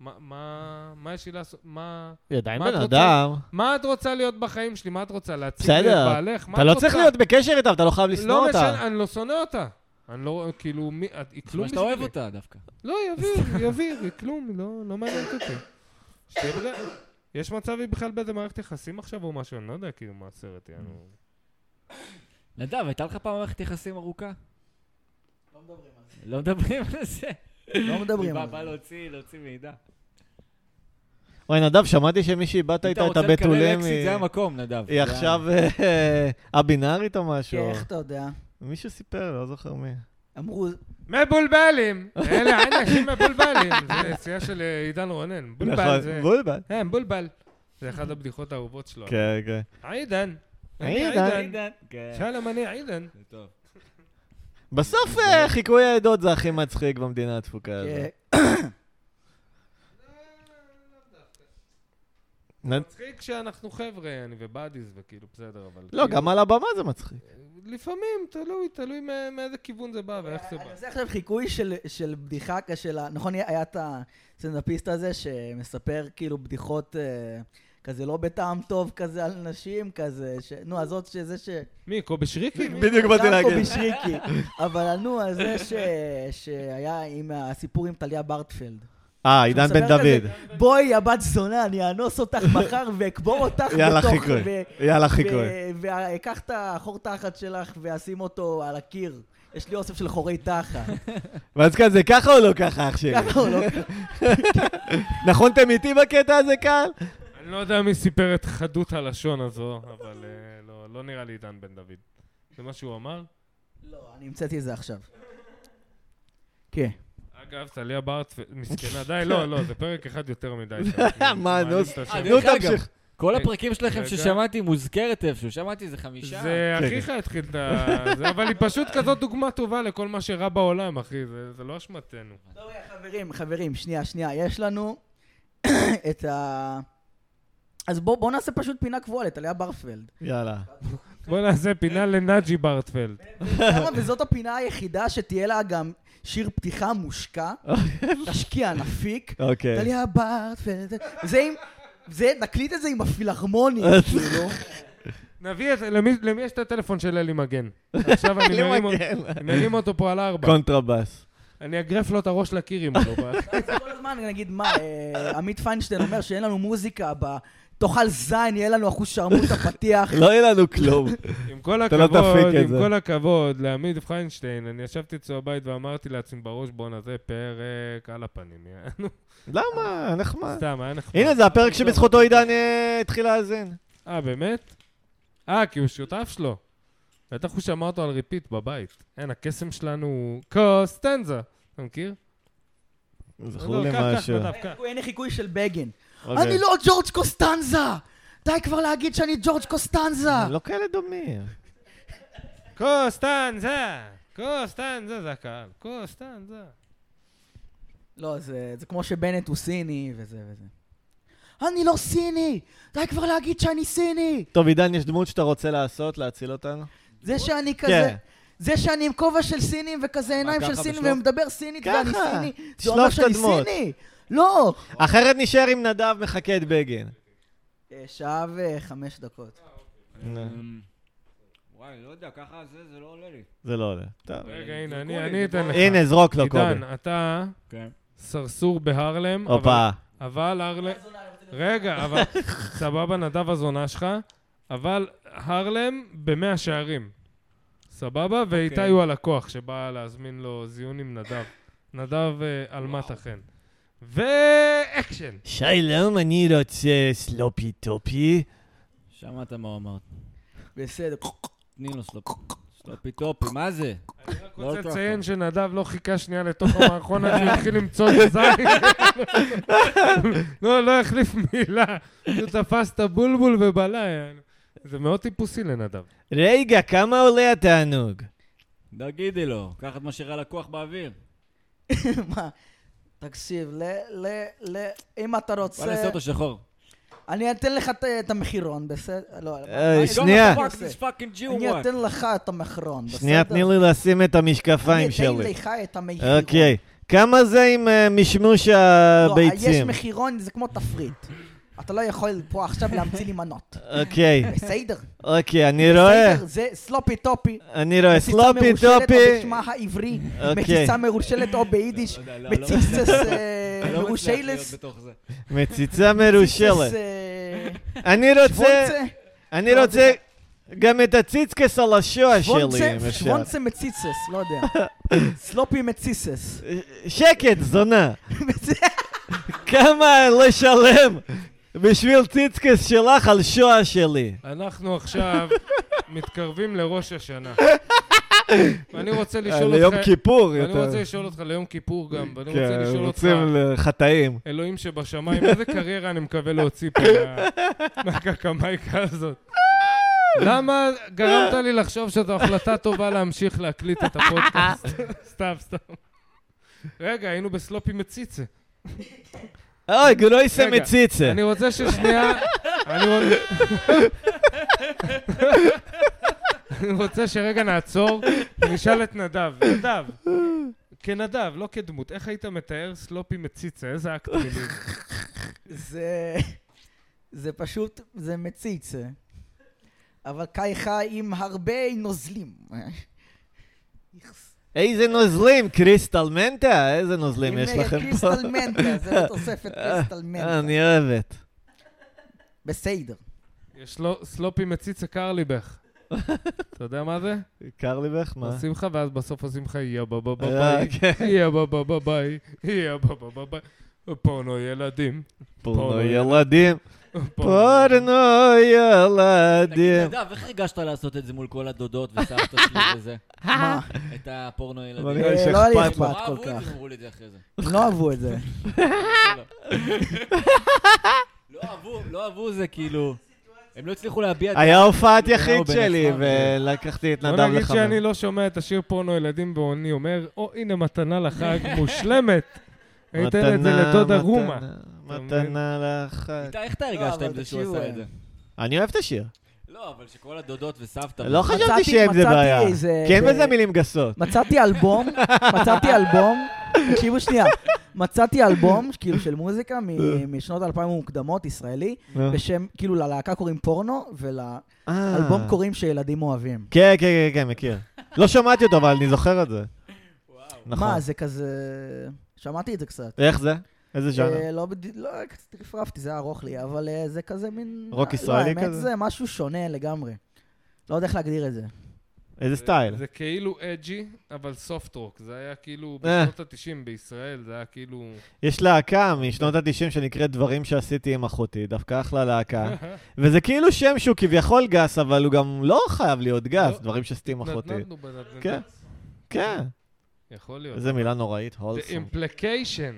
[SPEAKER 4] מה, מה, מה יש לי לעשות? מה,
[SPEAKER 3] עדיין
[SPEAKER 4] מה את
[SPEAKER 3] בן
[SPEAKER 4] רוצה?
[SPEAKER 3] אדם.
[SPEAKER 4] מה את רוצה להיות בחיים שלי? מה את רוצה? להציג לי את
[SPEAKER 3] בסדר.
[SPEAKER 4] בעלך? מה
[SPEAKER 3] אתה
[SPEAKER 4] את
[SPEAKER 3] לא
[SPEAKER 4] רוצה?
[SPEAKER 3] צריך להיות בקשר איתה, ואתה לא חייב
[SPEAKER 4] לא
[SPEAKER 3] לשנוא אותה.
[SPEAKER 4] משנה, אני לא שונא אותה. אני לא, כאילו, מי, את- היא
[SPEAKER 2] כמו
[SPEAKER 4] כלום
[SPEAKER 2] שאתה
[SPEAKER 4] בשבילי.
[SPEAKER 2] אוהב אותה דווקא.
[SPEAKER 4] לא, היא אוויר, היא אוויר, היא כלום, לא, לא מעניינת אותי. שתהיה בריאה. יש מצב היא בכלל באיזה מערכת יחסים עכשיו או משהו, אני לא יודע כאילו מה הסרט יענו.
[SPEAKER 2] נדב, הייתה לך פעם מערכת יחסים ארוכה? לא מדברים על זה.
[SPEAKER 1] לא מדברים
[SPEAKER 2] בא-
[SPEAKER 1] על
[SPEAKER 2] בא
[SPEAKER 1] זה.
[SPEAKER 2] להוציא, להוציא מידע.
[SPEAKER 3] וואי, נדב, שמעתי שמישהי איבדת
[SPEAKER 2] היית
[SPEAKER 3] איתה את
[SPEAKER 2] רוצה לקלל
[SPEAKER 3] הבתולים.
[SPEAKER 2] אקסיט,
[SPEAKER 3] היא-
[SPEAKER 2] זה המקום, נדב.
[SPEAKER 3] היא
[SPEAKER 2] זה ה-
[SPEAKER 3] עכשיו אה, א-בינארית או משהו.
[SPEAKER 4] כן.
[SPEAKER 1] איך אתה יודע?
[SPEAKER 3] מישהו סיפר, לא זוכר מי.
[SPEAKER 1] אמרו,
[SPEAKER 4] מבולבלים! אלה אנשים מבולבלים! זה יציאה של אה, עידן רונן. בולבל זה...
[SPEAKER 3] נכון. בולבל.
[SPEAKER 4] אה, בולבל. זה אחת הבדיחות האהובות שלו.
[SPEAKER 3] כן, כן.
[SPEAKER 4] עידן. אני
[SPEAKER 3] עידן.
[SPEAKER 2] עידן. כן.
[SPEAKER 4] שלום, אני עידן.
[SPEAKER 2] זה טוב.
[SPEAKER 3] בסוף אה, חיקוי העדות זה הכי מצחיק במדינה התפוקה
[SPEAKER 4] כן.
[SPEAKER 3] הזאת.
[SPEAKER 1] אה,
[SPEAKER 3] נ-
[SPEAKER 4] מצחיק שאנחנו חבר'ה, אני ובאדיז וכאילו בסדר, אבל...
[SPEAKER 3] לא,
[SPEAKER 4] כאילו,
[SPEAKER 3] גם על הבמה זה מצחיק.
[SPEAKER 4] לפעמים, תלוי, תלוי מא- מאיזה כיוון זה בא ואיך זה בא.
[SPEAKER 1] אני עושה עכשיו חיקוי של- של בדיחה כשל... נכון, היה את הסטנדאפיסט הזה שמספר כאילו בדיחות אה, כזה לא בטעם טוב כזה על נשים, כזה, ש- נו, הזאת שזה ש...
[SPEAKER 4] מי, קובי שריקי? מי?
[SPEAKER 3] בדיוק באתי
[SPEAKER 1] גם
[SPEAKER 3] להגיד.
[SPEAKER 1] קובי שריקי. אבל נו, על זה ש... שהיה עם הסיפור עם טליה ברטפלד.
[SPEAKER 3] אה, עידן
[SPEAKER 1] מספר
[SPEAKER 3] בן
[SPEAKER 1] כזה,
[SPEAKER 3] דוד.
[SPEAKER 1] בואי, יא בת זונה, אני אאנוס אותך מחר ואקבור אותך בתוך...
[SPEAKER 3] יאללה, חיקוי. יאללה, חיקוי.
[SPEAKER 1] ו- ואקח את החור תחת שלך ואשים אותו על הקיר. יש לי אוסף של חורי תחת.
[SPEAKER 3] ואז כזה, ככה או לא ככה, אח שלי?
[SPEAKER 1] ככה הוא לא...
[SPEAKER 3] נכון, אתם איתי בקטע הזה, קהל?
[SPEAKER 4] אני לא יודע מי סיפר את חדות הלשון הזו, אבל אה, לא- לא נראה לי עידן בן דוד. זה מה שהוא אמר?
[SPEAKER 1] לא, אני המצאתי את זה עכשיו. כן.
[SPEAKER 4] אגב, טליה בארץ, מסכנה, די, לא, לא, זה פרק אחד יותר מדי.
[SPEAKER 3] מה, נו,
[SPEAKER 4] מעליב את השם.
[SPEAKER 2] אה,
[SPEAKER 3] נו,
[SPEAKER 2] דרך אגב,
[SPEAKER 3] תמשיך.
[SPEAKER 2] כל הפרקים שלכם
[SPEAKER 4] כן. רגע.
[SPEAKER 2] ששמעתי מוזכרת איפשהו, שמעתי איזה חמישה.
[SPEAKER 4] זה
[SPEAKER 3] כן,
[SPEAKER 4] אחיך התחיל את ה... זה, אבל היא פשוט כזאת דוגמה טובה לכל מה שרע בעולם, אחי, זה- זה לא אשמתנו.
[SPEAKER 1] לא, רגע, חברים, חברים, שנייה, שנייה, יש לנו את ה... אז בואו בוא נעשה פשוט פינה קבועה לטליה ברפלד.
[SPEAKER 3] יאללה.
[SPEAKER 4] בוא נעשה פינה לנאג'י בארטפלד.
[SPEAKER 1] למה? וזאת הפינה היחידה שתהיה לה גם, שיר פתיחה מושקע, תשקיע נפיק,
[SPEAKER 3] אוקיי.
[SPEAKER 1] טליה בארט, וזה- זה עם, זה, נקליט את זה עם הפילהרמונית, כאילו.
[SPEAKER 4] נביא את זה, למי למי יש את הטלפון של אלי מגן? עכשיו אני מרים אותו-
[SPEAKER 3] למגן.
[SPEAKER 4] מרים אותו פה על ארבע.
[SPEAKER 3] קונטרבאס.
[SPEAKER 4] אני אגרף לו את הראש לקיר אם הוא לא בא.
[SPEAKER 1] כל הזמן נגיד, מה, אה, עמית פיינשטיין אומר שאין לנו מוזיקה ב... תאכל זין, יהיה לנו אחוז שרמוט הפתיח.
[SPEAKER 3] לא יהיה לנו כלום.
[SPEAKER 4] עם כל
[SPEAKER 3] אתה לא
[SPEAKER 4] הכבוד,
[SPEAKER 3] תפיק את
[SPEAKER 4] עם
[SPEAKER 3] זה.
[SPEAKER 4] כל הכבוד, לעמית פיינשטיין, אני ישבתי אצלו בבית ואמרתי לעצמי בראש, בואנה, זה פרק על הפנים. יא." נו,
[SPEAKER 3] למה? נחמד.
[SPEAKER 4] סתם, היה נחמד.
[SPEAKER 3] אה, הנה, זה הפרק שבזכותו עידן אה, התחיל להאזין.
[SPEAKER 4] אה, באמת? אה, כי הוא שותף שלו. בטח הוא שמע אותו על ריפיט בבית. אין, הקסם שלנו הוא קוסטנזה. אתה מכיר?
[SPEAKER 3] זכור לי
[SPEAKER 4] לא, קח,
[SPEAKER 3] משהו.
[SPEAKER 4] קח, נדב, קח.
[SPEAKER 1] אין לי חיקוי של בגין.
[SPEAKER 3] אוקיי.
[SPEAKER 1] אני לא ג'ורג' קוסטנזה! די כבר להגיד שאני ג'ורג' קוסטנזה!
[SPEAKER 3] הם לא כאלה דומים.
[SPEAKER 4] קוסטנזה! קוסטנזה זה הקהל. קוסטנזה.
[SPEAKER 1] לא, זה זה כמו שבנט הוא סיני וזה וזה. אני לא סיני! די כבר להגיד שאני סיני!
[SPEAKER 3] טוב, עידן, יש דמות שאתה רוצה לעשות, להציל אותנו?
[SPEAKER 1] זה שאני כזה...
[SPEAKER 3] כן.
[SPEAKER 1] זה שאני עם כובע של סינים וכזה עיניים של
[SPEAKER 2] ככה
[SPEAKER 1] סינים
[SPEAKER 2] בשלוף?
[SPEAKER 1] ומדבר סינית ואני
[SPEAKER 3] ככה.
[SPEAKER 1] סיני, זה
[SPEAKER 3] שלוף
[SPEAKER 1] אומר
[SPEAKER 3] את
[SPEAKER 1] שאני
[SPEAKER 3] הדמות.
[SPEAKER 1] סיני! לא!
[SPEAKER 3] אחרת נשאר עם נדב מחכה את בגין.
[SPEAKER 1] אה, שעה וחמש דקות.
[SPEAKER 3] נו,
[SPEAKER 2] אמ, וואי, לא יודע, ככה זה, זה לא עולה לי.
[SPEAKER 3] זה לא עולה. טוב.
[SPEAKER 4] רגע, הנה,
[SPEAKER 2] זרקו
[SPEAKER 4] אני-
[SPEAKER 2] לי,
[SPEAKER 4] אני
[SPEAKER 2] דיברו
[SPEAKER 4] אתן לך.
[SPEAKER 3] הנה, זרוק לו קובי.
[SPEAKER 4] אה, עידן, אתה
[SPEAKER 2] כן.
[SPEAKER 4] סרסור בהרלם. אבל-
[SPEAKER 3] הופה.
[SPEAKER 4] אבל הרלם... רגע, אבל... סבבה, נדב הזונה שלך, אבל הרלם במאה שערים. סבבה? ואיתי הוא הלקוח שבא להזמין לו זיון עם נדב. נדב אה, אלמת החן. ואקשן!
[SPEAKER 3] שלום, אני רוצה סלופי טופי.
[SPEAKER 2] שמעת מה הוא אמר.
[SPEAKER 1] בסדר.
[SPEAKER 2] תני לו סלופ. סלופי טופי, מה זה?
[SPEAKER 4] אני
[SPEAKER 2] לא
[SPEAKER 4] רוצה
[SPEAKER 2] אותו
[SPEAKER 4] לציין
[SPEAKER 2] אחד.
[SPEAKER 4] שנדב לא חיכה שנייה לתוך המערכון עד שהוא התחיל למצוא את הזין. לא, לא החליף מילה. הוא תפס את הבולבול ובלע. זה מאוד טיפוסי לנדב.
[SPEAKER 3] רגע, כמה עולה התענוג?
[SPEAKER 2] תגידי לו, קח את מה שראה לקוח באוויר.
[SPEAKER 1] מה? תקשיב, ל... ל... ל... אם אתה
[SPEAKER 2] בוא
[SPEAKER 1] רוצה...
[SPEAKER 2] נעשה אותו
[SPEAKER 1] אה,
[SPEAKER 2] שחור. אני
[SPEAKER 1] אני אתן לך את- את המחירון, בסדר? לא,
[SPEAKER 3] אה,
[SPEAKER 1] אני-
[SPEAKER 3] שנייה.
[SPEAKER 1] לא,
[SPEAKER 2] Fuck this fucking Jew,
[SPEAKER 1] אני
[SPEAKER 2] what?
[SPEAKER 1] אתן לך את המחירון, בסדר?
[SPEAKER 3] שנייה, תני לי לשים את המשקפיים
[SPEAKER 1] אני
[SPEAKER 3] שלי.
[SPEAKER 1] אתן לך את המחירון.
[SPEAKER 3] אוקיי. אה, כמה זה עם אה, משמוש
[SPEAKER 1] לא, יש
[SPEAKER 3] הביצים?
[SPEAKER 1] מחירון, זה כמו תפריט. אתה לא יכול פה עכשיו להמציא לי מנות.
[SPEAKER 3] אוקיי,
[SPEAKER 1] בסדר?
[SPEAKER 3] אוקיי, אני רואה.
[SPEAKER 1] בסדר, זה סלופי טופי.
[SPEAKER 3] אני רואה
[SPEAKER 1] מציצה
[SPEAKER 3] סלופי
[SPEAKER 1] מרושלת או
[SPEAKER 3] טופי.
[SPEAKER 1] בשמה העברי.
[SPEAKER 3] אוקיי.
[SPEAKER 1] מציצה מרושלת או ביידיש.
[SPEAKER 2] לא יודע, לא, לא
[SPEAKER 1] מציצס
[SPEAKER 2] מצליח-
[SPEAKER 1] אה,
[SPEAKER 2] לא מצליח להיות
[SPEAKER 1] מרושיילס.
[SPEAKER 2] בתוך זה.
[SPEAKER 3] מציצה
[SPEAKER 1] מציצס,
[SPEAKER 3] מרושלת.
[SPEAKER 1] אה,
[SPEAKER 3] אני רוצה,
[SPEAKER 1] שוונצה.
[SPEAKER 3] אני
[SPEAKER 1] לא,
[SPEAKER 3] רוצה גם את הציצקס על השואה שלי, אם
[SPEAKER 1] שוונצה,
[SPEAKER 3] אפשר.
[SPEAKER 1] שוונצה מציצס, לא יודע. סלופי מציסס.
[SPEAKER 3] שקט, זונה. כמה לשלם בשביל ציצקס שלך על שואה שלי?
[SPEAKER 4] אנחנו עכשיו מתקרבים לראש השנה. ואני רוצה לשאול
[SPEAKER 3] אה, ליום
[SPEAKER 4] אותך...
[SPEAKER 3] כיפור.
[SPEAKER 4] אני
[SPEAKER 3] יותר.
[SPEAKER 4] רוצה לשאול אותך ליום כיפור גם, ואני רוצה
[SPEAKER 3] כן,
[SPEAKER 4] לשאול אותך,
[SPEAKER 3] רוצים לחטאים.
[SPEAKER 4] אלוהים שבשמיים, איזה קריירה אני מקווה להוציא פה מה- מהקקמייקה הזאת? למה גרמת לי לחשוב שזו החלטה טובה להמשיך להקליט את הפודקאסט? סתם, סתם. רגע, היינו בסלופי מציצה.
[SPEAKER 3] אוי, גרויסה
[SPEAKER 4] רגע,
[SPEAKER 3] מציצה.
[SPEAKER 4] אני רוצה ששנייה... אני רוצה... אני רוצה שרגע נעצור ונשאל את נדב. נדב, כנדב, לא כדמות, איך היית מתאר סלופי מציצה? איזה אקט מילים.
[SPEAKER 1] זה... זה פשוט, זה מציץ. אה. אבל קאי חי עם הרבה נוזלים.
[SPEAKER 3] איזה נוזלים, קריסטל מנטה? איזה נוזלים
[SPEAKER 1] עם,
[SPEAKER 3] יש
[SPEAKER 1] אה,
[SPEAKER 3] לכם פה? אה,
[SPEAKER 1] קריסטל מנטה, זה בתוספת קריסטל מנטה.
[SPEAKER 3] אני אוהבת.
[SPEAKER 1] בסדר.
[SPEAKER 4] יש לו סלופי מציצה קר לי בך. אתה יודע מה זה?
[SPEAKER 3] קר לי בך? מה?
[SPEAKER 4] עושים לך ואז בסוף עושים לך יא בבא
[SPEAKER 3] אה,
[SPEAKER 4] ביי,
[SPEAKER 3] כן.
[SPEAKER 4] יא בבא ביי, יא בבא ביי. פורנו ילדים. לא
[SPEAKER 3] פורנו
[SPEAKER 4] פורנו
[SPEAKER 3] ילדים.
[SPEAKER 4] פורנו.
[SPEAKER 3] פורנו
[SPEAKER 2] תגיד,
[SPEAKER 3] ילדים.
[SPEAKER 2] נדב,
[SPEAKER 1] אה.
[SPEAKER 2] איך הרגשת לעשות את זה מול כל הדודות וסבתא שלי וזה?
[SPEAKER 1] מה?
[SPEAKER 2] את הפורנו ילדים.
[SPEAKER 3] אבל
[SPEAKER 1] אה,
[SPEAKER 3] נראה לי
[SPEAKER 1] לא היה לי
[SPEAKER 3] שאכפת לה.
[SPEAKER 1] אכפת.
[SPEAKER 2] נורא אהבו
[SPEAKER 1] כל
[SPEAKER 2] את
[SPEAKER 1] כך.
[SPEAKER 2] זה, אמרו לי את זה אחרי זה.
[SPEAKER 1] הם לא אהבו את זה.
[SPEAKER 2] לא אהבו, לא אהבו זה כאילו... הם לא הצליחו להביע את זה.
[SPEAKER 3] היה הופעת יחיד
[SPEAKER 2] הוא בן
[SPEAKER 3] שלי,
[SPEAKER 2] עשרה,
[SPEAKER 3] ולקחתי את
[SPEAKER 4] בוא
[SPEAKER 3] נדב
[SPEAKER 4] נגיד
[SPEAKER 3] לחמם.
[SPEAKER 4] שאני לא שומע את השיר פורנו ילדים ואני אומר, או הנה מתנה לחג מושלמת. אני אתן את זה
[SPEAKER 3] מתנה,
[SPEAKER 4] לדודה
[SPEAKER 3] מתנה,
[SPEAKER 4] רומה. אתה מבין?
[SPEAKER 3] מתנה לחג.
[SPEAKER 2] איתי, איך אתה
[SPEAKER 1] לא,
[SPEAKER 2] הרגשת
[SPEAKER 1] אבל
[SPEAKER 2] עם זה שהוא
[SPEAKER 1] תקשיבו,
[SPEAKER 2] עשה את זה?
[SPEAKER 3] אני אוהב את השיר.
[SPEAKER 2] לא, אבל שכל הדודות וסבתא...
[SPEAKER 3] לא חשבתי
[SPEAKER 1] מצאתי-
[SPEAKER 3] שיהיה עם זה
[SPEAKER 1] מצאתי
[SPEAKER 3] בעיה.
[SPEAKER 1] איזה-
[SPEAKER 3] כי אין
[SPEAKER 1] ב-
[SPEAKER 3] בזה מילים גסות.
[SPEAKER 1] מצאתי אלבום, מצאתי אלבום, תקשיבו שנייה, מצאתי אלבום, כאילו, של מוזיקה
[SPEAKER 3] אה.
[SPEAKER 1] מ- משנות האלפיים המוקדמות, ישראלי,
[SPEAKER 3] נו.
[SPEAKER 1] בשם, כאילו, ללהקה קוראים פורנו, ולאלבום
[SPEAKER 3] אה.
[SPEAKER 1] קוראים שילדים אוהבים.
[SPEAKER 3] כן, כן, כן, כן, מכיר. לא שמעתי אותו, אבל אני זוכר את זה. נכון.
[SPEAKER 1] מה, זה כזה... שמעתי את זה קצת.
[SPEAKER 3] איך זה? איזה ז'אנר?
[SPEAKER 1] אה, לא, בד- לא, קצת רפרפתי, זה היה ארוך לי, אבל אה, זה כזה מין...
[SPEAKER 3] רוק
[SPEAKER 1] לא,
[SPEAKER 3] ישראלי
[SPEAKER 1] האמת,
[SPEAKER 3] כזה?
[SPEAKER 1] זה משהו שונה לגמרי. לא יודע איך להגדיר את זה.
[SPEAKER 3] איזה סטייל?
[SPEAKER 4] זה כאילו אג'י, אבל סופט רוק. זה היה כאילו
[SPEAKER 3] אה.
[SPEAKER 4] בשנות ה-90 בישראל, זה היה כאילו...
[SPEAKER 3] יש להקה משנות ה-90 שנקראת דברים שעשיתי עם אחותי, דווקא אחלה להקה. וזה כאילו שם שהוא כביכול גס, אבל הוא גם לא חייב להיות גס,
[SPEAKER 4] לא.
[SPEAKER 3] דברים שעשיתי עם אחותי.
[SPEAKER 4] נתנו בנתנו.
[SPEAKER 3] כן. כן,
[SPEAKER 4] יכול להיות.
[SPEAKER 3] איזה מילה נוראית,
[SPEAKER 4] The
[SPEAKER 3] הולסום.
[SPEAKER 4] implication.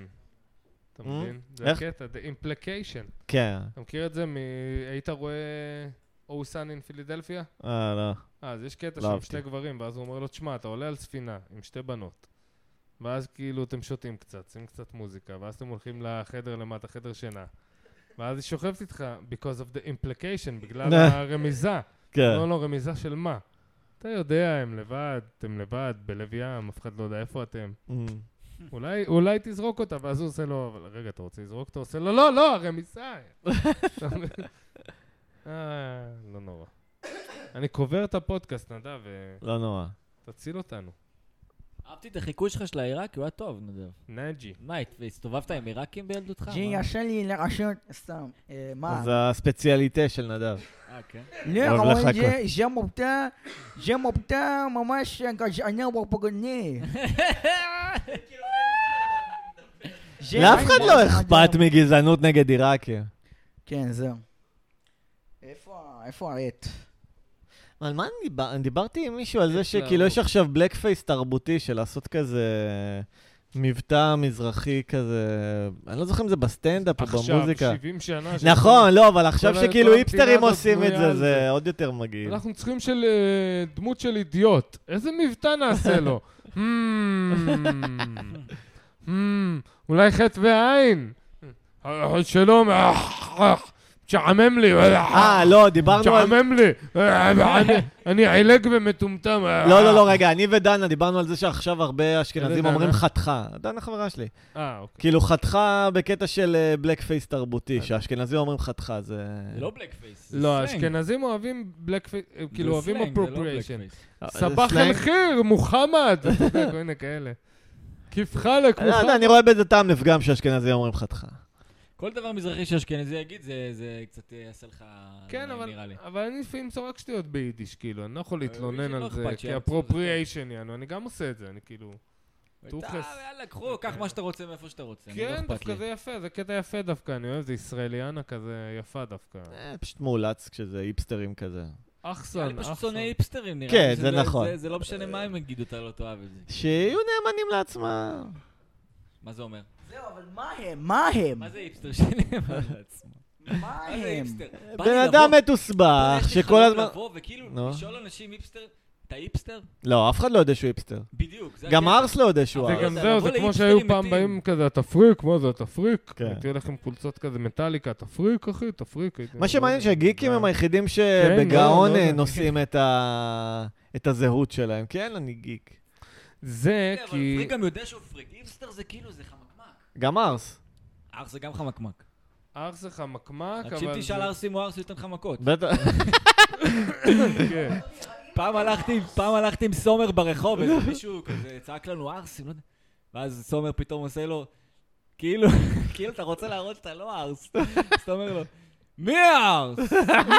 [SPEAKER 4] אתה
[SPEAKER 3] Mm?
[SPEAKER 4] מבין? זה
[SPEAKER 3] איך?
[SPEAKER 4] הקטע, The implication.
[SPEAKER 3] כן,
[SPEAKER 4] אתה מכיר את זה מ... היית רואה או סאן אין פילדלפיה?
[SPEAKER 3] אה, לא.
[SPEAKER 4] אה, אז יש קטע
[SPEAKER 3] לא
[SPEAKER 4] שם
[SPEAKER 3] אהבתי.
[SPEAKER 4] שתי גברים, ואז הוא אומר לו, תשמע, אתה עולה על ספינה עם שתי בנות, ואז כאילו אתם שותים קצת, שים קצת מוזיקה, ואז אתם הולכים לחדר למטה, חדר שינה. ואז היא שוכבת איתך, because of the implication, בגלל
[SPEAKER 3] אה.
[SPEAKER 4] הרמיזה.
[SPEAKER 3] כן.
[SPEAKER 4] לא, לא, רמיזה של מה? אתה יודע, הם לבד, אתם לבד, בלב ים, אף אחד לא יודע איפה אתם.
[SPEAKER 3] Mm.
[SPEAKER 4] אולי, אולי תזרוק אותה, ואז הוא עושה לו, אבל רגע, אתה רוצה לזרוק? אתה עושה לו, לא, לא, הרמיסה. אה, לא נורא. אני קובר את הפודקאסט, נדב, אה,
[SPEAKER 3] לא נורא.
[SPEAKER 4] תציל אותנו.
[SPEAKER 2] אהבתי את החיקוי שלך של העיראקי, הוא היה טוב, נדב.
[SPEAKER 4] נג'י.
[SPEAKER 2] מה, הת- הסתובבת עם עיראקים בילדותך?
[SPEAKER 1] ג'י,
[SPEAKER 2] מה?
[SPEAKER 1] ירשה לי לרשות, סתם. אה, מה?
[SPEAKER 3] זה הספציאליטה של נדב.
[SPEAKER 2] אה, כן.
[SPEAKER 1] לא,
[SPEAKER 3] אוהב
[SPEAKER 1] אבל
[SPEAKER 3] לחכות.
[SPEAKER 1] זה- זה מופתע, זה מופתע ממש גזעני ופוגעני. זה
[SPEAKER 3] לאף אחד לא
[SPEAKER 1] ממש
[SPEAKER 3] אכפת
[SPEAKER 1] אדם.
[SPEAKER 3] מגזענות נגד עיראקים.
[SPEAKER 1] כן, זהו. איפה ה- איפה העט?
[SPEAKER 3] על מה אני דיבר... אני דיברתי עם מישהו על זה
[SPEAKER 4] יש
[SPEAKER 3] שכאילו
[SPEAKER 4] להראות.
[SPEAKER 3] יש עכשיו בלק פייס תרבותי של לעשות כזה מבטא מזרחי כזה, אני לא זוכר אם זה בסטנדאפ או
[SPEAKER 4] עכשיו,
[SPEAKER 3] במוזיקה.
[SPEAKER 4] 70 שנה. של-
[SPEAKER 3] נכון, לא, אבל עכשיו
[SPEAKER 4] כל ה-
[SPEAKER 3] שכאילו
[SPEAKER 4] כל
[SPEAKER 3] היפסטרים
[SPEAKER 4] המדינה הזאת
[SPEAKER 3] עושים את
[SPEAKER 4] בנויה
[SPEAKER 3] זה,
[SPEAKER 4] על
[SPEAKER 3] זה
[SPEAKER 4] זה.
[SPEAKER 3] עוד יותר מגעיל.
[SPEAKER 4] אנחנו צריכים של אה, דמות של אידיוט. איזה מבטא נעשה לו? Hmm, hmm, אולי חטא ועין. שלום, אה, אה, משעמם לי.
[SPEAKER 3] אה, לא, דיברנו על...
[SPEAKER 4] משעמם לי. אה, אני- אני עילג ומטומטם. אה.
[SPEAKER 3] לא, לא, לא, רגע, אני ודנה דיברנו על זה שעכשיו הרבה אשכנזים
[SPEAKER 4] איזה
[SPEAKER 3] אומרים
[SPEAKER 4] דנה?
[SPEAKER 3] חתיכה. דנה חברה שלי.
[SPEAKER 4] אה, אוקיי.
[SPEAKER 3] כאילו חתיכה בקטע של אה, בלק פייס תרבותי, שהאשכנזים אומרים חתיכה, זה...
[SPEAKER 2] זה לא בלק פייס. זה
[SPEAKER 4] לא,
[SPEAKER 2] סלנג.
[SPEAKER 4] האשכנזים אוהבים בלק פייס,
[SPEAKER 2] זה
[SPEAKER 4] כאילו אוהבים
[SPEAKER 2] סלנג, זה לא
[SPEAKER 4] אפרופריאשן.
[SPEAKER 2] blackface.
[SPEAKER 3] אה, זה
[SPEAKER 4] סבח
[SPEAKER 3] סלנג.
[SPEAKER 4] אל חיר, מוחמד. אתה יודע, כל מיני כאלה. כיף חלק,
[SPEAKER 3] לא יודע,
[SPEAKER 4] מוחמד.
[SPEAKER 3] אני רואה בזה טעם לפגם שאשכנזים אומרים חתיכה.
[SPEAKER 2] כל דבר מזרחי שאשכנזי יגיד, זה- זה קצת אה, יעשה לך...
[SPEAKER 4] כן,
[SPEAKER 2] עין,
[SPEAKER 4] אבל,
[SPEAKER 2] נראה לי.
[SPEAKER 4] אבל אני לפעמים זורק שטויות ביידיש, כאילו, אני לא יכול להתלונן
[SPEAKER 2] ביידיש
[SPEAKER 4] על
[SPEAKER 2] לא
[SPEAKER 4] זה,
[SPEAKER 2] אכפת,
[SPEAKER 4] כי
[SPEAKER 2] שיהיה
[SPEAKER 4] אפרופריאשן, יענו, אני גם עושה את זה, אני כאילו... טוחס.
[SPEAKER 2] טוב, אה, יאללה, קחו, קח מה שאתה רוצה מאיפה שאתה רוצה. אני, לא
[SPEAKER 4] כן,
[SPEAKER 2] אכפת
[SPEAKER 4] דווקא
[SPEAKER 2] לי.
[SPEAKER 4] זה יפה, זה קטע יפה דווקא, אני אוהב, זה ישראליאנה כזה יפה דווקא.
[SPEAKER 3] אה, פשוט מאולץ כשזה היפסטרים כזה.
[SPEAKER 4] אחסן,
[SPEAKER 2] אני פשוט שונא
[SPEAKER 4] אחסן.
[SPEAKER 2] היפסטרים, נראה
[SPEAKER 3] כן,
[SPEAKER 2] לי
[SPEAKER 3] זה
[SPEAKER 2] שזה-
[SPEAKER 3] נכון.
[SPEAKER 2] זה- זה לא משנה מה הם יגידו, אתה לא תאהב את זה.
[SPEAKER 3] שיהיו נאמנים לעצמם.
[SPEAKER 2] מה זה אומר?
[SPEAKER 1] זהו, אבל מה הם? מה הם?
[SPEAKER 2] מה זה היפסטר שלי? מה זה עצמו?
[SPEAKER 1] מה
[SPEAKER 2] מה זה
[SPEAKER 1] הם?
[SPEAKER 2] היפסטר? בא לי
[SPEAKER 3] בן
[SPEAKER 2] לבוא-
[SPEAKER 3] אדם מתוסבך,
[SPEAKER 2] יש לי
[SPEAKER 3] שכל
[SPEAKER 2] חלום
[SPEAKER 3] הזמן...
[SPEAKER 2] לבוא וכאילו
[SPEAKER 3] נו.
[SPEAKER 2] לשאול אנשים היפסטר, אתה היפסטר?
[SPEAKER 3] לא, אף אחד לא יודע שהוא היפסטר.
[SPEAKER 2] בדיוק. זה
[SPEAKER 3] גם
[SPEAKER 2] הקטע.
[SPEAKER 3] ארס לא יודע שהוא
[SPEAKER 2] זה
[SPEAKER 3] ארס.
[SPEAKER 4] זה גם
[SPEAKER 2] לא יודע,
[SPEAKER 4] זהו,
[SPEAKER 2] לבוא
[SPEAKER 4] זה כמו
[SPEAKER 2] להיפסטרים
[SPEAKER 4] שהיו פעם
[SPEAKER 2] מתים.
[SPEAKER 4] באים כזה, אתה פריק, מה זה, אתה פריק?
[SPEAKER 3] כן.
[SPEAKER 4] הייתי הולך עם חולצות כזה מטאליקה, אתה פריק, אחי, אתה פריק. הייתי
[SPEAKER 3] מה
[SPEAKER 4] אומר,
[SPEAKER 3] שמעניין
[SPEAKER 4] "לא,
[SPEAKER 3] שהגיקים
[SPEAKER 4] די."
[SPEAKER 3] הם היחידים
[SPEAKER 4] לא,
[SPEAKER 3] שבגאון
[SPEAKER 4] לא
[SPEAKER 3] אה,
[SPEAKER 4] יודע.
[SPEAKER 3] נושאים את ה- את הזהות שלהם. כן, אני גיק.
[SPEAKER 4] זה
[SPEAKER 2] כן, אבל
[SPEAKER 4] כי...
[SPEAKER 2] פריק גם יודע שהוא פריק. היפסטר זה כאילו, זה חמקמק.
[SPEAKER 3] גם ארס.
[SPEAKER 2] ארס זה גם חמקמק.
[SPEAKER 4] ארס זה חמקמק,
[SPEAKER 2] רק
[SPEAKER 4] אבל...
[SPEAKER 2] שאם
[SPEAKER 4] זה-
[SPEAKER 2] תשאל ארס אם הוא ארס, הוא ייתן לך מכות.
[SPEAKER 3] בטח.
[SPEAKER 4] כן.
[SPEAKER 2] פעם הלכתי, פעם הלכתי עם סומר ברחוב, איזה מישהו כזה צעק לנו ערסים, לא יודע. ואז סומר פתאום עושה לו, כאילו, כאילו אתה רוצה להראות שאתה לא ערס. אז אתה אומר לו, מי הערס? מי?"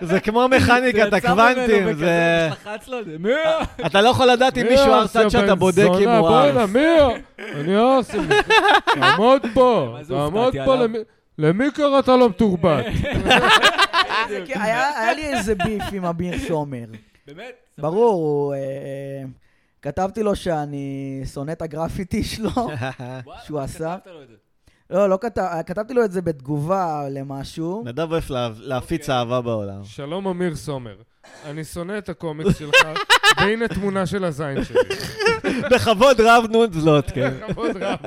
[SPEAKER 3] זה כמו מכניקת
[SPEAKER 2] זה יצא ממנו
[SPEAKER 3] הקוונטים,
[SPEAKER 2] בכזה,
[SPEAKER 3] זה...
[SPEAKER 2] לחץ לו, זה מי
[SPEAKER 1] אה,
[SPEAKER 2] הערס?
[SPEAKER 3] אתה לא יכול לדעת אם
[SPEAKER 4] מי
[SPEAKER 3] מישהו
[SPEAKER 4] ארס,
[SPEAKER 3] ארס עד
[SPEAKER 4] יא
[SPEAKER 3] שאתה
[SPEAKER 4] אה, בן
[SPEAKER 3] בודק אם
[SPEAKER 4] זונה?
[SPEAKER 3] הוא
[SPEAKER 4] בואנה,
[SPEAKER 3] ארס.
[SPEAKER 4] מי ארס? אני ארס. תעמוד פה,
[SPEAKER 2] מה זה
[SPEAKER 4] תעמוד
[SPEAKER 2] הופתעתי
[SPEAKER 4] פה.
[SPEAKER 2] עליו? כן.
[SPEAKER 4] למי- למי קראת לו מתורבת?
[SPEAKER 1] אה, זה כן. כי היה היה לי איזה ביף עם אביר סומר.
[SPEAKER 2] באמת?
[SPEAKER 1] ברור, הוא... אה, אה, כתבתי לו שאני שונא את הגרפיטי שלו.
[SPEAKER 2] וואלה,
[SPEAKER 1] אה, שהוא עשה?
[SPEAKER 2] כתבת לו את זה.
[SPEAKER 1] לא, לא כתב... כתבתי לו את זה בתגובה למשהו.
[SPEAKER 3] נדב אוהב לה- להפיץ אהבה בעולם.
[SPEAKER 4] שלום, אמיר סומר. אני שונא את הקומיקס שלך, והנה תמונה של הזין שלי.
[SPEAKER 3] בכבוד רב נונדזלוט, כן.
[SPEAKER 4] בכבוד רב.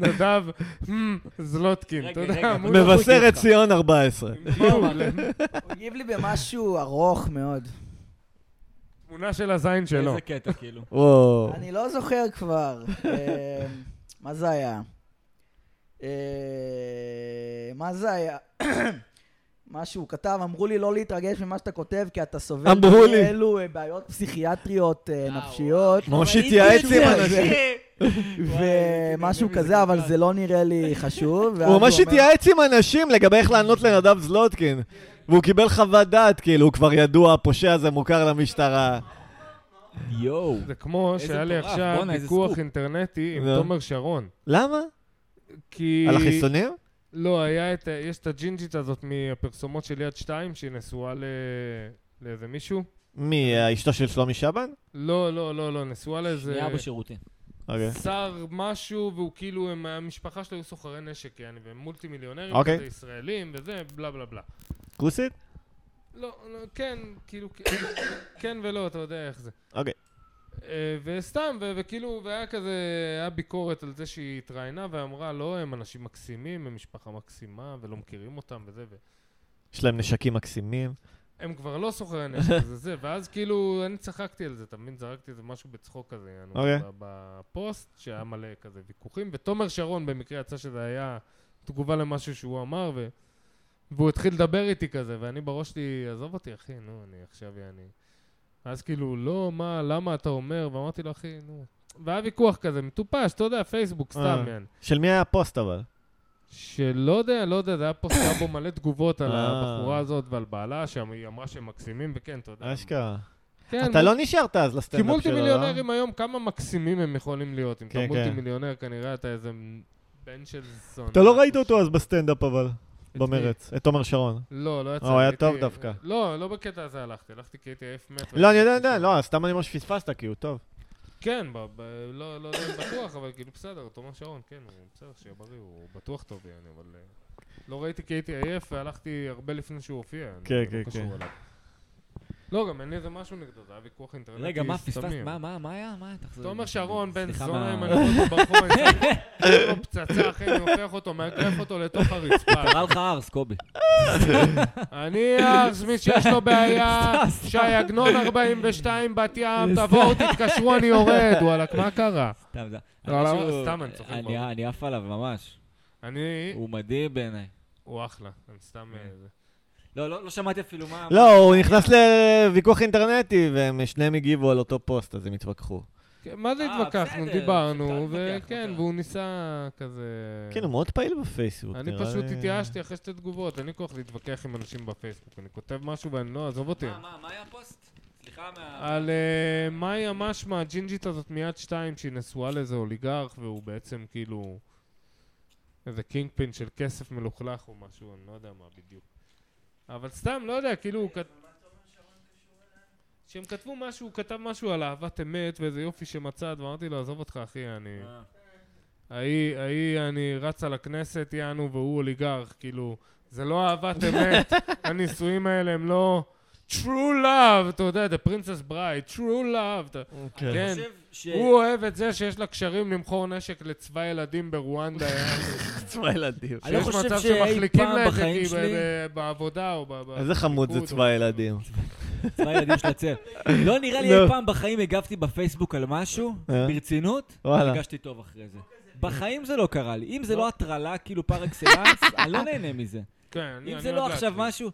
[SPEAKER 4] נדב מ, זלוטקין,
[SPEAKER 2] רגע,
[SPEAKER 4] תודה.
[SPEAKER 2] רגע,
[SPEAKER 4] מול
[SPEAKER 3] מבשרת ציון 14.
[SPEAKER 4] מעולה.
[SPEAKER 1] הוא הגיב לי במשהו ארוך מאוד.
[SPEAKER 4] תמונה של הזין שלו.
[SPEAKER 2] איזה קטע, כאילו.
[SPEAKER 3] וואו.
[SPEAKER 1] אני לא זוכר כבר. אה, מה זה היה? אה, מה זה היה? מה שהוא כתב, אמרו לי לא להתרגש ממה שאתה כותב, כי אתה סובל
[SPEAKER 3] אמרו לי.
[SPEAKER 1] מאלו אה, בעיות פסיכיאטריות, אה, נפשיות,
[SPEAKER 3] ממש התייעץ עם
[SPEAKER 1] זה,
[SPEAKER 3] אנשים.
[SPEAKER 1] ומשהו כזה, אבל זה לא נראה לי חשוב. ואז
[SPEAKER 3] הוא ממש
[SPEAKER 1] אומר-
[SPEAKER 3] התייעץ עם אנשים לגבי איך לענות לנדב זלוטקין. והוא קיבל חוות דעת, כאילו, הוא כבר ידוע, הפושע הזה מוכר למשטרה.
[SPEAKER 2] יואו.
[SPEAKER 4] זה כמו
[SPEAKER 2] איזה
[SPEAKER 4] שהיה לי
[SPEAKER 2] מטורף,
[SPEAKER 4] עכשיו
[SPEAKER 2] בואנה, איזה
[SPEAKER 4] ויכוח
[SPEAKER 2] סקופ.
[SPEAKER 4] אינטרנטי עם
[SPEAKER 3] נו.
[SPEAKER 4] תומר שרון.
[SPEAKER 3] למה?
[SPEAKER 4] כי...
[SPEAKER 3] על החיסונים?
[SPEAKER 4] לא, היה את... ה- יש את הג'ינג'ית הזאת מהפרסומות של יד שתיים, שהיא נשואה ל... לאיזה מישהו?
[SPEAKER 3] מי, אשתו של שלומי שבן?
[SPEAKER 4] לא, לא, לא, לא, נשואה לאיזה...
[SPEAKER 2] שנייה בשירותים.
[SPEAKER 3] אוקיי.
[SPEAKER 4] שר משהו, והוא כאילו, הם, המשפחה שלו היו סוחרי נשק, יעני, והם מולטי מיליונרים,
[SPEAKER 3] אוקיי.
[SPEAKER 4] כזה ישראלים, וזה, בלה בלה בלה.
[SPEAKER 3] כוסית?
[SPEAKER 4] לא, לא, כן, כאילו, כן ולא, אתה יודע איך זה.
[SPEAKER 3] אוקיי.
[SPEAKER 4] אה, וסתם, ו- וכאילו, והיה כזה, היה ביקורת על זה שהיא התראיינה ואמרה, לא, הם אנשים מקסימים, הם משפחה מקסימה, ולא מכירים אותם וזה, ו...
[SPEAKER 3] יש להם נשקים מקסימים.
[SPEAKER 4] הם כבר לא סוחרי נשק, זה זה, ואז כאילו, אני צחקתי על זה, אתה מבין? זרקתי איזה משהו בצחוק כזה, יענו,
[SPEAKER 3] אוקיי.
[SPEAKER 4] ב- בפוסט, שהיה מלא כזה ויכוחים, ותומר שרון במקרה יצא שזה היה תגובה למשהו שהוא אמר, ו... והוא התחיל לדבר איתי כזה, ואני בראש שלי, עזוב אותי, אחי, נו, אני עכשיו אני... ואז כאילו, לא, מה, למה אתה אומר? ואמרתי לו, אחי, נו. והיה ויכוח כזה, מטופש, אתה יודע, פייסבוק, סתם,
[SPEAKER 3] אה.
[SPEAKER 4] יעני.
[SPEAKER 3] של מי היה הפוסט אבל?
[SPEAKER 4] שלא יודע, לא יודע, זה היה פוסט, היה בו מלא תגובות על
[SPEAKER 3] אה.
[SPEAKER 4] הבחורה הזאת ועל בעלה, שהיא אמרה שהם מקסימים, וכן, אתה יודע.
[SPEAKER 3] אשכרה.
[SPEAKER 4] כן,
[SPEAKER 3] אתה לא נשארת אז
[SPEAKER 4] כי
[SPEAKER 3] לסטנדאפ
[SPEAKER 4] מולטי
[SPEAKER 3] שלו, לא?
[SPEAKER 4] מיליונרים היום, כמה מקסימים הם יכולים להיות. אם אתה
[SPEAKER 3] כן, כן.
[SPEAKER 4] מולטי מיליונר, כנראה אתה איזה בן של זונה.
[SPEAKER 3] אתה לא ראית אותו אז בסטנדאפ אבל, במרץ, את תומר שרון.
[SPEAKER 4] לא, לא יצא.
[SPEAKER 3] אה, הוא היה
[SPEAKER 4] הייתי-
[SPEAKER 3] טוב דווקא.
[SPEAKER 4] לא, לא בקטע הזה הלכתי, הלכתי כי הייתי עייף מת.
[SPEAKER 3] לא, אני יודע, אני יודע, לא, סתם אני ממש פספסת, כי הוא טוב.
[SPEAKER 4] כן, ב- ב- לא לא יודע אם בטוח, אבל כאילו בסדר, תומר שרון, כן, הוא בסדר, שיהיה בריא, הוא בטוח טוב יעני, אבל... אה, לא ראיתי כי הייתי עייף והלכתי הרבה לפני שהוא הופיע. אני-
[SPEAKER 3] כן,
[SPEAKER 4] לא
[SPEAKER 3] כן,
[SPEAKER 4] קשור
[SPEAKER 3] כן.
[SPEAKER 4] אליו. לא, גם אין לי איזה משהו נגדו, זה היה ויכוח אינטרנטי
[SPEAKER 2] רגע, מה פספסת?
[SPEAKER 4] סתמי.
[SPEAKER 2] מה, מה, מה היה? מה, תחזור.
[SPEAKER 4] תומר שרון, בן
[SPEAKER 2] סליחה,
[SPEAKER 4] זונה,
[SPEAKER 2] מה-
[SPEAKER 4] אם אני לא רואה אותו ברחוב, אני שם לו פצצה, אחי, אני הופך אותו, מאגרף אותו לתוך הרצפה.
[SPEAKER 2] קרא לך ארס, קובי.
[SPEAKER 4] אני ארז, מי שיש לו בעיה,
[SPEAKER 5] סתם, סתם.
[SPEAKER 4] שי עגנון 42, בת ים, תבואו, תתקשרו, אני יורד. וואלכ, מה קרה?
[SPEAKER 2] סתם, זה...
[SPEAKER 4] לא, לא,
[SPEAKER 2] מישהו-
[SPEAKER 4] סתם, אני צוחק, ברור.
[SPEAKER 2] אני עף עליו, ממש.
[SPEAKER 4] אני...
[SPEAKER 2] הוא מדהים בעיניי.
[SPEAKER 4] הוא אחלה, אני סתם...
[SPEAKER 3] כן.
[SPEAKER 4] אה, זה.
[SPEAKER 2] לא, לא לא שמעתי אפילו מה...
[SPEAKER 3] לא, הוא נכנס לוויכוח אינטרנטי, והם שניהם הגיבו על אותו פוסט, אז הם התווכחו.
[SPEAKER 4] כן, מה זה
[SPEAKER 2] אה,
[SPEAKER 4] התווכחנו?
[SPEAKER 2] בסדר,
[SPEAKER 4] דיברנו,
[SPEAKER 2] אפשר להתווכח,
[SPEAKER 4] וכן,
[SPEAKER 2] מה קרה?
[SPEAKER 4] והוא ניסה כזה...
[SPEAKER 3] כן, הוא מאוד פעיל בפייסבוק,
[SPEAKER 4] אני
[SPEAKER 3] נראה
[SPEAKER 4] פשוט
[SPEAKER 3] לי.
[SPEAKER 4] התייאשתי אחרי שתי תגובות, אין לי כוח להתווכח עם אנשים בפייסבוק. אני כותב משהו ואני לא, עזוב אותי.
[SPEAKER 2] מה, מה, מה היה הפוסט? סליחה מה...
[SPEAKER 4] על אה, מאי המשמע, הג'ינג'ית הזאת מיד שתיים, שהיא נשואה לאיזה אוליגרך, והוא בעצם כאילו איזה קינג פין של כסף מלוכלך או משהו, אני לא יודע מה בדיוק. אבל סתם, לא יודע, כאילו הוא כת... שהם כתבו משהו, הוא כתב משהו על אהבת אמת ואיזה יופי שמצאת, ואמרתי לו, עזוב אותך אחי, אני...
[SPEAKER 2] אה.
[SPEAKER 4] ההיא, ההיא, אני רצה לכנסת, יענו, והוא אוליגרך, כאילו, זה לא אהבת אמת, הנישואים האלה הם לא... true love, אתה יודע, the princess bride, true love. אתה-
[SPEAKER 3] כן.
[SPEAKER 4] כן.
[SPEAKER 2] אני חושב ש...
[SPEAKER 4] הוא אוהב את זה שיש לה קשרים למכור נשק לצבא ילדים ברואנדה,
[SPEAKER 3] צבא ילדים.
[SPEAKER 2] אני לא
[SPEAKER 4] שיש
[SPEAKER 2] חושב
[SPEAKER 4] מצב
[SPEAKER 2] שאי
[SPEAKER 4] שמחליקים
[SPEAKER 2] פעם
[SPEAKER 4] לה את זה
[SPEAKER 2] בחיים
[SPEAKER 4] כי
[SPEAKER 2] שלי-
[SPEAKER 4] ב- ב- בעבודה או ב... ב-
[SPEAKER 3] איזה חמוד זה
[SPEAKER 4] בליכוד
[SPEAKER 3] צבא
[SPEAKER 4] או-
[SPEAKER 3] ילדים.
[SPEAKER 2] צבא הילדים של הצל. לא נראה לי
[SPEAKER 3] לא.
[SPEAKER 2] אי פעם בחיים הגבתי בפייסבוק על משהו,
[SPEAKER 3] אה?
[SPEAKER 2] ברצינות,
[SPEAKER 3] וואלה.
[SPEAKER 2] הרגשתי טוב אחרי זה. בחיים זה לא קרה לי. אם זה לא הטרלה כאילו פר אקסלנס, אני לא נהנה מזה.
[SPEAKER 4] כן, אני...
[SPEAKER 2] אם
[SPEAKER 4] אני
[SPEAKER 2] זה
[SPEAKER 4] עוד
[SPEAKER 2] לא
[SPEAKER 4] לאט.
[SPEAKER 2] עכשיו משהו...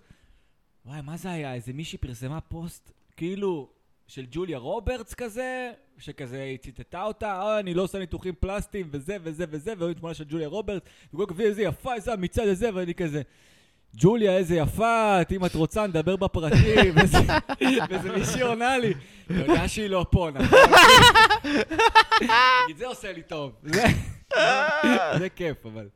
[SPEAKER 2] וואי, מה זה היה? איזה מישהי פרסמה פוסט, כאילו, של ג'וליה רוברטס כזה, שכזה היא ציטטה אותה, אה, אני לא עושה ניתוחים פלסטיים, וזה וזה וזה, והיו תמונה של ג'וליה רוברטס, וכל כך איזה יפה, איזה אמיצה, איזה, ואני כזה... ג'וליה, איזה יפה את, אם את רוצה, נדבר בפרטים, וזה- וזה מישהי עונה לי. אתה יודע שהיא לא פה, נכון? נגיד, זה עושה לי טוב. זה- זה כיף, אבל...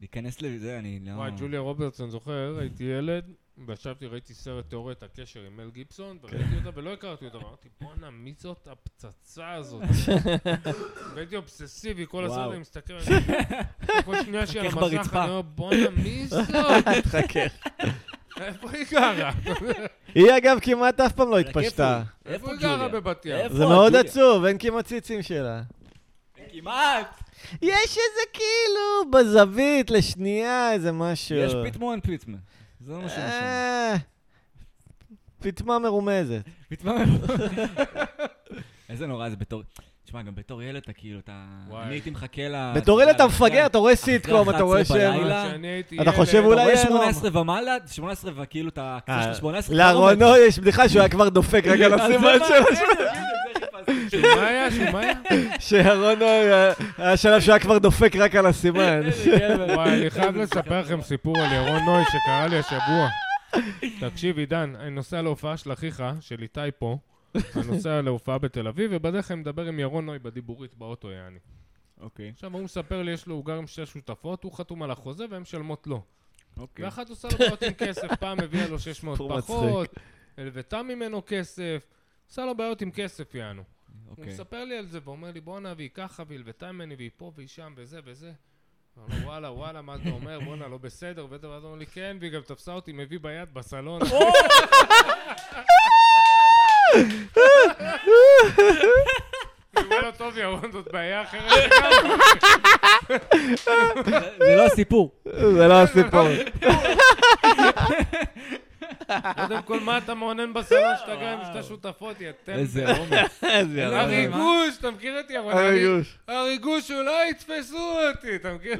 [SPEAKER 2] להיכנס לזה, אני לא...
[SPEAKER 4] וואי, ג'וליה רוברטס, אני זוכר, הייתי ילד, וישבתי, ראיתי סרט תיאוריית הקשר עם מל גיבסון,
[SPEAKER 2] כן.
[SPEAKER 4] וראיתי אותה ולא הכרתי אותה, ואמרתי, בואנה, מי זאת הפצצה הזאת? והייתי אובססיבי, כל
[SPEAKER 2] וואו.
[SPEAKER 4] הסרט אני מסתכל, אני- כל שנייה שהיא על
[SPEAKER 2] מתחכך
[SPEAKER 4] המסך,
[SPEAKER 2] ברצפה.
[SPEAKER 4] אני אומר, בואנה, מי זאת?
[SPEAKER 3] חכה.
[SPEAKER 4] איפה היא גרה?
[SPEAKER 3] היא אגב כמעט אף פעם לא התפשטה.
[SPEAKER 4] איפה היא גרה בבת ים?
[SPEAKER 2] איפה
[SPEAKER 3] זה מאוד
[SPEAKER 2] הג'וליה?
[SPEAKER 3] עצוב, אין כמעט ציצים שלה.
[SPEAKER 2] כמעט!
[SPEAKER 3] יש איזה כאילו בזווית לשנייה, איזה משהו.
[SPEAKER 2] יש פיטמו אין פיטמה. זה לא מה שמשנה.
[SPEAKER 3] כן. אה, פיטמה מרומזת.
[SPEAKER 2] פיטמה איזה נורא זה בתור... תשמע, גם בתור ילד אתה כאילו, אתה...
[SPEAKER 4] וואי.
[SPEAKER 2] אני הייתי מחכה ל...
[SPEAKER 3] בתור ילד אתה מפגר, אתה רואה
[SPEAKER 2] אה, אחרי
[SPEAKER 3] סיטקום, אתה רואה
[SPEAKER 2] 11
[SPEAKER 3] שהם...
[SPEAKER 2] בלילה.
[SPEAKER 4] כשאני הייתי
[SPEAKER 3] אתה חושב
[SPEAKER 4] ילד-
[SPEAKER 2] אתה
[SPEAKER 3] אולי
[SPEAKER 2] רואה
[SPEAKER 3] אין לו.
[SPEAKER 2] 18 ומעלה, 18 וכאילו אתה...
[SPEAKER 3] אה,
[SPEAKER 2] כשאתה 18 כבר לא
[SPEAKER 3] לאהרונו יש בדיחה שהוא היה כבר דופק, רגע נשים
[SPEAKER 2] אז זה
[SPEAKER 3] משהו,
[SPEAKER 2] מה- בדיוק, זה חיפשתי.
[SPEAKER 4] מה היה? שהוא מה היה?
[SPEAKER 3] שאהרונו אה, היה שלב שהוא היה כבר דופק רק על הסימן.
[SPEAKER 4] וואי, אני חייב לספר לכם סיפור על ירון נוי שקרה לי השבוע. תקשיב, עידן, אני נוסע להופעה של אחיך, של איתי פה, אני נוסע להופעה בתל אביב, ובדרך אני מדבר עם ירון נוי בדיבורית באוטו, יעני.
[SPEAKER 2] אוקיי,
[SPEAKER 4] עכשיו, הוא מספר לי, יש לו, הוא גר עם שתי שותפות, הוא חתום על החוזה והן משלמות לו.
[SPEAKER 2] אוקיי.
[SPEAKER 4] ואחת עושה לו בעיות עם כסף, פעם הביאה לו 600
[SPEAKER 3] סיפור מצחיק.
[SPEAKER 4] פחות, הלוותה ממנו כסף, עושה לו בעיות עם כסף, יענו. הוא
[SPEAKER 2] אוקיי.
[SPEAKER 4] מספר לי על זה, ואומר לי, בואנה, והיא ככה, והיא הלוותה ממני, והיא פה, והיא שם, וזה, וזה. אמר לו, וואלה, וואלה, מה אתה אומר? בואנה, לא בסדר. ואז הוא אומר לי, כן, והיא גם תפסה אותי מביא ביד בסלון. אני אומר לו, לא טוב, ירון, זאת בעיה אחרת לגמרי."
[SPEAKER 2] זה לא הסיפור.
[SPEAKER 3] זה לא הסיפור.
[SPEAKER 4] קודם כל, מה אתה מעונן בסלון שאתה גר עם שתי שותפות, יא טמבל?
[SPEAKER 2] איזה אומץ.
[SPEAKER 3] איזה ירון.
[SPEAKER 4] הריגוש, אתה מכיר את ירון?
[SPEAKER 3] הריגוש.
[SPEAKER 4] הריגוש, אולי יתפסו אותי, אתה מכיר?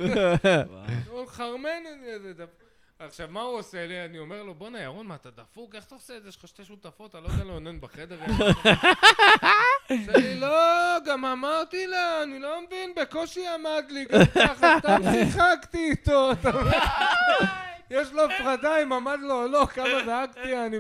[SPEAKER 4] הוא מחרמן את זה, זה. דפ- עכשיו, מה הוא עושה לי? אני אומר לו, בואנה, ירון, מה, אתה דפוק? איך אתה עושה את זה? יש לך שתי שותפות, אתה לא יודע לאונן בחדר? עושה לי, לא, גם אמרתי לה, אני לא מבין, בקושי עמד לי, גם ככה, סתם שיחקתי איתו. אתה מבין? יש לו הפרדה אם עמד לו או לא, כמה דאגתי, אני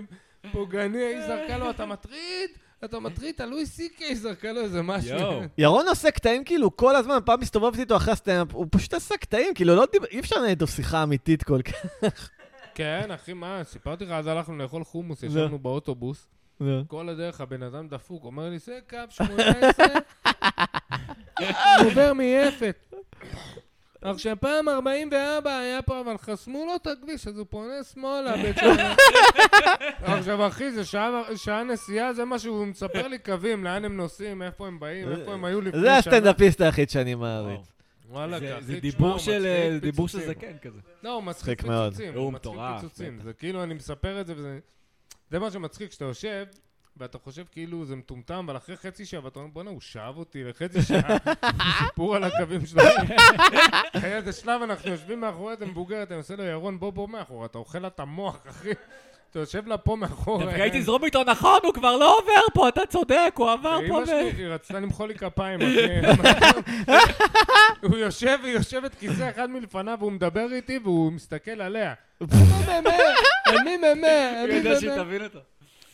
[SPEAKER 4] פוגעני, היא זרקה לו, אתה מטריד? אתה מטריד, אתה לואי סי קיי, זרקה לו איזה משהו.
[SPEAKER 2] יואו.
[SPEAKER 3] ירון עושה קטעים כאילו כל הזמן, פעם הסתובבתי איתו אחרי הסטנדאפ, הוא פשוט עשה קטעים, כאילו לא דיבר, אי אפשר לנהל איתו שיחה אמיתית כל כך.
[SPEAKER 4] כן, אחי, מה, סיפרתי לך, אז הלכנו לאכול חומוס, ישבנו באוטובוס.
[SPEAKER 3] נו.
[SPEAKER 4] כל הדרך הבן אדם דפוק, אומר לי, זה קו 18, הוא עובר מיפת. עכשיו, פעם 44 היה פה, אבל חסמו לו את הכביש, אז הוא פונה שמאלה. בית שמש. עכשיו, אחי, זה שעה, שעה נסיעה, זה מה שהוא מספר לי קווים, לאן הם נוסעים, איפה הם באים, איפה הם היו לפני שנה.
[SPEAKER 3] זה הסטנדאפיסט היחיד שאני מעריץ.
[SPEAKER 4] וואלה,
[SPEAKER 2] זה-
[SPEAKER 4] אחי,
[SPEAKER 2] זה
[SPEAKER 4] תשמע,
[SPEAKER 2] דיבור
[SPEAKER 4] הוא
[SPEAKER 2] של
[SPEAKER 4] מצחיק
[SPEAKER 2] אה, דיבור של
[SPEAKER 4] פיצוצים.
[SPEAKER 2] זקן כזה.
[SPEAKER 4] לא, הוא מצחיק
[SPEAKER 3] מצחיק מאוד.
[SPEAKER 4] פיצוצים.
[SPEAKER 2] הוא
[SPEAKER 4] הוא מצחיק
[SPEAKER 2] מטורף,
[SPEAKER 4] פיצוצים.
[SPEAKER 2] בטח.
[SPEAKER 4] זה כאילו, אני מספר את זה וזה... זה מה שמצחיק, כשאתה יושב, ואתה חושב כאילו זה מטומטם, אבל אחרי חצי שעה, ואתה אומר, בואנה, הוא שאב אותי לחצי שעה. סיפור על הקווים שלו. אחרי איזה שלב אנחנו יושבים מאחורי את המבוגרת, אני עושה לו, ירון, בוא, בוא מאחורי, אתה אוכל לה את המוח, אחי. אתה יושב לה פה מאחורי.
[SPEAKER 2] דווקא הייתי זרום איתו נכון, הוא כבר לא עובר פה, אתה צודק, הוא עבר פה.
[SPEAKER 4] אמא
[SPEAKER 2] ב-
[SPEAKER 4] שלי, היא רצתה למחוא לי כפיים, אחי. הוא יושב, היא יושבת כיסא אחד מלפניו, והוא מדבר איתי, והוא מסתכל עליה. אני ממה,
[SPEAKER 2] הוא
[SPEAKER 4] אני
[SPEAKER 2] יודע שהיא
[SPEAKER 4] ממה.
[SPEAKER 2] תבין אותו.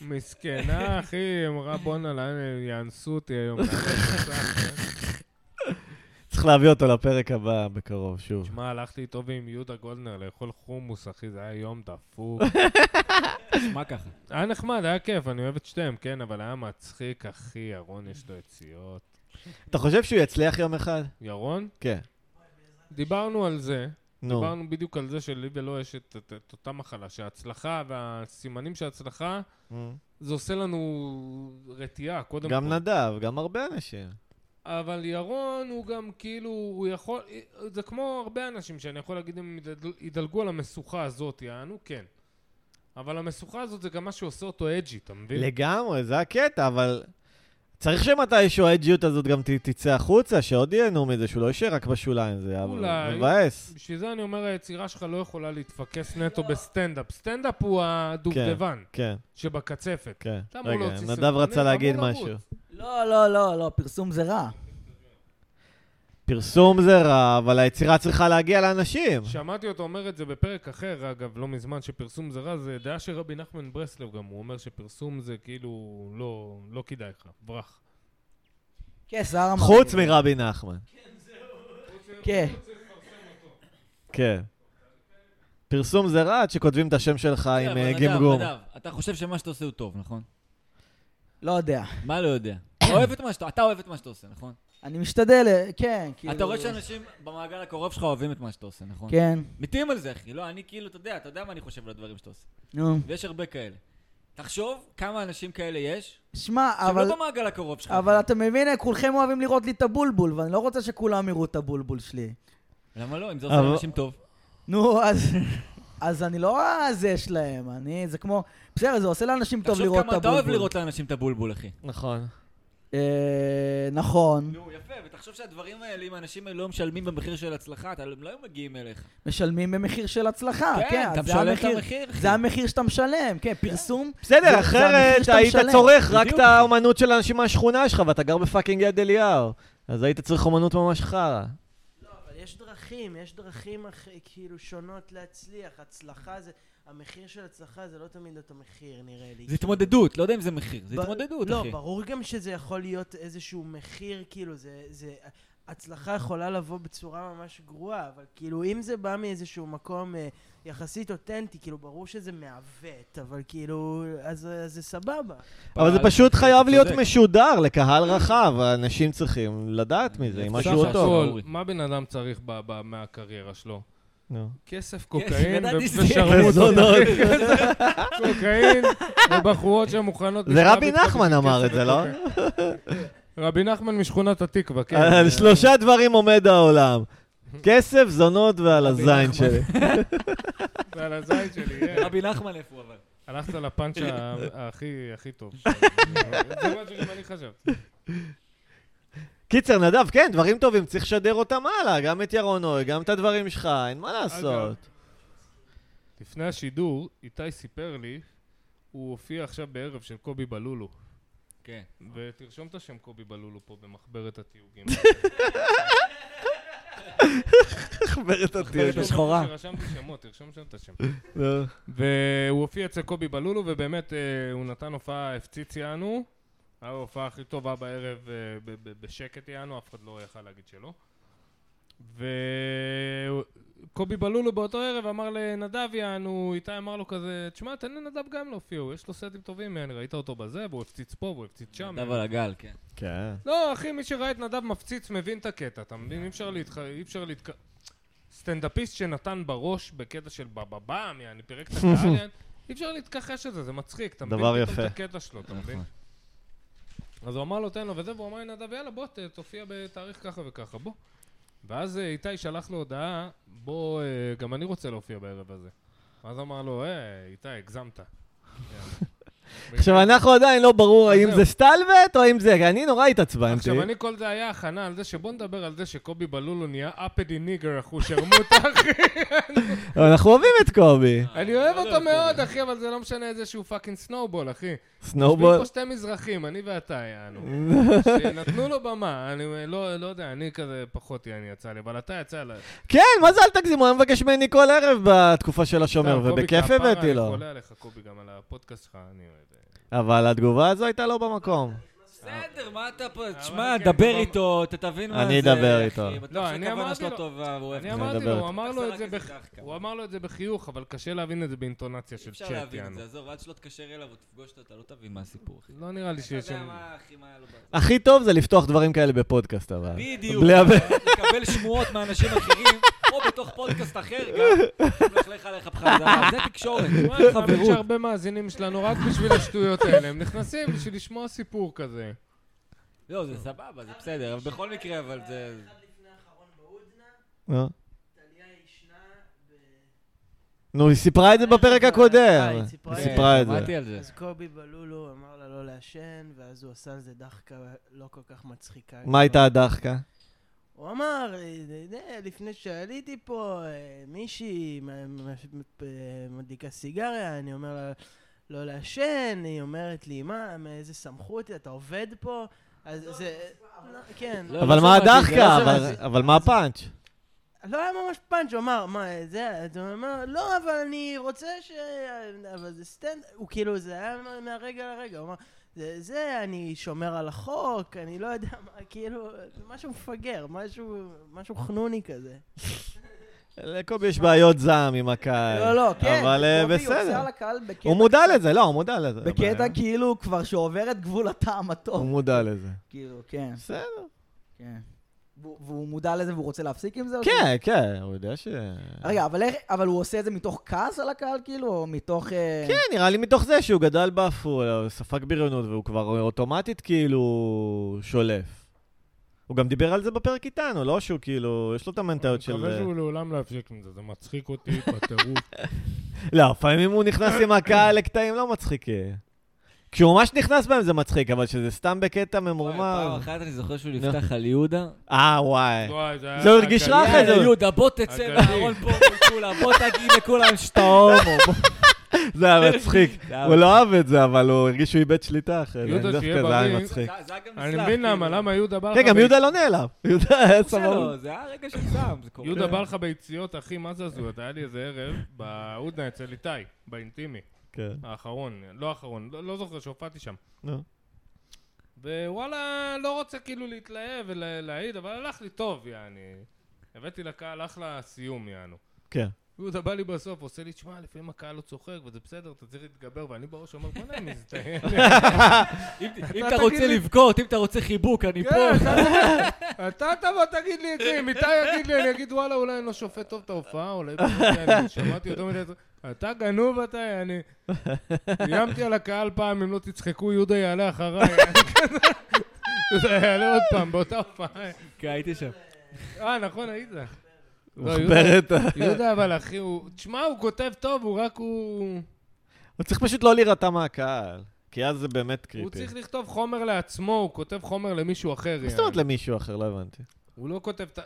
[SPEAKER 4] מסכנה, אחי, היא אמרה, בואנה, לאן- יאנסו אותי היום. לאן אני נוסעת?"
[SPEAKER 3] צריך להביא אותו לפרק הבא בקרוב, שוב.
[SPEAKER 4] שמע, הלכתי איתו ועם יהודה גולדנר לאכול חומוס, אחי, זה היה יום דפוק.
[SPEAKER 2] מה ככה?
[SPEAKER 4] היה נחמד, היה כיף, אני אוהב את שתיהם, כן, אבל היה מצחיק, אחי, ירון יש לו יציאות.
[SPEAKER 3] אתה חושב שהוא יצליח יום אחד?
[SPEAKER 4] ירון,
[SPEAKER 3] כן.
[SPEAKER 4] דיברנו על זה.
[SPEAKER 3] נו.
[SPEAKER 4] דיברנו בדיוק על זה שלי ולו יש את, את, את אותה מחלה, שההצלחה והסימנים של ההצלחה, זה עושה לנו רתיעה, קודם
[SPEAKER 3] גם
[SPEAKER 4] כל.
[SPEAKER 3] נדב, גם הרבה אנשים.
[SPEAKER 4] אבל ירון הוא גם כאילו, הוא יכול, זה כמו הרבה אנשים שאני יכול להגיד, הם ידל- ידלגו על המשוכה הזאת, יענו, כן. אבל המשוכה הזאת זה גם מה שעושה אותו אג'י, אתה מבין?
[SPEAKER 3] לגמרי, זה הקטע, אבל... צריך שמתישהו האג'יות הזאת גם ת- תצא החוצה, שעוד ייהנו מזה, שהוא לא יישאר רק בשוליים, זה
[SPEAKER 4] אולי.
[SPEAKER 3] אבל- מבאס.
[SPEAKER 4] בשביל זה אני אומר, היצירה שלך לא יכולה להתפקס נטו בסטנדאפ. סטנדאפ הוא הדובדבן
[SPEAKER 3] כן,
[SPEAKER 4] שבקצפת.
[SPEAKER 3] כן.
[SPEAKER 4] אתה אמור
[SPEAKER 3] רגע,
[SPEAKER 4] להוציא
[SPEAKER 3] נדב
[SPEAKER 4] סרטונים,
[SPEAKER 3] רצה
[SPEAKER 4] אתה
[SPEAKER 3] להגיד
[SPEAKER 4] לא אמור לרוץ.
[SPEAKER 3] משהו.
[SPEAKER 1] לא, לא, לא, לא, פרסום זה רע.
[SPEAKER 3] פרסום זה רע, אבל היצירה צריכה להגיע לאנשים.
[SPEAKER 4] שמעתי אותו אומר את זה בפרק אחר, אגב, לא מזמן, שפרסום זה רע, זה דעה של רבי נחמן ברסלב גם, הוא אומר שפרסום זה כאילו לא, לא כדאי לך, ברח.
[SPEAKER 1] כן, סער אמר.
[SPEAKER 3] חוץ מרבי נחמן.
[SPEAKER 1] כן.
[SPEAKER 3] כן. פרסום זה רע עד שכותבים את השם שלך
[SPEAKER 2] כן,
[SPEAKER 3] עם
[SPEAKER 2] אבל
[SPEAKER 3] אה,
[SPEAKER 2] נדב,
[SPEAKER 3] גמגום.
[SPEAKER 2] נדב, אתה חושב שמה שאתה עושה הוא טוב, נכון?
[SPEAKER 1] לא יודע.
[SPEAKER 2] מה לא יודע? אתה אוהב את מה שאתה, אתה אוהב את מה שאתה עושה, נכון?
[SPEAKER 1] אני משתדל, אה, כן, כאילו...
[SPEAKER 2] אתה רואה שאנשים במעגל הקרוב שלך אוהבים את מה שאתה עושה, נכון?
[SPEAKER 1] כן,
[SPEAKER 2] מתים על זה, אחי. לא, אני כאילו, אתה יודע, אתה יודע מה אני חושב על הדברים שאתה עושה.
[SPEAKER 1] נו.
[SPEAKER 2] ויש הרבה כאלה. תחשוב כמה אנשים כאלה יש,
[SPEAKER 1] שמע,
[SPEAKER 2] שהם
[SPEAKER 1] אבל...
[SPEAKER 2] לא במעגל הקרוב שלך.
[SPEAKER 1] אבל אתה מבין, אה, כולכם אוהבים לראות לי את הבולבול, ואני לא רוצה שכולם יראו את הבולבול שלי.
[SPEAKER 2] למה לא? אם זה עושה
[SPEAKER 3] אבל-
[SPEAKER 2] לאנשים טוב.
[SPEAKER 1] נו, אז... אז אני לא הזה שלהם, אני... זה כמו... בסדר, זה עושה לאנשים טוב
[SPEAKER 2] תחשוב
[SPEAKER 1] לראות את
[SPEAKER 2] כמה אתה
[SPEAKER 1] הבולבול.
[SPEAKER 2] אוהב לראות לאנשים את הבולבול, אחי.
[SPEAKER 3] נכון.
[SPEAKER 1] אה, נכון.
[SPEAKER 2] נו, יפה, ותחשוב שהדברים האלה, אם האנשים האלה לא משלמים במחיר של הצלחה, אתה- הם לא היו מגיעים אליך.
[SPEAKER 1] משלמים במחיר של הצלחה,
[SPEAKER 2] כן,
[SPEAKER 1] כן.
[SPEAKER 2] אתה
[SPEAKER 1] זה
[SPEAKER 2] משלם את המחיר, אחי.
[SPEAKER 1] זה המחיר שאתה משלם, כן, פרסום. זה-
[SPEAKER 3] בסדר,
[SPEAKER 1] זה המחיר
[SPEAKER 3] אחרת
[SPEAKER 1] שאתה
[SPEAKER 3] היית
[SPEAKER 1] משלם.
[SPEAKER 3] צורך רק את
[SPEAKER 2] בדיוק.
[SPEAKER 3] האומנות של האנשים מהשכונה שלך, ואתה גר בפאקינג יד אליהו. אז היית צריך אומנות ממש חרא.
[SPEAKER 6] לא, אבל יש דרכים, יש דרכים אח- כאילו שונות להצליח. הצלחה זה... המחיר של הצלחה זה לא תמיד אותו מחיר, נראה לי.
[SPEAKER 2] זה התמודדות, לא יודע אם זה מחיר, זה
[SPEAKER 6] ב-
[SPEAKER 2] התמודדות,
[SPEAKER 6] לא,
[SPEAKER 2] אחי.
[SPEAKER 6] ברור גם שזה יכול להיות איזשהו מחיר, כאילו, זה... זה... הצלחה יכולה לבוא בצורה ממש גרועה, אבל כאילו, אם זה בא מאיזשהו מקום אה, יחסית אותנטי, כאילו, ברור שזה מעוות, אבל כאילו, אז, אז זה סבבה.
[SPEAKER 3] אבל זה
[SPEAKER 2] פעל-
[SPEAKER 3] פשוט חייב
[SPEAKER 2] אתה
[SPEAKER 3] להיות
[SPEAKER 2] צודק.
[SPEAKER 3] לקהל רחב, רחב, האנשים צריכים לדעת מזה, אם
[SPEAKER 2] סך
[SPEAKER 3] משהו
[SPEAKER 4] סך
[SPEAKER 3] טוב.
[SPEAKER 4] הכל,
[SPEAKER 2] אורי.
[SPEAKER 4] מה בן אדם צריך ב- ב- מהקריירה שלו?
[SPEAKER 3] נו.
[SPEAKER 4] כסף, קוקאין
[SPEAKER 2] כן, ידעתי
[SPEAKER 4] ו-
[SPEAKER 2] שזה-
[SPEAKER 4] ושרמוט.
[SPEAKER 3] וזונות.
[SPEAKER 4] קוקאין ובחורות שמוכנות...
[SPEAKER 3] זה
[SPEAKER 4] לשכב
[SPEAKER 3] רבי
[SPEAKER 4] איתך
[SPEAKER 3] נחמן
[SPEAKER 4] בשביל
[SPEAKER 3] אמר
[SPEAKER 4] כסף
[SPEAKER 3] את זה, לא?
[SPEAKER 4] וקוקאין. רבי נחמן משכונת התקווה, כן.
[SPEAKER 3] על שלושה דברים עומד העולם. כסף, זונות ועל הזין
[SPEAKER 2] נחמן.
[SPEAKER 3] שלי.
[SPEAKER 4] זה על הזין שלי, כן.
[SPEAKER 2] רבי נחמן איפה הוא אבל?
[SPEAKER 4] הלכת לפאנץ' ה- הכי הכי טוב. זה מה שגם אני חשבתי.
[SPEAKER 3] קיצר, נדב, כן, דברים טובים, צריך לשדר אותם הלאה, גם את ירון אוי, גם את הדברים שלך, אין מה לעשות.
[SPEAKER 4] לפני השידור, איתי סיפר לי, הוא הופיע עכשיו בערב של קובי בלולו.
[SPEAKER 2] כן.
[SPEAKER 4] ותרשום את השם קובי בלולו פה במחברת התיוגים.
[SPEAKER 3] חברת
[SPEAKER 2] התיאור.
[SPEAKER 3] אותי.
[SPEAKER 2] בשחורה.
[SPEAKER 4] רשמתי שמות, תרשום שם את השם.
[SPEAKER 3] נו.
[SPEAKER 4] והוא הופיע אצל קובי בלולו, ובאמת אה, הוא נתן הופעה, הפציץ יענו. ההופעה הכי טובה בערב, אה, ב- ב- בשקט יענו, אף אחד לא יכל להגיד שלא. וקובי בלולו באותו ערב אמר לנדב יענו, איתי אמר לו כזה, תשמע, תן לנדב גם להופיע, הוא יש לו סטים טובים, יענו, ראית אותו בזה, והוא הפציץ פה, והוא הפציץ שם.
[SPEAKER 2] נדב על הגל, כן.
[SPEAKER 3] כן.
[SPEAKER 4] לא, אחי, מי שראה את נדב מפציץ מבין את הקטע, אתה מבין? אי אפשר להתח... אי אפשר להתק... סטנדאפיסט שנתן בראש בקטע של בבבם, יעני, פירק את הקהל, יעני, אי אפשר להתכחש לזה, זה מצחיק, אתה מבין?
[SPEAKER 3] דבר
[SPEAKER 4] פתאום
[SPEAKER 3] יפה.
[SPEAKER 4] את הקטע שלו, אתה מבין? אז הוא אמר לו, תן לו וזה, והוא אמר לנדב, יאללה, בוא, ת- תופיע בתאריך ככה וככה, בוא. ואז אה, איתי שלח לו הודעה, בוא, אה, גם אני רוצה להופיע בערב הזה. אז אמר לו, אה, איתי, הגזמת.
[SPEAKER 3] עכשיו, אנחנו עדיין לא ברור האם
[SPEAKER 4] זהו.
[SPEAKER 3] זה סטלבט או האם זה... אני נורא התעצבנתי.
[SPEAKER 4] עכשיו, אני כל זה היה הכנה על זה שבוא נדבר על זה שקובי בלולו נהיה אפדי ניגר, אחו שרמוט, אחי.
[SPEAKER 3] אבל אנחנו אוהבים את קובי.
[SPEAKER 4] אני אוהב אותו מאוד, אחי, אבל זה לא משנה איזה שהוא פאקינג סנואובול, אחי. יושבים
[SPEAKER 3] סנובול.
[SPEAKER 4] פה שתי מזרחים, אני ואתה, יענו. שנתנו לו במה, אני לא לא יודע, אני כזה פחות יעני יצא לי, אבל אתה יצא לי.
[SPEAKER 3] כן, מה זה אל תגזימו, הוא היה מבקש ממני כל ערב בתקופה של השומר,
[SPEAKER 4] סתם, קובי,
[SPEAKER 3] ובכיף
[SPEAKER 4] כפרה,
[SPEAKER 3] הבאתי
[SPEAKER 4] אני
[SPEAKER 3] לו.
[SPEAKER 4] חולה עליך, קובי, גם על הפודקאסט שלך, אני לא אוהב.
[SPEAKER 3] אבל התגובה הזו הייתה לא במקום.
[SPEAKER 2] בסדר, מה אתה פה?
[SPEAKER 4] אבל
[SPEAKER 2] תשמע,
[SPEAKER 4] כן,
[SPEAKER 2] דבר
[SPEAKER 4] כבר-
[SPEAKER 2] איתו, אתה תבין מה זה.
[SPEAKER 3] אני אדבר
[SPEAKER 2] אחי.
[SPEAKER 3] איתו.
[SPEAKER 2] בטוח
[SPEAKER 4] לא, אני
[SPEAKER 2] שהכוונה
[SPEAKER 4] אמרתי
[SPEAKER 2] שלו
[SPEAKER 4] לו-
[SPEAKER 2] טובה, והוא אוהב
[SPEAKER 4] אני
[SPEAKER 2] את זה.
[SPEAKER 4] אמרתי
[SPEAKER 3] נדבר
[SPEAKER 4] לו,
[SPEAKER 3] איתו.
[SPEAKER 4] הוא אמר לו את זה
[SPEAKER 2] זה
[SPEAKER 4] בח-
[SPEAKER 2] דחקה.
[SPEAKER 4] הוא אמר לו את זה בחיוך, אבל קשה להבין את זה באינטונציה של
[SPEAKER 2] אפשר
[SPEAKER 4] צ'אט,
[SPEAKER 2] להבין את
[SPEAKER 4] יענו.
[SPEAKER 2] זה, עזוב, עד שלא תתקשר אליו ותפגוש אותו, אתה לא תבין מה הסיפור, אחי.
[SPEAKER 4] לא נראה לי
[SPEAKER 2] אתה
[SPEAKER 4] שיש
[SPEAKER 2] יודע
[SPEAKER 4] שם...
[SPEAKER 2] מה, אחי, מה היה לו בעיה.
[SPEAKER 3] הכי טוב זה לפתוח דברים כאלה בפודקאסט, אבל.
[SPEAKER 2] בדיוק,
[SPEAKER 3] בלי הרבה-
[SPEAKER 2] לקבל שמועות מאנשים אחרים, או בתוך פודקאסט אחר גם, מלכלך עליך בחזרה, זה תקשורת,
[SPEAKER 4] וואי, אני מאמין
[SPEAKER 2] חברות.
[SPEAKER 4] שהרבה מאזינים שלנו רק בשביל השטויות האלה, הם נכנסים בשביל לשמוע סיפור כזה.
[SPEAKER 2] לא, זה סבבה, זה בסדר, אבל בכל מקרה, אבל זה...
[SPEAKER 3] נו.
[SPEAKER 6] טליה ישנה ב...
[SPEAKER 3] נו, היא סיפרה את זה בפרק
[SPEAKER 6] אה,
[SPEAKER 3] הקודם.
[SPEAKER 6] היא סיפרה
[SPEAKER 3] היא
[SPEAKER 6] את זה.
[SPEAKER 3] סיפרה את זה.
[SPEAKER 2] שמעתי על זה.
[SPEAKER 6] אז קובי בלולו אמר לה לא לעשן, ואז הוא עשה על זה דחקה לא כל כך מצחיקה.
[SPEAKER 3] מה הייתה הדחקה?
[SPEAKER 6] הוא אמר, "אה, אה, לפני שעליתי פה, אה, מישהי מ- מ- מ- מדליקה סיגריה, אני אומר לה לא לעשן, היא אומרת לי, מה, מאיזה סמכות, אתה עובד פה? אז זה... לא, כן.
[SPEAKER 2] לא,
[SPEAKER 3] אבל מה
[SPEAKER 2] שמעתי, זה
[SPEAKER 3] הדחקה?
[SPEAKER 2] לא
[SPEAKER 3] אבל-
[SPEAKER 2] שמעתי.
[SPEAKER 3] אבל מה הפאנץ'?
[SPEAKER 6] לא היה ממש פאנץ', הוא אמר, מה, זה, אז הוא אמר, לא, אבל אני רוצה ש... אבל זה סטנד... הוא כאילו, זה היה מה- מהרגע לרגע, הוא אמר, זה, זה, אני שומר על החוק, אני לא יודע מה, כאילו, זה משהו מפגר, משהו, משהו חנוני כזה.
[SPEAKER 3] לקובי יש בעיות זעם עם הקהל.
[SPEAKER 1] לא, לא, כן.
[SPEAKER 3] אבל אה,
[SPEAKER 1] קובי יוצא
[SPEAKER 3] בסדר.
[SPEAKER 1] על הקהל בקטע...
[SPEAKER 3] הוא מודע לזה, לא, הוא מודע לזה.
[SPEAKER 1] בקטע
[SPEAKER 3] הבעיה.
[SPEAKER 1] כאילו כבר שעובר את גבול הטעם
[SPEAKER 3] הוא
[SPEAKER 1] הטוב.
[SPEAKER 3] מודע לזה.
[SPEAKER 1] כאילו, כן.
[SPEAKER 3] בסדר.
[SPEAKER 1] כן. והוא והוא מודע לזה והוא רוצה להפסיק עם זה? או
[SPEAKER 3] כן, כן, הוא יודע ש...
[SPEAKER 1] ש- רגע, אבל איך- אבל הוא עושה את זה מתוך כעס על הקהל, כאילו? או מתוך... אה,
[SPEAKER 3] כן, נראה לי מתוך זה שהוא גדל בעפולה, הוא ספג בריונות, והוא כבר אוטומטית כאילו שולף. הוא גם דיבר על זה בפרק איתנו, לא שהוא כאילו, יש לו את המנטיות
[SPEAKER 4] אני מקווה
[SPEAKER 3] של... אה,
[SPEAKER 4] שהוא לעולם לא יפסיק עם זה, זה מצחיק אותי בטירוף.
[SPEAKER 3] לא, לפעמים הוא נכנס עם הקהל לקטעים לא מצחיקים. כשהוא ממש נכנס בהם זה מצחיק, אבל שזה סתם בקטע
[SPEAKER 2] וואי, פעם
[SPEAKER 3] ממורמר...
[SPEAKER 2] אחת אני זוכר שהוא נפתח על יהודה.
[SPEAKER 3] אה, וואי.
[SPEAKER 4] וואי, זה היה...
[SPEAKER 3] זה עוד גישרה
[SPEAKER 4] אגדי.
[SPEAKER 3] אחרי זה.
[SPEAKER 2] יאללה, יהודה, בוא תצא
[SPEAKER 4] אגדי.
[SPEAKER 2] מהארון פה מכולם, בוא תגיד לכולם שאתה הומו. בוא.
[SPEAKER 3] זה היה מצחיק.
[SPEAKER 2] זה היה
[SPEAKER 3] הוא לא אהב את זה, אבל הוא הרגיש שהוא איבד שליטה אחרי זה.
[SPEAKER 4] יהודה,
[SPEAKER 3] דווקא
[SPEAKER 4] שיהיה
[SPEAKER 3] זה היה
[SPEAKER 4] בריא.
[SPEAKER 3] מצחיק.
[SPEAKER 2] זה היה גם כאילו. נסלח.
[SPEAKER 4] אני מבין למה, למה יהודה בא לך...
[SPEAKER 3] כן, גם
[SPEAKER 4] ב-
[SPEAKER 3] יהודה לא נעלב. יהודה היה סבבה.
[SPEAKER 2] סבבה. זה היה רגע של זעם, זה קורה.
[SPEAKER 4] יהודה בא לך ביציאות, אחי, מה זה הזויות? היה לי איזה ערב בהודנה אצל איתי, באינטימי,
[SPEAKER 3] כן.
[SPEAKER 4] האחרון, לא האחרון, לא לא זוכר שהופעתי שם.
[SPEAKER 3] נו.
[SPEAKER 4] ווואלה, לא רוצה כאילו להתלהב ולהעיד, אבל הלך לי טוב, יעני. הבאתי לקהל אחלה סיום, יענו.
[SPEAKER 3] כן.
[SPEAKER 4] יהודה בא לי בסוף, עושה לי, תשמע, לפעמים הקהל לא צוחק, וזה בסדר, אתה צריך להתגבר, ואני בראש אומר, בוא'נה, אני מזדיין.
[SPEAKER 2] אם
[SPEAKER 4] אתה
[SPEAKER 2] אם אתה
[SPEAKER 4] תגיד
[SPEAKER 2] רוצה
[SPEAKER 4] לי- כן.
[SPEAKER 2] לבכות, אם אתה רוצה חיבוק, אני פה.
[SPEAKER 4] אתה תבוא, תגיד לי את זה, אם איתי יגיד לי, אני אגיד, וואלה, אולי אני לא שופט טוב את ההופעה, אולי באמת, אני שמעתי יותר מדי... אתה גנוב אתה, אני... איימתי על הקהל פעם, אם לא תצחקו, יהודה יעלה אחריי. יהודה יעלה עוד פעם, באותה הופעה.
[SPEAKER 2] כן, הייתי שם.
[SPEAKER 4] אה, נכון, היית. לא, יהודה-
[SPEAKER 3] מחברת.
[SPEAKER 4] יהודה, אבל אחי, הוא... תשמע, הוא כותב טוב, הוא רק הוא...
[SPEAKER 3] הוא צריך פשוט לא להירתע מהקהל, כי אז זה באמת קריפי.
[SPEAKER 4] הוא צריך לכתוב חומר לעצמו, הוא כותב חומר למישהו אחר.
[SPEAKER 3] מה זאת אומרת
[SPEAKER 4] יעני.
[SPEAKER 3] למישהו אחר? לא הבנתי.
[SPEAKER 4] הוא לא כותב את ה...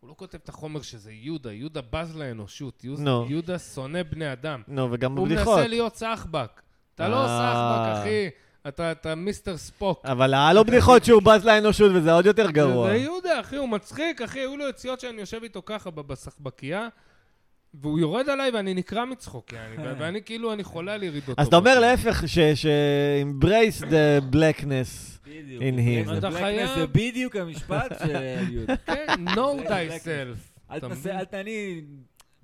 [SPEAKER 4] הוא לא כותב את החומר שזה יהודה, יהודה בז לאנושות, יוז-
[SPEAKER 3] נו.
[SPEAKER 4] יהודה שונא בני אדם.
[SPEAKER 3] נו, וגם
[SPEAKER 4] הוא
[SPEAKER 3] בבדיחות.
[SPEAKER 4] מנסה להיות סחבק. אתה לא
[SPEAKER 3] אה.
[SPEAKER 4] סחבק, אחי. אתה, אתה מיסטר ספוק.
[SPEAKER 3] אבל היה לו בדיחות שהוא בז לאנושות, וזה עוד יותר גרוע.
[SPEAKER 4] זה יהודה, אחי, הוא מצחיק, אחי. היו לו יציאות שאני יושב איתו ככה ב- בסחבקייה, והוא יורד עליי ואני נקרע מצחוק, יעני. ו- ואני כאילו, אני חולה על ירידות.
[SPEAKER 3] אה. אז אתה אומר להפך, ש... ש... embrace the blackness.
[SPEAKER 2] בדיוק.
[SPEAKER 3] In him.
[SPEAKER 2] זה
[SPEAKER 4] אתה
[SPEAKER 2] blackness,
[SPEAKER 4] חייב.
[SPEAKER 2] זה בדיוק המשפט של יהודה.
[SPEAKER 4] כן,
[SPEAKER 2] זה
[SPEAKER 4] know thyself.
[SPEAKER 2] אל
[SPEAKER 4] אתה
[SPEAKER 2] תנסה,
[SPEAKER 4] מבין?
[SPEAKER 2] אל תעני,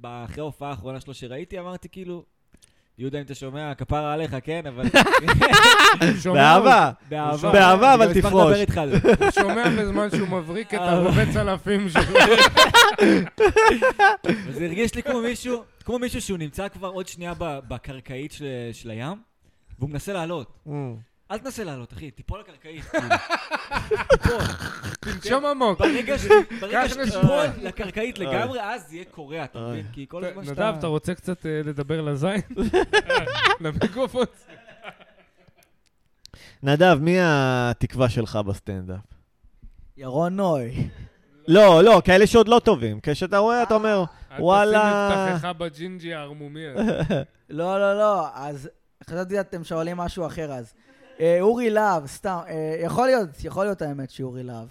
[SPEAKER 2] אחרי ההופעה האחרונה שלו שראיתי, אמרתי כאילו, יהודה, אם אתה שומע, כפרה עליך, כן, אבל
[SPEAKER 4] שומע,
[SPEAKER 3] באהבה.
[SPEAKER 2] באהבה.
[SPEAKER 3] באהבה, אבל
[SPEAKER 2] אני גם אשמח
[SPEAKER 3] תפרוש.
[SPEAKER 2] לדבר איתך על זה.
[SPEAKER 4] הוא שומע בזמן שהוא מבריק את
[SPEAKER 3] אה.
[SPEAKER 4] הרובי צלפים שלו.
[SPEAKER 2] וזה הרגיש לי כמו מישהו, כמו מישהו שהוא נמצא כבר עוד שנייה ב- בקרקעית של- של הים, והוא מנסה לעלות.
[SPEAKER 3] Mm.
[SPEAKER 2] אל תנסה לעלות, אחי, תיפול לקרקעית. כאילו. תיפול.
[SPEAKER 4] תנשום עמוק.
[SPEAKER 2] ברגע ש- ברגע
[SPEAKER 4] קח נשמה.
[SPEAKER 2] שתיפול לקרקעית לגמרי, אז יהיה קורע, אתה מבין? כי כל הזמן שאתה...
[SPEAKER 4] נדב, אתה רוצה קצת אה, לדבר לזין?
[SPEAKER 3] אה.
[SPEAKER 4] למיקרופון?
[SPEAKER 3] נדב, מי התקווה שלך בסטנדאפ?
[SPEAKER 1] ירון נוי.
[SPEAKER 3] לא, לא, כאלה שעוד לא טובים. כשאתה רואה, אתה אומר, וואלה...
[SPEAKER 4] אל תשים מבטחך בג'ינג'י הערמומי הזה.
[SPEAKER 1] לא, לא, לא, אז חשבתי שאתם שואלים משהו אחר אז. אה, אורי להב, סתם, אה, יכול להיות, יכול להיות האמת שאורי להב.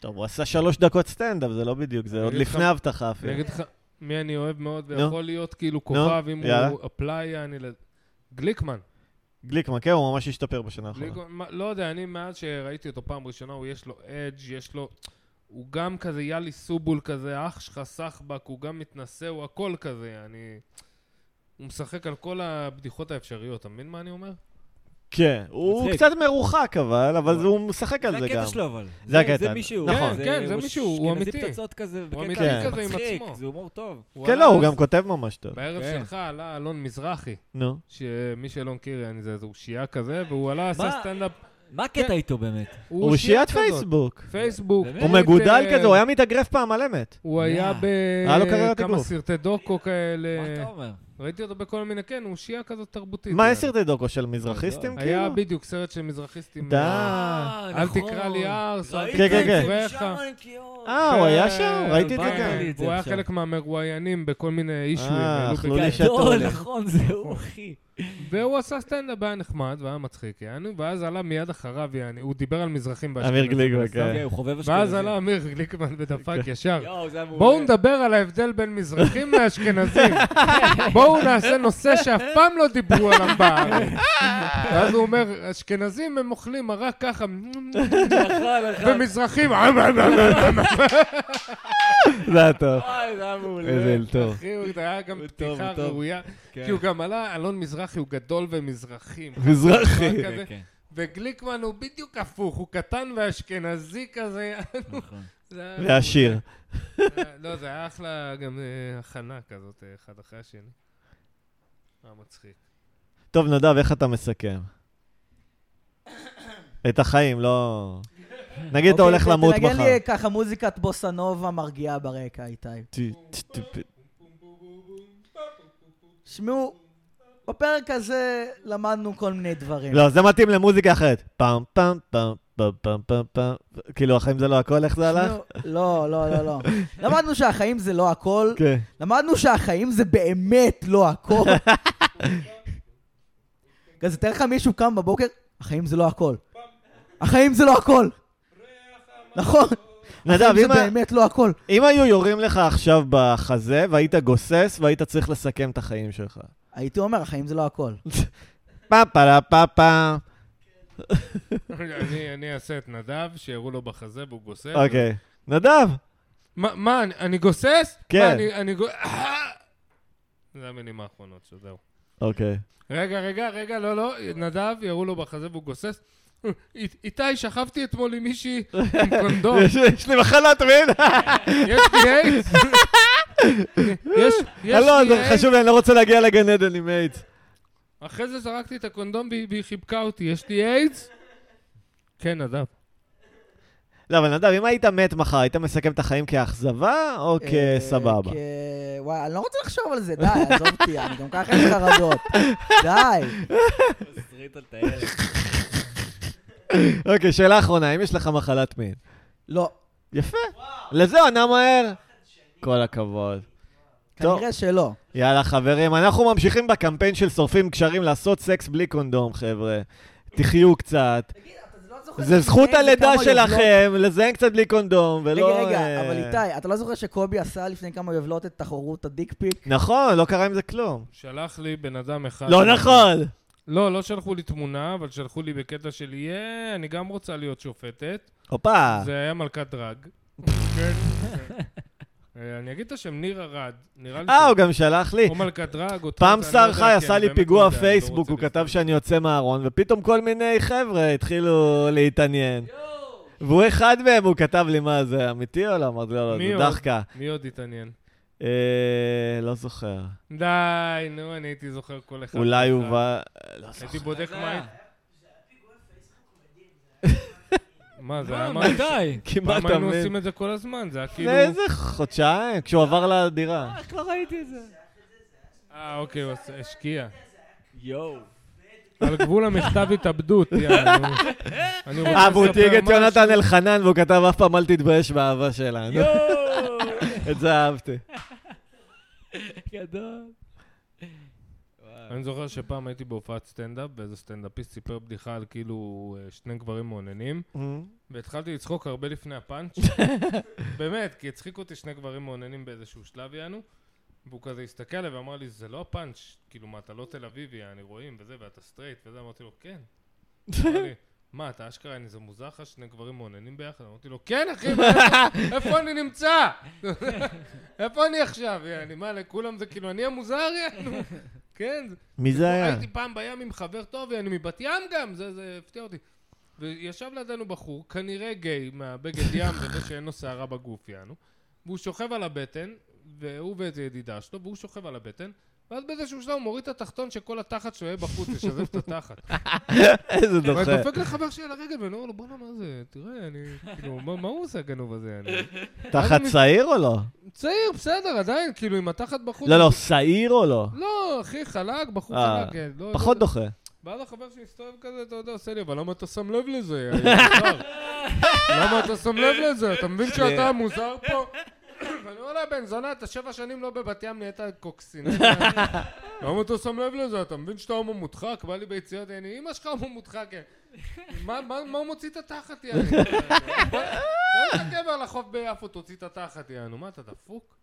[SPEAKER 3] טוב, הוא עשה שלוש דקות סטנדאפ, זה לא בדיוק, זה עוד
[SPEAKER 4] אגיד לך-
[SPEAKER 3] לפני הבטחה
[SPEAKER 4] אני
[SPEAKER 3] אפילו.
[SPEAKER 4] אגיד לך מי אני אוהב מאוד,
[SPEAKER 3] נו.
[SPEAKER 4] ויכול להיות כאילו כוכב אם
[SPEAKER 3] יאללה.
[SPEAKER 4] הוא אפליי, אני... ל- גליקמן.
[SPEAKER 3] גליקמן, כן, הוא ממש השתפר בשנה האחרונה.
[SPEAKER 4] גליקמן, מה- לא יודע, אני מאז שראיתי אותו פעם ראשונה, הוא יש לו אדג', יש לו... הוא גם כזה יאלי סובול כזה, אח שלך סחבק, הוא גם מתנשא, הוא הכל כזה, אני... הוא משחק על כל הבדיחות האפשריות, אתה מבין מה אני אומר?
[SPEAKER 3] כן, הוא
[SPEAKER 2] מצחיק.
[SPEAKER 3] קצת מרוחק אבל, אבל הוא משחק על
[SPEAKER 2] זה
[SPEAKER 3] זה גם.
[SPEAKER 2] הקטע שלו אבל.
[SPEAKER 3] זה הקטע.
[SPEAKER 2] זה מישהו.
[SPEAKER 3] נכון.
[SPEAKER 4] כן, כן, זה מישהו, הוא
[SPEAKER 2] אשכנזי
[SPEAKER 4] אמיתי.
[SPEAKER 2] פצצות כזה,
[SPEAKER 4] הוא
[SPEAKER 2] בקטע
[SPEAKER 4] אמיתי
[SPEAKER 3] כן.
[SPEAKER 4] כזה עם
[SPEAKER 2] מצחיק,
[SPEAKER 4] עצמו.
[SPEAKER 2] זה הומור טוב.
[SPEAKER 3] כן,
[SPEAKER 4] וואלה,
[SPEAKER 3] לא, הוא
[SPEAKER 4] אז
[SPEAKER 3] גם כותב ממש טוב.
[SPEAKER 4] בערב
[SPEAKER 2] כן.
[SPEAKER 4] שלך עלה אלון מזרחי,
[SPEAKER 3] נו.
[SPEAKER 4] שמי שלא מכיר, אני זה איזה אושייה כזה, והוא עלה, עשה
[SPEAKER 2] מה?
[SPEAKER 4] סטנדאפ.
[SPEAKER 2] מה
[SPEAKER 4] כן.
[SPEAKER 2] הקטע איתו באמת?
[SPEAKER 3] הוא אושיית
[SPEAKER 4] כזאת.
[SPEAKER 3] פייסבוק.
[SPEAKER 4] פייסבוק.
[SPEAKER 2] באמת?
[SPEAKER 3] הוא
[SPEAKER 4] טוויטר,
[SPEAKER 3] מגודל כזה, הוא היה מתאגרף פעם על אמת.
[SPEAKER 4] הוא היה
[SPEAKER 2] מה?
[SPEAKER 3] היה לו קריירת
[SPEAKER 4] בכמה
[SPEAKER 3] אגרוף.
[SPEAKER 4] סרטי דוקו כאלה.
[SPEAKER 2] מה אתה אומר?
[SPEAKER 4] ראיתי אותו בכל מיני, כן, הוא אושייה כזאת תרבותית.
[SPEAKER 3] מה,
[SPEAKER 4] היה.
[SPEAKER 3] יש סרטי דוקו של מזרחיסטים
[SPEAKER 4] היה
[SPEAKER 3] כאילו?
[SPEAKER 4] בדיוק סרט של מזרחיסטים.
[SPEAKER 3] די.
[SPEAKER 4] אה,
[SPEAKER 2] אה,
[SPEAKER 4] אל
[SPEAKER 2] נכון.
[SPEAKER 4] תקרא לי ארס, אל
[SPEAKER 2] ראיתי
[SPEAKER 3] כן, כן,
[SPEAKER 2] את זה
[SPEAKER 4] כן.
[SPEAKER 2] משם, אני כאילו-
[SPEAKER 3] אה, הוא היה שם?
[SPEAKER 4] כן,
[SPEAKER 3] ראיתי את זה
[SPEAKER 2] ביי.
[SPEAKER 3] גם.
[SPEAKER 2] לי את זה
[SPEAKER 4] הוא היה
[SPEAKER 2] עכשיו.
[SPEAKER 4] חלק מהמרואיינים בכל מיני אישויים.
[SPEAKER 3] אה,
[SPEAKER 4] העלו
[SPEAKER 3] אכלו
[SPEAKER 4] בגלל-
[SPEAKER 3] לי אוקיי. שתו.
[SPEAKER 2] גדול, נכון, זה הוא, אחי.
[SPEAKER 4] והוא עשה סטנדאפ, היה נחמד, והיה מצחיק, יענו, ואז עלה מיד אחריו, יעני, הוא דיבר על מזרחים
[SPEAKER 3] אמיר גליקמן, כן.
[SPEAKER 2] אוקיי, הוא חובב אשכנזים.
[SPEAKER 4] ואז עלה אמיר גליקמן ודפק ישר.
[SPEAKER 2] יואו, זה היה מעולה.
[SPEAKER 4] בואו נדבר על ההבדל בין מזרחים לאשכנזים. בואו נעשה נושא שאף פעם לא דיברו עליו בארץ. ואז הוא אומר, אשכנזים הם אוכלים רק ככה,
[SPEAKER 2] נכון, נכון.
[SPEAKER 4] ומזרחים...
[SPEAKER 2] כן.
[SPEAKER 3] זה היה טוב.
[SPEAKER 2] וואי, זה היה מעולה.
[SPEAKER 3] איזה אל טוב.
[SPEAKER 4] אחי, הוא זה היה גם
[SPEAKER 2] הוא טוב,
[SPEAKER 4] פתיחה
[SPEAKER 2] הוא טוב.
[SPEAKER 4] ראויה.
[SPEAKER 2] כן.
[SPEAKER 4] כי הוא גם עלה, אלון מזרחי הוא גדול ומזרחי.
[SPEAKER 3] מזרחי.
[SPEAKER 4] כזה.
[SPEAKER 2] כן.
[SPEAKER 4] וגליקמן הוא בדיוק הפוך, הוא קטן ואשכנזי כזה.
[SPEAKER 2] נכון.
[SPEAKER 4] זה היה-
[SPEAKER 3] והשיר.
[SPEAKER 4] לא, זה היה אחלה גם אה, הכנה כזאת, אה, אחד אחרי השני. היה מצחיק.
[SPEAKER 3] טוב, נדב, איך אתה מסכם? את החיים, לא... נגיד אתה הולך למות
[SPEAKER 1] אוקיי, תנגן
[SPEAKER 3] מחר.
[SPEAKER 1] לי ככה מוזיקת בוסנובה מרגיעה ברקע, איתי.
[SPEAKER 3] ט- ט- ט-
[SPEAKER 1] שמעו, בפרק הזה למדנו כל מיני דברים.
[SPEAKER 3] לא, זה מתאים למוזיקה אחרת. פעם, פעם, פעם, פעם, פעם, פעם, פעם. כאילו, החיים זה לא הכל, איך זה הלך?
[SPEAKER 1] שמעו, לא, לא, לא, לא. למדנו שהחיים זה לא הכל,
[SPEAKER 3] כן.
[SPEAKER 1] למדנו שהחיים זה באמת לא הכל. כזה תאר לך מישהו קם בבוקר, החיים זה לא הכל. החיים זה לא הכל. נכון,
[SPEAKER 3] נדב,
[SPEAKER 1] זה
[SPEAKER 3] אם ה-
[SPEAKER 1] באמת לא הכל.
[SPEAKER 3] אם היו יורים לך עכשיו בחזה, והיית גוסס, והיית צריך לסכם את החיים שלך.
[SPEAKER 1] הייתי אומר, החיים זה לא הכל.
[SPEAKER 3] פה פה פה פה.
[SPEAKER 4] אני- אני אעשה את נדב, שירו לו בחזה והוא גוסס.
[SPEAKER 3] אוקיי. נדב,
[SPEAKER 4] מה- מה, אני- אני גוסס?
[SPEAKER 3] כן.
[SPEAKER 4] מה, אני- אני גוסס? זה המילים האחרונות שלו, זהו.
[SPEAKER 3] אוקיי.
[SPEAKER 4] רגע, רגע, רגע, לא, לא, נדב, ירו לו בחזה והוא גוסס. אית- איתי, שכבתי אתמול עם מישהי עם קונדום.
[SPEAKER 3] יש- יש לי מחלה, אתה מבין?
[SPEAKER 4] יש לי איידס? יש, יש
[SPEAKER 3] לא,
[SPEAKER 4] לי
[SPEAKER 3] זה
[SPEAKER 4] איידס?
[SPEAKER 3] חשוב לי, אני לא רוצה להגיע לגן עדן עם איידס.
[SPEAKER 4] אחרי זה זרקתי את הקונדום והיא והיא חיבקה אותי, יש לי איידס? כן, נדב.
[SPEAKER 3] לא, אבל נדב, אם היית מת מחר, היית מסכם את החיים כאכזבה אוקיי, או
[SPEAKER 1] אה,
[SPEAKER 3] כסבבה?
[SPEAKER 1] כ- וואי, אני לא רוצה לחשוב על זה, די, עזוב אותי, אני גם ככה עם חרדות. די.
[SPEAKER 2] תסריט על טיילת.
[SPEAKER 3] אוקיי, שאלה אחרונה, אם יש לך מחלת מין.
[SPEAKER 1] לא,
[SPEAKER 3] יפה. לזה עונה מהר. כל הכבוד. טוב.
[SPEAKER 1] כנראה שלא.
[SPEAKER 3] יאללה, חברים, אנחנו ממשיכים בקמפיין של שורפים גשרים לעשות סקס בלי קונדום, חבר'ה. תחיו קצת. זה זכות
[SPEAKER 1] לפני
[SPEAKER 3] הלידה
[SPEAKER 1] כמה
[SPEAKER 3] שלכם, לזיין קצת בלי קונדום,
[SPEAKER 1] רגע,
[SPEAKER 3] ולא...
[SPEAKER 1] רגע,
[SPEAKER 3] אה,
[SPEAKER 1] אבל איתי, אתה לא זוכר שקובי עשה לפני כמה יובלות את תחרות הדיק פיק?
[SPEAKER 3] נכון, לא קרה עם זה כלום.
[SPEAKER 4] שלח לי בן אדם אחד.
[SPEAKER 3] לא נכון!
[SPEAKER 4] לא, לא שלחו לי תמונה, אבל שלחו לי בקטע של יהיה, אני גם רוצה להיות שופטת.
[SPEAKER 3] הופה.
[SPEAKER 4] זה היה מלכת דרג. כן. אה, אני אגיד את השם, ניר ארד. נראה לי
[SPEAKER 3] אה, הוא
[SPEAKER 4] ש-
[SPEAKER 3] גם שלח לי.
[SPEAKER 4] או מלכת דרג, או
[SPEAKER 3] פעם
[SPEAKER 4] טרנס, אני לא
[SPEAKER 3] שר
[SPEAKER 4] יודע,
[SPEAKER 3] חי
[SPEAKER 4] כי
[SPEAKER 3] עשה
[SPEAKER 4] אני
[SPEAKER 3] לי
[SPEAKER 4] באמת לא
[SPEAKER 3] פיגוע
[SPEAKER 4] יודע, אני לא
[SPEAKER 3] פייסבוק,
[SPEAKER 4] רוצה
[SPEAKER 3] הוא כתב
[SPEAKER 4] לפתוח.
[SPEAKER 3] שאני יוצא מהארון, ופתאום כל מיני חבר'ה התחילו להתעניין. והוא אחד מהם, הוא כתב לי, מה, זה אמיתי או לא? אמרתי, לא, לא,
[SPEAKER 4] מי
[SPEAKER 3] זה
[SPEAKER 4] עוד?
[SPEAKER 3] דחקה.
[SPEAKER 4] מי עוד התעניין?
[SPEAKER 3] אה, לא זוכר.
[SPEAKER 4] די, נו, אני הייתי זוכר כל אחד.
[SPEAKER 3] אולי הוא
[SPEAKER 4] ואחד.
[SPEAKER 3] בא... לא זוכר.
[SPEAKER 4] הייתי בודק מה...
[SPEAKER 2] היה?
[SPEAKER 4] מה,
[SPEAKER 3] לא,
[SPEAKER 4] זה היה
[SPEAKER 2] אה, מה,
[SPEAKER 4] משהו...
[SPEAKER 2] מתי?
[SPEAKER 3] כמעט
[SPEAKER 4] פעם היינו
[SPEAKER 3] תמיד.
[SPEAKER 4] עושים את זה כל הזמן, זה היה כאילו...
[SPEAKER 3] לפני איזה חודשיים, כשהוא עבר לדירה.
[SPEAKER 2] איך לא ראיתי את זה?
[SPEAKER 4] אה, אוקיי, הוא עשה- השקיע.
[SPEAKER 2] יואו.
[SPEAKER 4] על גבול המכתב התאבדות, יאללה, נו. אני רוצה
[SPEAKER 3] אה, והוא
[SPEAKER 4] לספר
[SPEAKER 3] תהיג את
[SPEAKER 4] כן, משהו.
[SPEAKER 3] יונתן אלחנן, והוא כתב, אף פעם אל תתבייש באהבה שלנו.
[SPEAKER 2] יואו.
[SPEAKER 3] את זה אהבתי.
[SPEAKER 2] גדול.
[SPEAKER 4] אני זוכר שפעם הייתי בהופעת סטנדאפ, ואיזה סטנדאפיסט סיפר בדיחה על כאילו אה, שני גברים מאוננים, והתחלתי לצחוק הרבה לפני הפאנץ'. באמת, כי הצחיקו אותי שני גברים מאוננים באיזשהו שלב, יענו. והוא כזה הסתכל עליי ואמר לי, זה לא הפאנץ', כאילו, מה, אתה לא תל אביבי, אני רואים, וזה, ואתה סטרייט, וזה, אמרתי לו, כן. הוא אמר לי, מה, אתה אשכרה, אני- זה מוזר לך שני גברים מאוננים ביחד? אמרתי לו, כן, אחי, מה, איפה- איפה אני נמצא? איפה אני עכשיו, יעני, מה, לכולם זה כאילו, אני המוזר, יענו? כן, זה-
[SPEAKER 3] מי זה היה?
[SPEAKER 4] הייתי פעם בים עם חבר טוב, אני מבת ים גם, זה, זה הפתיע אותי. וישב לידינו בחור, כנראה גיי, מהבגד ים, וזה שאין לו שערה בגוף, יענו. והוא שוכב על הבטן, והוא ואיזה ידידה שלו, והוא שוכב על הבטן, ואז באיזשהו שלב הוא מוריד את התחתון שכל התחת שלו יהיה בחוץ, לשזף את התחת.
[SPEAKER 3] איזה
[SPEAKER 4] ואני
[SPEAKER 3] דוחה.
[SPEAKER 4] דופק לחבר שלי על הרגל, ואני אומר לו, בואנה, מה זה, תראה, אני, כאילו, מה מה הוא עושה הגנוב הזה? אני
[SPEAKER 3] תחת שעיר או לא?
[SPEAKER 4] צעיר, בסדר, עדיין, כאילו, עם התחת בחוץ.
[SPEAKER 3] לא, לא, שעיר או לא?
[SPEAKER 4] לא, אחי, חלק, בחור
[SPEAKER 3] אה,
[SPEAKER 4] חלק, כן, לא-
[SPEAKER 3] פחות
[SPEAKER 4] לא-
[SPEAKER 3] דוחה.
[SPEAKER 4] ואז החבר שמסתובב כזה, אתה יודע, עושה לי, אבל למה אתה שם לב לזה? יא מוזר?" למה אתה שם לב לזה? אתה מבין שאתה המוזר פה? ואני אומר לה, בן זונה, אתה שבע שנים לא בבת ים, נהיית קוקסינט. למה אתה שם לב לזה? אתה מבין שאתה הומו מודחק? בא לי ביציאות, אני, אמא שלך הומו מודחק. כן." מה מה- מה הוא מוציא את התחת, יעני? בוא בוא נתקבר לחוף ביפו, תוציא את התחת, יענו. מה, אתה דפוק?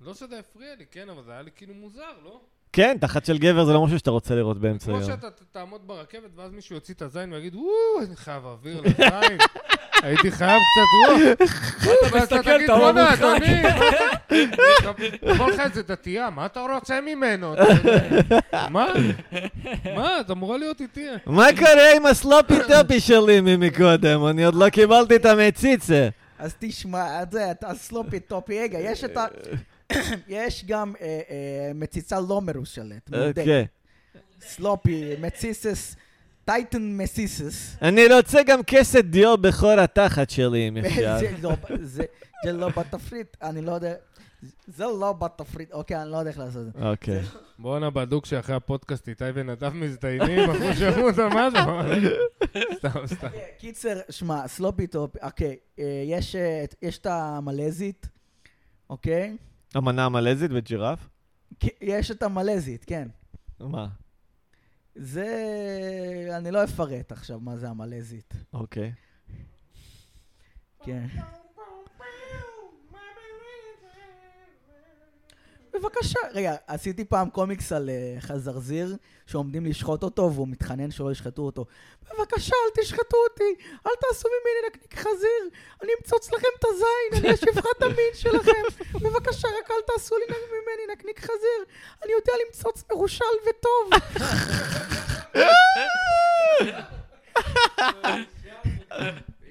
[SPEAKER 4] לא שזה הפריע לי, כן, אבל זה היה לי כאילו מוזר, לא?
[SPEAKER 3] כן, תחת של גבר זה לא משהו שאתה רוצה לראות באמצע
[SPEAKER 4] כמו
[SPEAKER 3] היום.
[SPEAKER 4] שאתה ת- תעמוד ברכבת, ואז מישהו יוציא את הזין ויגיד, וואו, אני חייב אוויר לזין. הייתי חייב קצת רוח.
[SPEAKER 2] אתה
[SPEAKER 4] ואז אתה
[SPEAKER 2] מסתכל,
[SPEAKER 4] תגיד,
[SPEAKER 2] אתה אומר,
[SPEAKER 4] בואנה,
[SPEAKER 2] מודחק."
[SPEAKER 4] אדוני, מה- כל לך איזה דתייה, מה אתה רוצה ממנו? אתה יודע. מה? מה, את אמורה להיות איתי.
[SPEAKER 3] מה קורה עם הסלופי טופי שלי ממקודם? אני עוד לא קיבלתי את המציצה.
[SPEAKER 1] אז תשמע, את זה, אתה סלופי טופי, רגע, יש את ה... יש גם אה, אה, מציצה לא מרושלת, מהודקת.
[SPEAKER 3] אוקיי.
[SPEAKER 1] סלופי, מציסס, טייטן מסיסס.
[SPEAKER 3] אני רוצה גם כסת דיו בכל התחת שלי, אם אפשר.
[SPEAKER 1] זה לא- זה- זה לא בתפריט, אני לא יודע. זה לא בתפריט, אוקיי, אני לא יודע איך לעשות את זה.
[SPEAKER 3] אוקיי.
[SPEAKER 4] בואנה, בדוק שאחרי הפודקאסט איתי ונדב מזדיינים, אנחנו שמעו את המשהו. סתם, סתם.
[SPEAKER 1] קיצר, שמע, סלופי טופ, אוקיי, אה, יש, אה, את- יש את המלזית, אוקיי?
[SPEAKER 3] אמנה מלזית וג'ירף?
[SPEAKER 1] כי- יש את המלזית, כן.
[SPEAKER 3] מה?
[SPEAKER 1] זה... אני לא אפרט עכשיו מה זה המלזית,
[SPEAKER 3] אוקיי.
[SPEAKER 1] כן. בבקשה. רגע, עשיתי פעם קומיקס על אה, חזרזיר שעומדים לשחוט אותו והוא מתחנן שלא ישחטו אותו. בבקשה, אל תשחטו אותי, אל תעשו ממני נקניק חזיר, אני אמצוץ לכם את הזין, אני השפחת המין שלכם. בבקשה, רק אל תעשו לי ממני נקניק חזיר, אני יודע למצוץ מרושל וטוב.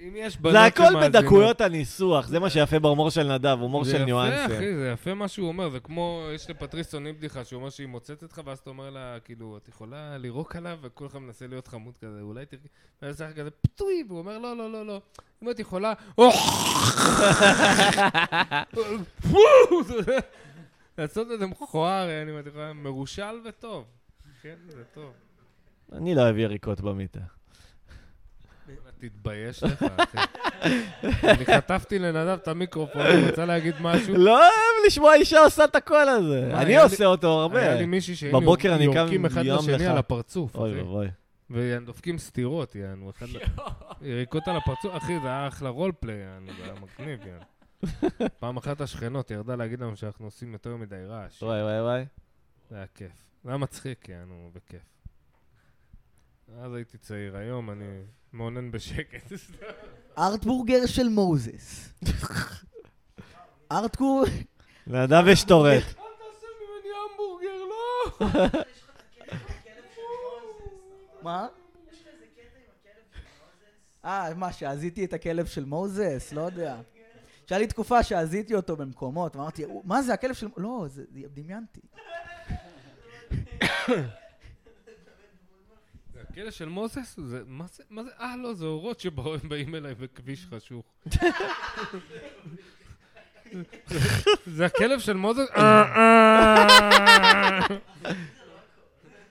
[SPEAKER 4] אם יש בנות
[SPEAKER 3] זה הכל
[SPEAKER 4] שמאזינות-
[SPEAKER 3] בדקויות הניסוח, זה מה שיפה בהומור של נדב, הומור של
[SPEAKER 4] זה יפה,
[SPEAKER 3] ניואנסים.
[SPEAKER 4] אחי, זה יפה מה שהוא אומר. זה כמו, יש לפטריס עונים בדיחה, שהוא אומר שהיא מוצאת אותך, ואז אתה אומר לה, כאילו, את יכולה לירוק עליו, וכולך מנסה להיות חמוד כזה, אולי תרגיש... ואז אחר כזה פטוי, והוא אומר, לא, לא, לא, לא. אם את יכולה... פו! זה- לעשות את זה מכוער, אני אומר, "את יכולה, מרושל וטוב. כן, זה טוב.
[SPEAKER 3] אני לא אביא יריקות במיטה.
[SPEAKER 4] תתבייש לך, אחי. אני חטפתי לנדב את המיקרופון, הוא רצה להגיד משהו.
[SPEAKER 3] לא אוהב לשמוע אישה עושה את הקול הזה.
[SPEAKER 4] מה,
[SPEAKER 3] אני
[SPEAKER 4] היה
[SPEAKER 3] עושה אותו הרבה.
[SPEAKER 4] היה לי אוקיי. מישהי שהיינו
[SPEAKER 3] בבוקר אני קם
[SPEAKER 4] יורקים אחד
[SPEAKER 3] יום
[SPEAKER 4] לשני
[SPEAKER 3] אחד.
[SPEAKER 4] על הפרצוף,
[SPEAKER 3] אוי
[SPEAKER 4] אחי.
[SPEAKER 3] ואבוי.
[SPEAKER 4] ודופקים סטירות, יענו. אחד ל- יריקות על הפרצוף, אחי, זה היה אחלה רולפליי, יענו, זה היה מגניב, יענו. פעם אחת השכנות ירדה להגיד לנו שאנחנו עושים יותר מדי רעש.
[SPEAKER 3] וואי וואי וואי.
[SPEAKER 4] זה היה כיף. זה היה מצחיק, יענו, בכיף. אז הייתי צעיר, היום אני מעונן בשקט.
[SPEAKER 1] ארטבורגר של מוזס. ארטקור...
[SPEAKER 3] נדב יש טורט.
[SPEAKER 1] מה? אה, מה, שהזיתי את הכלב של מוזס? לא יודע. שהיה לי תקופה שהזיתי אותו במקומות, ואמרתי, "הוא- מה זה הכלב של... מ-" לא, זה... זה- דמיינתי.
[SPEAKER 4] זה הכלא של מוזס? זה- מה זה? מה זה? אה, לא, זה אורות שבאים אליי בכביש חשוך. זה הכלב של מוזס? אה, אה.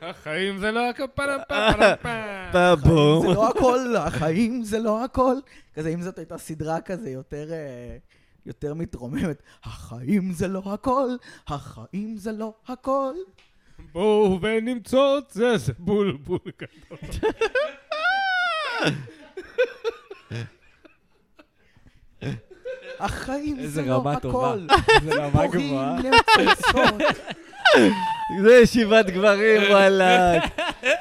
[SPEAKER 4] החיים זה לא הכל פלם פלם פלם פלם.
[SPEAKER 3] בום.
[SPEAKER 1] זה לא הכל, החיים זה לא הכל. כזה, אם זאת הייתה סדרה כזה יותר... אה, יותר מתרוממת, החיים זה לא הכל, החיים זה לא הכל.
[SPEAKER 4] בואו ונמצוץ זה זה בולבול גדול.
[SPEAKER 1] החיים
[SPEAKER 2] איזה
[SPEAKER 1] זה לא
[SPEAKER 2] רמה טובה.
[SPEAKER 1] הכל.
[SPEAKER 2] זה רמה
[SPEAKER 1] ציפורים
[SPEAKER 2] גבוהה.
[SPEAKER 1] נמצצות.
[SPEAKER 3] זה ישיבת גברים, וואלה.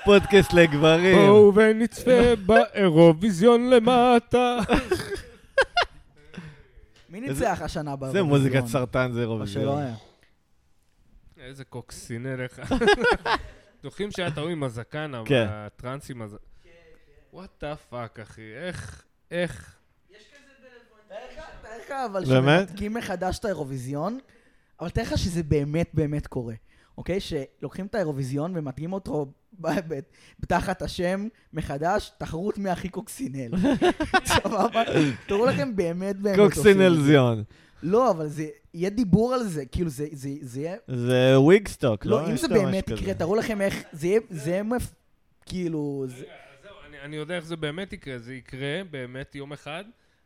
[SPEAKER 3] פודקאסט לגברים.
[SPEAKER 4] בואו ונצפה באירוויזיון למטה.
[SPEAKER 1] מי ניצח השנה באירוויזיון?
[SPEAKER 3] זה מוזיקת
[SPEAKER 1] לא-
[SPEAKER 3] סרטן, זה
[SPEAKER 1] מה שלא
[SPEAKER 3] אירוויזיון.
[SPEAKER 1] לא היה.
[SPEAKER 4] איזה קוקסינל איך. זוכרים שהיה טעון עם הזקן, אבל
[SPEAKER 3] כן.
[SPEAKER 4] הטרנס עם הזקן. וואט דה פאק, אחי, איך, איך.
[SPEAKER 1] תאר לך אבל
[SPEAKER 3] באמת?
[SPEAKER 1] שמנתקים מחדש את האירוויזיון, אבל תאר לך שזה באמת באמת קורה, אוקיי? שלוקחים את האירוויזיון ומתגים אותו ב- ב- תחת השם מחדש, תחרות מי הכי קוקסינל. סבבה? תראו לכם באמת באמת עושים את כן, זה.
[SPEAKER 3] קוקסינלזיון.
[SPEAKER 1] לא, אבל זה, יהיה דיבור על זה, כאילו זה- זה זה יהיה...
[SPEAKER 3] זה וויגסטוק, לא?
[SPEAKER 1] לא, אם
[SPEAKER 3] יש
[SPEAKER 1] זה
[SPEAKER 3] לו משהו
[SPEAKER 1] באמת
[SPEAKER 3] כזה.
[SPEAKER 1] יקרה, תראו לכם איך, זה יהיה- זה יהיה מפ... כאילו... זה-
[SPEAKER 4] זהו, אני, אני יודע איך זה באמת יקרה, זה יקרה באמת יום אחד,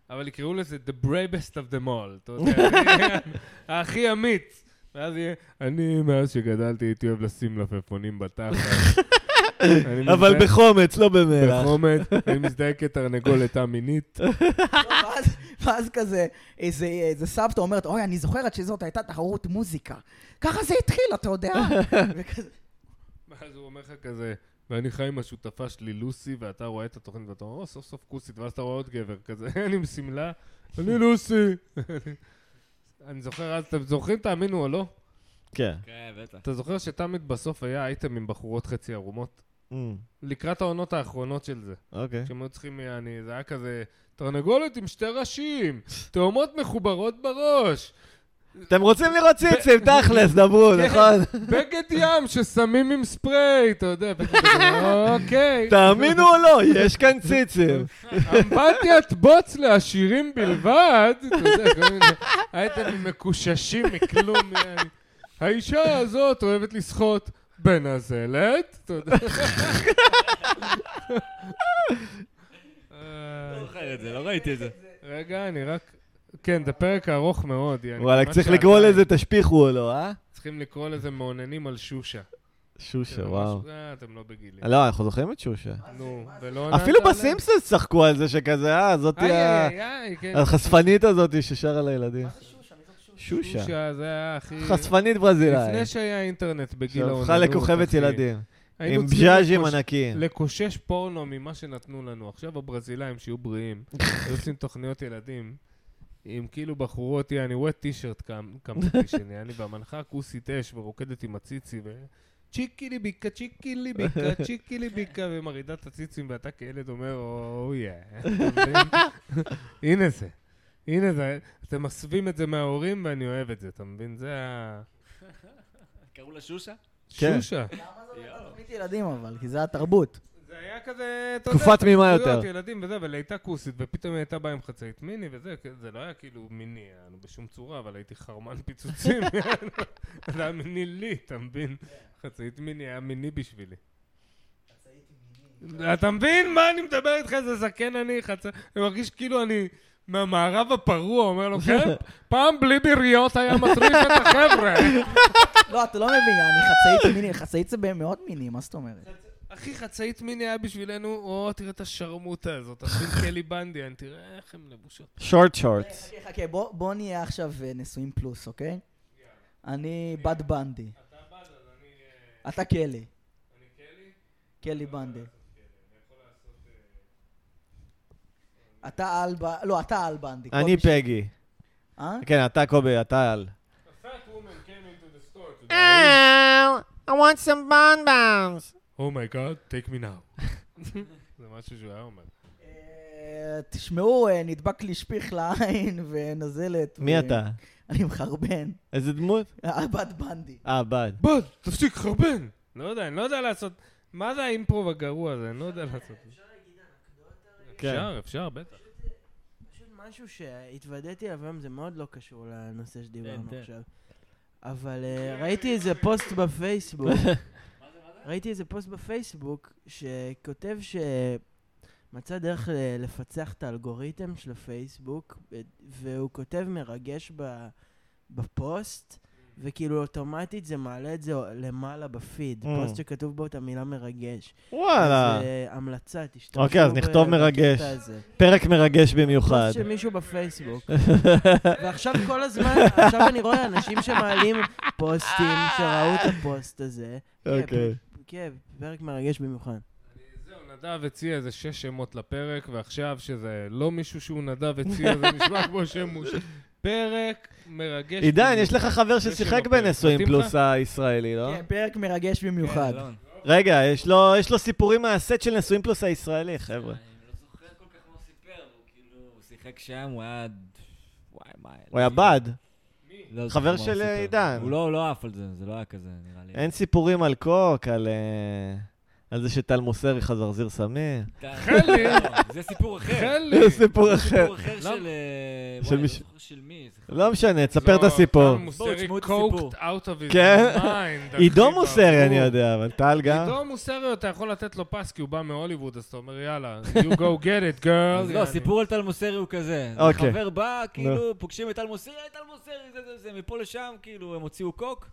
[SPEAKER 4] אבל יקראו לזה The Bravest of them all. אתה יודע, הכי אמיץ. ואז יהיה, אני מאז שגדלתי הייתי אוהב לשים לפפונים בתחת. אני
[SPEAKER 3] אבל
[SPEAKER 4] מזדהה-
[SPEAKER 3] בחומץ, לא במלח.
[SPEAKER 4] בחומץ, אני מזדהה כתרנגולת א-מינית.
[SPEAKER 1] ואז, ואז כזה, איזה, איזה סבתא אומרת, אוי, אני זוכרת שזאת הייתה תחרות מוזיקה. ככה זה התחיל, אתה יודע. וכזה,
[SPEAKER 4] ואז הוא אומר לך כזה, ואני חי עם השותפה שלי לוסי, ואתה רואה את התוכנית ואתה אומר, או, סוף סוף כוסית, ואז אתה רואה עוד גבר כזה, אני עם שמלה, אני לוסי. אני זוכר, אז אתם זוכרים, תאמינו או לא?
[SPEAKER 3] כן.
[SPEAKER 2] כן, בטח.
[SPEAKER 4] אתה זוכר שתמיד בסוף היה אייטם עם בחורות חצי ערומות?
[SPEAKER 3] Mm,
[SPEAKER 4] לקראת העונות האחרונות של זה.
[SPEAKER 3] אוקיי.
[SPEAKER 4] שהם היו צריכים, אני, זה היה כזה, תרנגולת עם שתי ראשים, תאומות מחוברות בראש,
[SPEAKER 3] אתם רוצים לראות ציצים, תכלס, דברו,
[SPEAKER 4] כן.
[SPEAKER 3] נכון?
[SPEAKER 4] בגד ים ששמים עם ספרי, אתה יודע, פתאום כזה, אוקיי.
[SPEAKER 3] תאמינו או לא, יש כאן ציצים.
[SPEAKER 4] אמבטיית בוץ לעשירים בלבד, אתה יודע, כל מיני, הייתם מקוששים מכלום. יעני. האישה הזאת אוהבת לשחות בנזלת, אתה יודע.
[SPEAKER 2] לא זוכר את זה, לא ראיתי את זה.
[SPEAKER 4] אה, רגע, אני רק... כן, זה פרק ארוך מאוד. יעני,
[SPEAKER 3] וואלכ,
[SPEAKER 4] כמעט
[SPEAKER 3] צריך לקרוא
[SPEAKER 4] שעתיים.
[SPEAKER 3] לזה תשפיכו או לא, אה?
[SPEAKER 4] צריכים לקרוא לזה מאוננים על שושה.
[SPEAKER 3] שושה, וואו.
[SPEAKER 4] אה, אתם לא בגילי.
[SPEAKER 3] לא, אנחנו זוכרים את שושה.
[SPEAKER 4] נו, ולא ענית
[SPEAKER 3] אפילו
[SPEAKER 4] עליה?
[SPEAKER 3] בסימפסונס צחקו על זה שכזה, אה, זאתי
[SPEAKER 4] איי,
[SPEAKER 3] ה-
[SPEAKER 4] איי, איי, כן.
[SPEAKER 3] החשפנית הזאת ששרה לילדים. שושה.
[SPEAKER 4] שושה, זה היה הכי...
[SPEAKER 3] חשפנית ברזילאי.
[SPEAKER 4] לפני שהיה אינטרנט בגיל האוננות.
[SPEAKER 3] שהפכה לכוכבת
[SPEAKER 4] אחי.
[SPEAKER 3] ילדים.
[SPEAKER 4] היינו
[SPEAKER 3] עם
[SPEAKER 4] צריכים
[SPEAKER 3] בז'אז'ים
[SPEAKER 4] לקוש-
[SPEAKER 3] ענקיים.
[SPEAKER 4] לקושש פורנו ממה שנתנו לנו. עכשיו הברזילאים, שיהיו בריאים, היו עושים תוכניות ילדים, עם כאילו בחורות, יעני, wet t-shirt קמפטישן, יעני, והמנחה כוסית אש ורוקדת עם הציצי, ו... צ'יקי ליביקה, צ'יקי ליביקה, צ'יקי ליביקה, ומרעידה את הציצים, ואתה כילד אומר, "Oh, או יא. הנה זה. הנה זה. אתם מסווים את זה מההורים, ואני אוהב את זה, אתה מבין? זה ה...
[SPEAKER 2] קראו לה שושה?
[SPEAKER 3] כן.
[SPEAKER 4] שושה.
[SPEAKER 1] תוכנית "לא, ילדים אבל, כי זה התרבות.
[SPEAKER 4] זה היה כזה, אתה
[SPEAKER 3] תקופה תמימה
[SPEAKER 4] התפתחויות,
[SPEAKER 3] יותר.
[SPEAKER 4] ילדים וזה, אבל הייתה כוסית, ופתאום היא הייתה באה עם חצאית מיני וזה, כ- זה לא היה כאילו מיני יענו, בשום צורה, אבל הייתי חרמן פיצוצים, יענו. זה היה מיני לי, אתה מבין? חצאית מיני היה מיני בשבילי. אתה מבין מה אני מדבר איתך? איזה זקן אני, חצ... אני מרגיש כאילו אני מהמערב הפרוע, אומר לו, כן, פעם בלי ביריות היה מטריף את החבר'ה.
[SPEAKER 1] לא, אתה לא מבין, אני חצאית מיני, חצאית זה במאות מיני, מה זאת אומרת?
[SPEAKER 4] אחי, חצאית מיני היה בשבילנו, או, תראה את השרמוטה הזאת, אחי, קלי בנדיאן, תראה איך הן לבושות.
[SPEAKER 3] שורט שורטס.
[SPEAKER 1] חכה, חכה, בוא בוא נהיה עכשיו אה, נשואים פלוס, אוקיי? אני בת בנדי. אתה קלי. אה, אני קלי? לא, קלי בנדי. אתה על בנדי. לא, אתה על בנדי. כל
[SPEAKER 3] אני
[SPEAKER 1] מי ש-
[SPEAKER 3] פגי.
[SPEAKER 1] אה?
[SPEAKER 3] כן, אתה קובי, אתה על.
[SPEAKER 4] אומייגאד, טייק מי נאו. זה משהו שהוא היה אומר.
[SPEAKER 1] אה, תשמעו, אה, נדבק לי שפיך לעין ונזלת.
[SPEAKER 3] מי
[SPEAKER 1] ו-
[SPEAKER 3] אתה?
[SPEAKER 1] אני מחרבן.
[SPEAKER 3] איזה דמות?
[SPEAKER 1] אה, בת בנדי.
[SPEAKER 3] אה, בד.
[SPEAKER 4] בד, תפסיק, חרבן! לא יודע, אני לא יודע לעשות... מה זה האימפרוב הגרוע הזה? אני לא יודע לעשות את זה. אפשר, אפשר, בטח.
[SPEAKER 6] פשוט משהו שהתוודעתי עליו היום, זה מאוד לא קשור לנושא
[SPEAKER 2] כן,
[SPEAKER 6] שדיברנו
[SPEAKER 2] כן.
[SPEAKER 6] עכשיו. אבל אה, ראיתי איזה פוסט בפייסבוק. ראיתי איזה פוסט בפייסבוק שכותב שמצא דרך ל- לפצח את האלגוריתם של הפייסבוק, ו- והוא כותב מרגש ב- בפוסט, וכאילו אוטומטית זה מעלה את זה למעלה בפיד,
[SPEAKER 3] Mm.
[SPEAKER 6] פוסט שכתוב בו את המילה מרגש.
[SPEAKER 3] וואלה.
[SPEAKER 6] אז אה, המלצה, תשתמשו
[SPEAKER 3] אוקיי, אז
[SPEAKER 6] ב-
[SPEAKER 3] נכתוב מרגש.
[SPEAKER 6] בקטע הזה.
[SPEAKER 3] פרק מרגש במיוחד.
[SPEAKER 6] פוסט של מישהו בפייסבוק. ועכשיו כל הזמן, עכשיו אני רואה אנשים שמעלים פוסטים שראו את הפוסט הזה.
[SPEAKER 3] אוקיי.
[SPEAKER 6] כן, פרק מרגש במיוחד.
[SPEAKER 4] זהו, נדב הציע איזה שש שמות לפרק, ועכשיו שזה לא מישהו שהוא נדב הציע, זה נשמע כמו שם מושלם. פרק מרגש.
[SPEAKER 3] עידן, יש לך חבר
[SPEAKER 4] יש לי
[SPEAKER 3] ששיחק
[SPEAKER 4] בפרק.
[SPEAKER 3] בנשואים
[SPEAKER 4] מתאים
[SPEAKER 3] פלוס
[SPEAKER 4] לך?
[SPEAKER 3] הישראלי, לא?
[SPEAKER 1] כן, פרק מרגש במיוחד.
[SPEAKER 2] אלון.
[SPEAKER 3] רגע, יש לו- יש לו סיפורים מהסט של נשואים פלוס הישראלי, חבר'ה.
[SPEAKER 2] אני לא זוכר כל כך מה הוא סיפר, הוא כאילו, הוא שיחק שם, הוא היה... וואי, מה
[SPEAKER 3] הוא היה בד.
[SPEAKER 2] לא זוכר
[SPEAKER 3] חבר
[SPEAKER 2] מה הוא
[SPEAKER 3] של, אה,
[SPEAKER 2] סיפר.
[SPEAKER 3] עידן. אה,
[SPEAKER 2] הוא לא לא עף על זה, זה לא היה כזה, נראה לי.
[SPEAKER 3] אין סיפורים על קוק, על... אה, על זה שטל מוסרי חזרזיר סמיר.
[SPEAKER 2] אתה-
[SPEAKER 4] חלי.
[SPEAKER 2] כן. לא, זה סיפור אחר.
[SPEAKER 4] חלי!
[SPEAKER 3] זה סיפור
[SPEAKER 2] זה
[SPEAKER 3] אחר.
[SPEAKER 2] סיפור אחר
[SPEAKER 4] לא.
[SPEAKER 2] של... אה,
[SPEAKER 3] של
[SPEAKER 2] וואי, אני לא
[SPEAKER 3] מישהו.
[SPEAKER 2] זוכר של מי. זה חבר-
[SPEAKER 3] לא משנה, תספר את הסיפור.
[SPEAKER 4] לא, טל מוסרי
[SPEAKER 2] בואו, תשמעו את
[SPEAKER 4] קוקט
[SPEAKER 2] הסיפור.
[SPEAKER 4] out of his
[SPEAKER 3] כן.
[SPEAKER 4] mind.
[SPEAKER 3] עידו
[SPEAKER 4] אחי,
[SPEAKER 3] מוסרי, אני
[SPEAKER 4] ברור.
[SPEAKER 3] יודע, אבל טל גם.
[SPEAKER 4] עידו מוסרי, אתה יכול לתת לו פס כי הוא בא מהוליווד, אז אתה אומר, יאללה, you go get it, girl.
[SPEAKER 2] אז לא, סיפור על טל מוסרי הוא כזה. זה
[SPEAKER 3] אוקיי.
[SPEAKER 2] חבר בא, כאילו, פוגשים את טל מוסרי, "היי, טל מוסרי, זה, זה, זה, מפה לשם, כאילו, הם הוציאו קוק.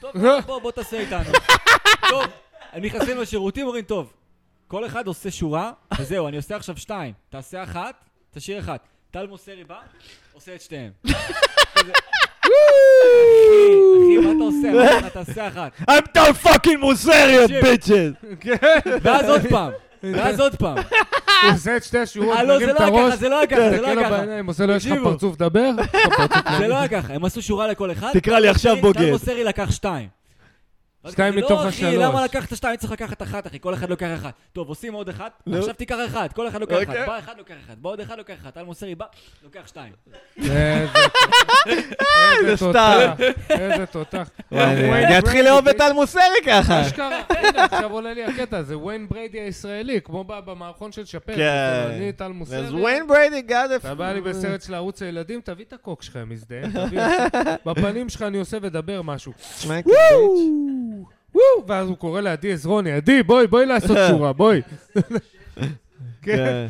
[SPEAKER 2] טוב, בוא, בוא תעשה איתנו. טוב, הם נכנסים לשירותים, אומרים, טוב, כל אחד עושה שורה, וזהו, אני עושה עכשיו שתיים. תעשה אחת, תשאיר אחת. טל מוסרי בא, עושה את שתיהם. כזה. אחי, מה אתה עושה? אמרתי לך, תעשה אחת.
[SPEAKER 3] I'm done fucking Musarian,
[SPEAKER 2] תקשיב.
[SPEAKER 3] bitches!
[SPEAKER 2] ואז עוד פעם. ואז עוד פעם.
[SPEAKER 4] הוא עושה את שתי השיעורות,
[SPEAKER 2] אה, לא,
[SPEAKER 4] מרים
[SPEAKER 2] זה
[SPEAKER 4] את
[SPEAKER 2] לא היה
[SPEAKER 4] הראש,
[SPEAKER 2] ככה, זה לא היה ככה, זה לא
[SPEAKER 4] תסתכל לה
[SPEAKER 2] היה ככה.
[SPEAKER 4] בעיניים, עושה לו, יש לך
[SPEAKER 2] תקשיבו.
[SPEAKER 4] פרצוף לדבר? יש לך פרצוף
[SPEAKER 2] זה לא
[SPEAKER 4] לעניין.
[SPEAKER 2] היה ככה, הם עשו שורה לכל אחד.
[SPEAKER 3] תקרא לי עכשיו
[SPEAKER 2] אחי, טל
[SPEAKER 3] בוגד.
[SPEAKER 2] מוסרי לקח שתיים. ואז
[SPEAKER 4] שתיים
[SPEAKER 2] כזה,
[SPEAKER 4] מתוך
[SPEAKER 2] לא, אחי,
[SPEAKER 4] השלוש."
[SPEAKER 2] למה לקחת שתיים? צריך לקחת אחת, אחי. כל אחד לוקח אחת. טוב, עושים עוד אחת,
[SPEAKER 3] לא.
[SPEAKER 2] עכשיו תיקח אחת. כל אחד לוקח אחת.
[SPEAKER 3] אוקיי.
[SPEAKER 2] בא אחד, לוקח אחת. בא עוד אחד, לוקח אחת. טל מוסרי בא, לוקח שתיים.
[SPEAKER 4] איזה-
[SPEAKER 3] זה
[SPEAKER 4] איזה תותח, איזה תותח.
[SPEAKER 3] וואי, אני אתחיל לאהוב את טל מוסרי ככה.
[SPEAKER 4] אשכרה, הנה, עכשיו עולה לי הקטע, זה וויין בריידי הישראלי, כמו ב- במערכון של שפר.
[SPEAKER 3] כן.
[SPEAKER 4] אני טל מוסרי.
[SPEAKER 3] אז וויין בריידי גאד
[SPEAKER 4] אתה בא לי בסרט של ערוץ הילדים, תביא את הקוק שלך, מזדהן, תביא. בפנים שלך אני עושה ודבר משהו. וואו, ואז הוא קורא לעדי עזרוני, עדי, בואי, בואי לעשות שורה, בואי. כן.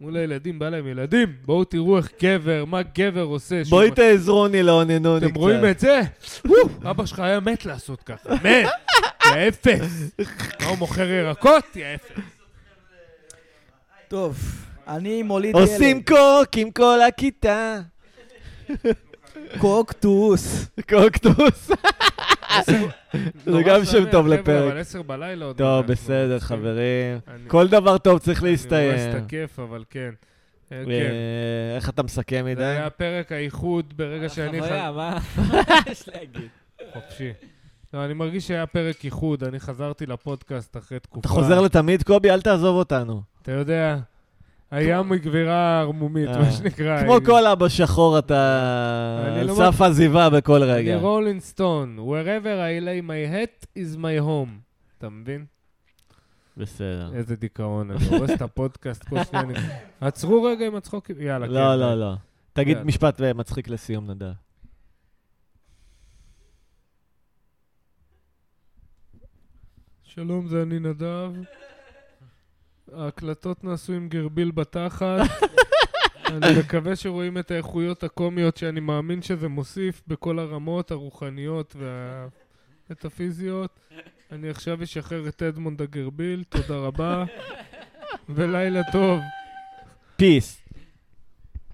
[SPEAKER 4] מול הילדים, בא להם ילדים, בואו תראו איך גבר, מה גבר עושה. שהוא
[SPEAKER 3] בואי תעזרוני לאוננוני קצת.
[SPEAKER 4] אתם רואים את זה? וואו, אבא שלך היה מת לעשות ככה, מת, יא אפס. מה הוא מוכר ירקות? יא אפס.
[SPEAKER 1] טוב, אני מוליד ילד.
[SPEAKER 3] עושים קוק עם כל הכיתה.
[SPEAKER 1] קוקטוס.
[SPEAKER 3] קוקטוס. זה
[SPEAKER 4] נורא
[SPEAKER 3] גם שם
[SPEAKER 4] שמח,
[SPEAKER 3] טוב
[SPEAKER 4] לא, חבר'ה,
[SPEAKER 3] לפרק.
[SPEAKER 4] אבל עשר בלילה עוד מעט,
[SPEAKER 3] טוב,
[SPEAKER 4] אנחנו
[SPEAKER 3] בסדר,
[SPEAKER 4] צריכים-
[SPEAKER 3] חברים.
[SPEAKER 4] אני-
[SPEAKER 3] כל דבר טוב צריך
[SPEAKER 4] אני ממש
[SPEAKER 3] להסתיים.
[SPEAKER 4] תקף, אבל כן. אה, כן.
[SPEAKER 3] אה, איך אתה מסכם
[SPEAKER 4] זה
[SPEAKER 3] עידן?
[SPEAKER 4] היה פרק האיחוד ברגע שאני... ח-
[SPEAKER 2] חוויה, מה? יש להגיד.
[SPEAKER 4] חופשי. לא, אני מרגיש שהיה פרק איחוד, אני חזרתי לפודקאסט אחרי תקופה.
[SPEAKER 3] אתה חוזר לתמיד, קובי, אל תעזוב אותנו.
[SPEAKER 4] אתה יודע, הים מגבירה ערמומית,
[SPEAKER 3] אה.
[SPEAKER 4] מה שנקרא.
[SPEAKER 3] כמו
[SPEAKER 4] אני-
[SPEAKER 3] כל אבא שחור, אתה
[SPEAKER 4] אני
[SPEAKER 3] על
[SPEAKER 4] לא
[SPEAKER 3] סף עזיבה בכל
[SPEAKER 4] אני לא-
[SPEAKER 3] רגע.
[SPEAKER 4] רולינג סטון, wherever I lay my hat is my home. אתה מבין?
[SPEAKER 3] בסדר.
[SPEAKER 4] איזה דיכאון, אני הורס את הפודקאסט כל שניה. אני- עצרו רגע עם הצחוקים, יאללה.
[SPEAKER 3] לא,
[SPEAKER 4] כן,
[SPEAKER 3] לא,
[SPEAKER 4] די.
[SPEAKER 3] לא. תגיד
[SPEAKER 4] כן.
[SPEAKER 3] משפט אה, מצחיק לסיום, נדב.
[SPEAKER 4] שלום, זה אני נדב. ההקלטות נעשו עם גרביל בתחת. אני מקווה שרואים את האיכויות הקומיות שאני מאמין שזה מוסיף בכל הרמות הרוחניות וה... את הפיזיות. אני עכשיו אשחרר את אדמונד הגרביל, תודה רבה, ולילה טוב.
[SPEAKER 3] פיס.